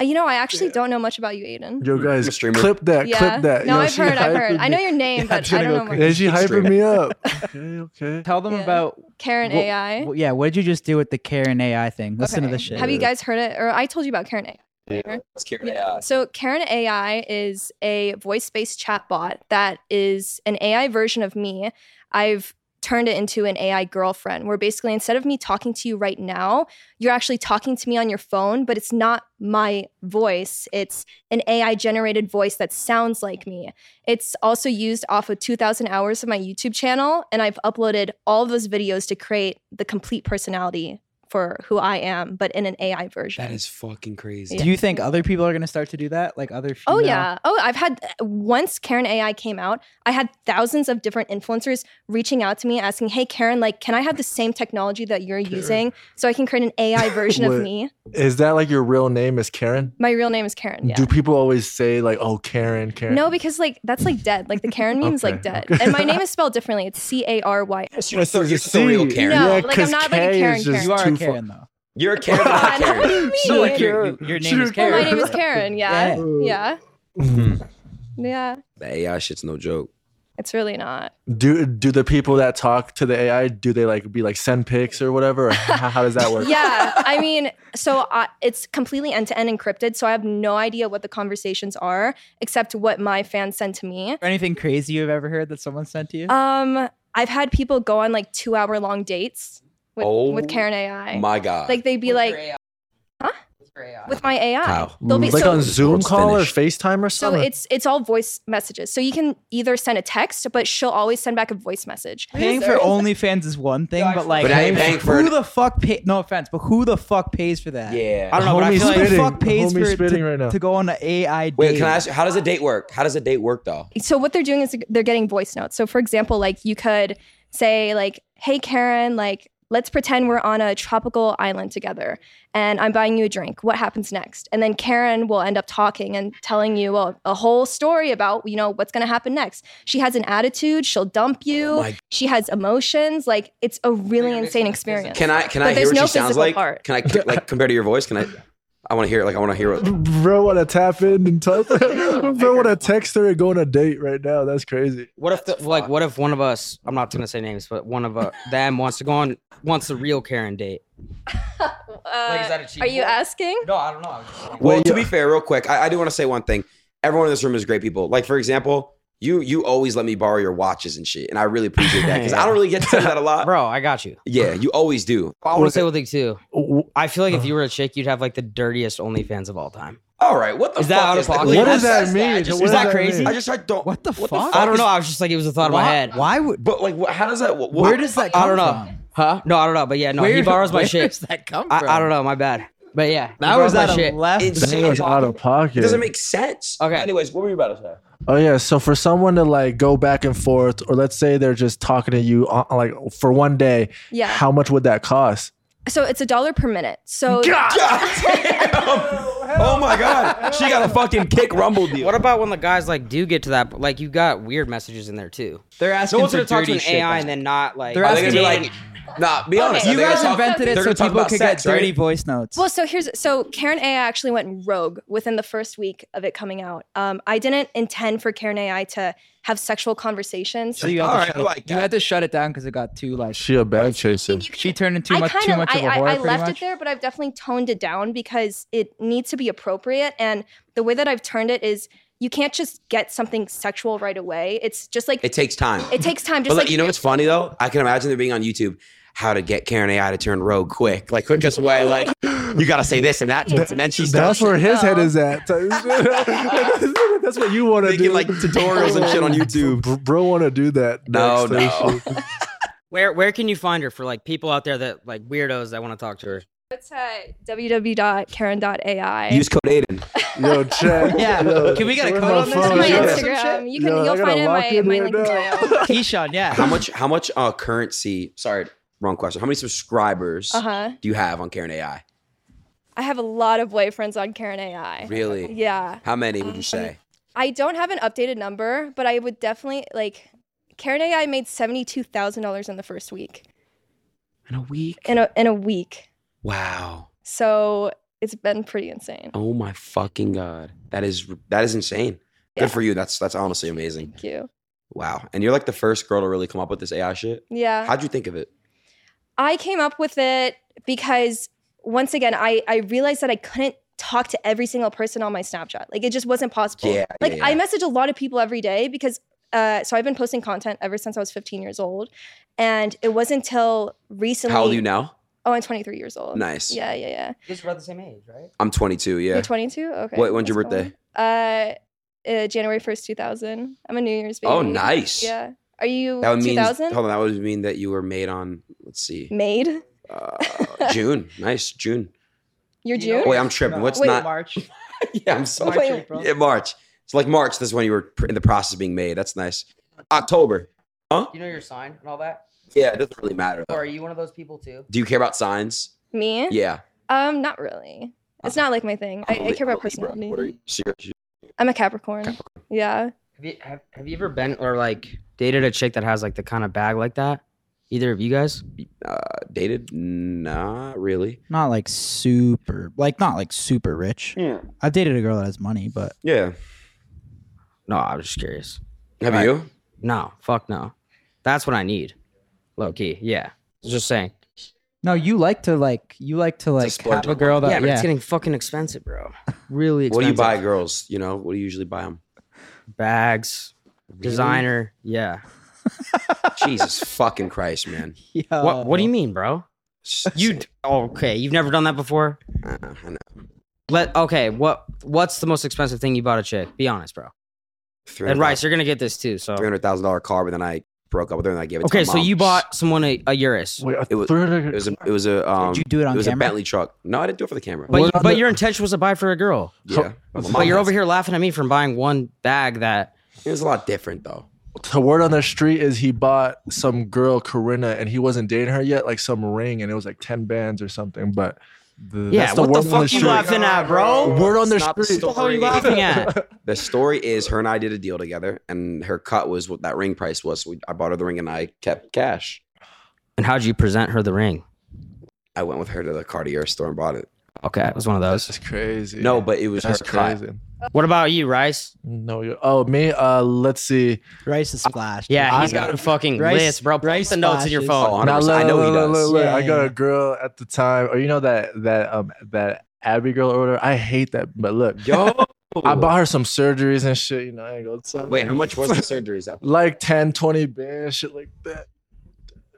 you know, I actually don't know much about you, Aiden.
Yo,
I'm a
guys,
streamer.
clip that,
Yeah.
clip that.
No,
Yo,
I've
she
heard, I've heard.
hyping
I
me-
know your name,
Yeah,
but
I'm gonna
I don't know
go
much.
crazy. Is she hyping
Streamer.
me up? Okay, okay.
Tell them
Yeah.
about
Karen
Well-
AI.
well, yeah. What did you just do with the Karen AI thing? Listen to
Okay.
this shit.
Have you guys heard it? Or I told you about Karen AI.
Let's hear it.
Yeah. So Karen AI is a voice-based chatbot that is an AI version of me. I've turned it into an AI girlfriend, where basically instead of me talking to you right now, you're actually talking to me on your phone, but it's not my voice. It's an AI generated voice that sounds like me. It's also used off of 2,000 hours of my YouTube channel, and I've uploaded all those videos to create the complete personality for who I am, but in an AI version.
That is fucking crazy.
Do you think other people are gonna start to do that? Like other female?
Oh yeah. Oh, I've had once Karen AI came out, I had thousands of different influencers reaching out to me asking, "Hey Karen, like can I have the same technology that you're using so I can create an AI version of
What?
me?"
Is that like your real name is Karen?
My real name is Karen. Yeah.
Do people always say like, "Oh, Karen, Karen"?
No, because like that's like dead. Like the Karen meme is like
Okay,
dead.
okay.
And my name is spelled differently. It's C A R Y.
You're so, you're so real,
See?
Karen.
No,
Yeah,
like, I'm
'cause
not like
K
a
is
Karen
just
Karen.
you are
too
a
fu-
Karen though.
You're a Karen,
Come
not
on, what do
Karen.
you mean?
No, like your, your- your name is
Well,
Karen.
my name is Karen. Yeah.
Yeah.
Yeah.
Hmm.
Mhm.
Yeah.
the AI shit's no joke.
It's really not.
Do do the people that talk to the AI do they like be like send pics or whatever? Or how, how does that work?
yeah i mean so I, it's completely end-to-end encrypted so i have no idea what the conversations are except what my fans send to me
Or anything crazy you've ever heard that someone sent to you?
um i've had people go on like two hour long dates with,
Oh
with karen ai
My God.
like they'd be like with my ai
How?
they'll be
like
so,
on Zoom
It's
call
finished.
or FaceTime or
so
something.
it's it's all voice messages so you can either send a text but she'll always send back a voice message
Paying for OnlyFans is one thing, but like,
But I ain't paying for
who
it.
the fuck pay? No offense, but who the fuck pays for that?
yeah.
I don't know, but I
Homie
feel like
Who the
spitting.
fuck pays
Homie
for it
spitting
to,
right now.
to go on an AI date?
Wait, can I ask you, how does a date work? How does a date work though?
so what they're doing is they're getting voice notes. So for example, like you could say like, "Hey Karen, like let's pretend we're on a tropical island together and I'm buying you a drink. What happens next?" And then Karen will end up talking and telling you a, a whole story about, you know, what's going to happen next. She has an attitude, she'll dump you.
Oh my-
she has emotions. Like it's a really insane experience.
Can I can
But
I hear
there's
what
no
she sounds
physical
like?
part.
Can I like compared to your voice? Can I? I want to hear like I want to hear what.
bro, want to tap in and talk. bro, want to text her and go on a date right now. That's crazy.
What if the, like what if one of us? I'm not gonna say names, but one of uh, them wants to go on wants a real Karen date.
Uh,
that
are you
achievable?
asking?
No, I don't know. I was just saying.
Well, to be fair, real quick, I, I do want to say one thing. Everyone in this room is great people. Like for example, you you always let me borrow your watches and shit, and I really appreciate that because I don't really get to do that a lot.
Bro, I got you.
Yeah, you always do.
I want to say Uh-huh. one thing too.
W-
I feel like if you were a chick, you'd have like the dirtiest OnlyFans of all time.
All right, what the
Is
fuck
that out of pocket?
Like,
What
I
does
that
said
mean?
I just-
What
Is does that that crazy? mean?
I just I don't.
What the fuck?
I don't know. I was just like, it was a thought in my
Why-
head.
Why would?
But like, what, how does that? What,
Where does that? Come
I don't know.
From?
Huh? No, I don't know. But yeah, no, he borrows my
where
shit.
does that come from?
I, I don't know. My bad. But yeah, he
That
borrows
was
my
out of
shit.
left.
It's-
That was out of
It
pocket.
doesn't make sense.
Okay.
Anyways, what were you about to say?
Oh yeah, so for someone to like go back and forth, or let's say they're just talking to you on, like for one day,
Yeah.
how much would that cost?
So it's a dollar per minute. So
God damn. Oh my god. She got a fucking kick rumble deal.
What about when the guys like do get to that? Like you got weird messages in there too.
They're
No
asking
one's
for
gonna talk to
dirty
an
shit
AI
back.
and then not like.
They're
Are
Are
they
they
gonna
gonna
be
asking-
like, nah, be honest.
Okay.
are
You
they gonna
guys
talk-
invented it
they're
so
gonna talk
people
about
could
sex,
get dirty
right?
voice notes.
Well, so here's so Karen AI actually went rogue within the first week of it coming out. Um, I didn't intend for Karen AI to have sexual conversations.
so you had,
All
to
right,
shut
I
it,
like
you
that.
had to shut it down because it got too like
She a bag chaser.
she turned into
I
much
kind
too
of
much
I,
of a
I,
whore.
I
pretty
left
much.
it there, but I've definitely toned it down because it needs to be appropriate. And the way that I've turned it is you can't just get something sexual right away. It's just like
It
it,
takes time.
takes time.
but
Just
like,
like
you know what's funny though? I can imagine there being on YouTube how to get Karen AI to turn rogue quick, like quickest way. Like you gotta say this and that, and then she starts
That's where his head
No.
is at. That's what you want to do.
making like tutorials and shit on YouTube.
Bro, bro want to do that.
No,
next
no.
day.
where where can you find her for like people out there that like weirdos that want to talk to her?
it's at www.karen.ai.
Use code Aiden.
Yo, chat.
Yeah.
Yo,
Can we get a
where's
code
my
on this?
It's
phone?
on my
Yeah.
Yo,
Instagram. You can
Yo, I
you'll
gotta
find it in
walk
my,
in
my
right
link in
now.
bio.
Keyshawn, yeah.
How much? How much? Uh, current C. Sorry, wrong question. How many subscribers
Uh-huh.
do you have on Karen AI?
I have a lot of boyfriends on Karen AI.
Really?
Yeah.
How many would you say?
I don't have an updated number, but I would definitely like Karen AI made seventy-two thousand dollars in the first week.
In a week.
In a in a week.
Wow.
So it's been pretty insane.
Oh my fucking god. That is that is insane.
Yeah.
Good for you. That's that's honestly amazing.
Thank you.
Wow. And you're like the first girl to really come up with this AI shit.
Yeah.
How'd you think of it?
I came up with it because once again, I, I realized that I couldn't talk to every single person on my Snapchat. Like it just wasn't possible.
Yeah,
Like
yeah,
I
yeah.
message a lot of people every day because uh, so I've been posting content ever since I was 15 years old, and it wasn't until recently.
How old are you now?
Oh, I'm 23 years old.
Nice.
Yeah, yeah, yeah.
You guys are about the same age, right?
I'm 22. Yeah.
You're 22. Okay.
What- when's your
that's cool.
birthday?
Uh, uh, January 1st, 2000. I'm a New Year's baby.
Oh, nice.
Yeah. Are you
That would mean.
2000?
Hold on. That would mean that you were made on. Let's see.
Made.
Uh, June. Nice. June. Oh,
You're
You know-
June.
Wait, I'm tripping.
No.
What's
Wait,
not?
March.
Yeah, I'm sorry.
March, Wait.
April.
Yeah, March. It's like March. That's when you were pr- in the process of being made. That's nice. October. Huh?
You know your sign and all that?
Yeah, it doesn't really matter.
Or
Though.
are you one of those people too?
Do you care about signs?
Me?
Yeah.
Um, not really. It's not like my thing. I,
I'm a
I
Li-
care
I'm
about
a Libra.
personality.
What are you? So you're-
I'm a Capricorn. Yeah.
Have you have, have you ever been or like dated a chick that has like the kind of bag like that? Either of you guys?
uh, dated? Not really.
Not like super, like not like super rich.
Yeah.
I've dated a girl that has money, but
Yeah.
No, I'm just curious.
Have
Right.
you?
No, fuck no. That's what I need. Low key, yeah. Just saying.
no, you like to like you like to like
splurge
have a
on
girl that
yeah,
yeah.
but it's getting fucking expensive, bro. Really
What do you
expensive.
buy, girls? You know, what do you usually buy them?
Bags, designer. Yeah.
Jesus fucking Christ, man.
Uh,
What What do you mean, bro? You d- okay? You've never done that before.
Uh, I know.
Let okay. What What's the most expensive thing you bought a chick? Be honest, bro. And Rice, you're gonna get this too. So
three hundred thousand dollar car, but then I broke up with her and I gave it.
okay,
to my
so
mom.
you bought someone a, a Urus,
Wait,
It was- It was a. It was a. Um,
Did you do it on
it was
camera?
a Bentley truck. No, I didn't do it for the camera.
but you,
What
but
other-
your intention was to buy for a girl.
yeah,
But
My
But
mom
Oh, you're
has-
over here laughing at me from buying one bag that
It was a lot different though.
the word on the street is he bought some girl Corinna and he wasn't dating her yet, like some ring, and it was like ten bands or something. But the,
Yeah,
that's the
what the
word on the
fuck you
street.
laughing at, bro?
Word on the
Stop
street.
story.
What the hell are you laughing at?
The story is her and I did a deal together, and her cut was what that ring price was. So we, I bought her the ring, and I kept cash.
And how'd you present her the ring?
I went with her to the Cartier store and bought it.
Okay, it was one of those.
That's just crazy.
No, but it was
that's
her cut.
crazy.
What about you, Rice?
No, you oh me. Uh, let's see.
Rice is flashed.
Yeah, he's
I-
got a fucking
Rice-
list, bro. Rice
Rice
the notes in your
flashes.
Oh,
phone.
100%. I know he
look, look,
does.
look, look.
Yeah,
I got
yeah.
a girl at the time, or you know that that um that Abby girl order. I hate that, but look,
Yo,
I bought her some surgeries and shit. You know, I ain't gonna tell
Wait,
you.
how much was the surgeries?
Like 10, 20 bands, shit like that.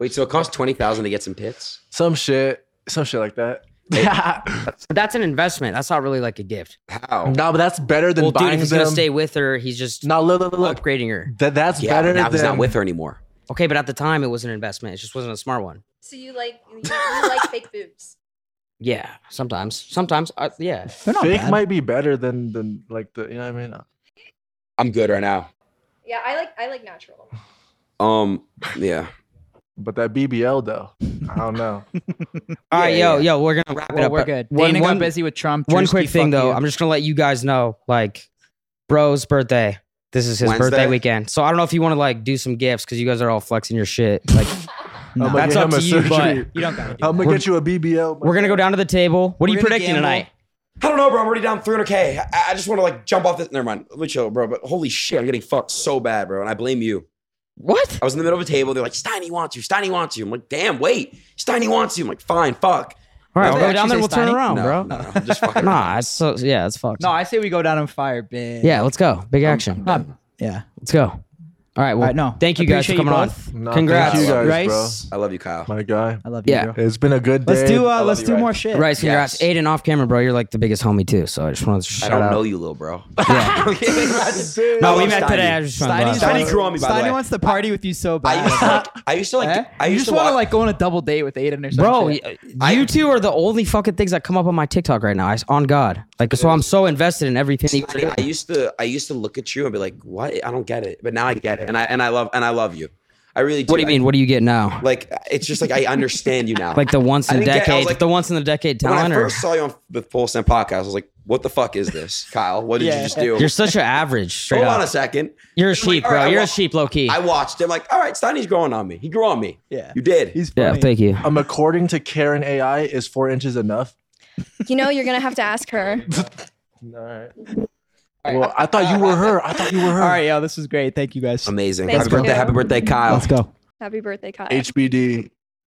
Wait, so it cost twenty thousand to get some tits?
Some shit, some shit like that.
But that's an investment. That's not really like a gift.
How?
no, but that's better than
Well, dude,
buying
if he's
them.
gonna stay with her, he's just
no, look, look, look.
upgrading her.
That that's
yeah,
better
but now
than
he's not with her anymore.
Okay, but at the time, it was an investment. It just wasn't a smart one.
So you like you, you like fake boobs?
Yeah, sometimes, sometimes, uh, yeah.
They're not
Fake
bad.
might be better than than like the you know what I mean.
I'm good right now.
Yeah, I like I like natural.
Um, yeah.
But that BBL though, I don't know.
All right,
Yeah,
yo,
yeah.
yo, we're gonna wrap it
Well,
up.
we're
but
good.
One,
Dana
one-
got busy with Trump.
one
Drewski,
quick thing
fuck
though,
you.
I'm just gonna let you guys know, like, bro's birthday. This is his birthday
Wednesday?
weekend, so I don't know if you want to like do some gifts because you guys are all flexing your shit. Like,
No.
I'm gonna
That's
get
up
him a
to you, but
surgery.
you don't got
I'm gonna get you a BBL.
we're gonna go down to the table. What are you
We're gonna
predicting
gamble.
tonight?
I don't know, bro. I'm already down 300k. I, I just want to like jump off this. Never mind. Let me chill, bro. But holy shit, I'm getting fucked so bad, bro. And I blame you.
What?
I was in the middle of a table. They're like, Steiny wants you. Steiny wants you. I'm like, damn, wait. Steiny wants you. I'm like, fine, fuck.
All right,
No,
we'll
they
go down
actually
there. We'll
say
turn
Steiny?
around,
no,
bro.
No, no, I'm just fucking.
Nah, it's so yeah, it's fucked.
No, I say we go down on fire, bitch.
yeah, let's go. Big action.
Not- yeah.
Let's go. All right. Well,
All right, no.
thank you guys for
Appreciate
coming on.
both.
No,
Congrats.
Thank you guys,
Rice.
I love you, Kyle.
bro. My guy.
I love you.
Yeah.
bro.
It's been a good day.
Let's do.
I
Uh,
love
let's
you,
do
Rice.
more shit.
Rice, congrats.
Yes.
Aiden off camera, bro. You're like the biggest homie too. So I just want to
I
shout
don't
out.
know you, little bro.
That's it.
No, we
love
met
Steiny.
today. I was just trying
Steiny's-
to.
Steiny grew on me, by the
Steiny
way.
wants to party with you so
I used to
bad.
like. I used to like.
Eh?
I
you
used
just
to
want
watch.
to like go on a double date with Aiden or something.
Bro, y- uh, you two are the only fucking things that come up on my TikTok right now. I, on God, like so, I'm so invested in everything. you
Steiny, I used to. I used to look at you and be like, "What? I don't get it." But now I get it, and I and I love and I love you. I really. Do.
What do you
I-
mean? What do you get now?
Like it's just like I understand you now.
Like the once
I
in a
didn't get- I was
decade,
like-
the once in a decade
when I
talent, or
first saw you on the Full Send podcast, I was like, "What the fuck is this, Kyle? What did you
Yeah.
just do?"
you're such an average. Straight
Hold on a
up,
second.
you're a
It's like,
sheep,
all right,
bro.
I
You're a
wa-
sheep, low key.
I watched him like, all right, Steiny's growing on me. He grew on me.
Yeah.
You did.
he's
Yeah,
funny.
thank you.
Um, according to Karen AI, is four inches enough?
You know, you're gonna have to ask her.
All right. Well, I thought you were her. I thought you were her.
All right, yo, this was great. Thank you guys.
Amazing.
Thanks
happy
for
birthday.
coming.
Happy birthday, Kyle.
Let's go.
Happy birthday, Kyle.
HBD.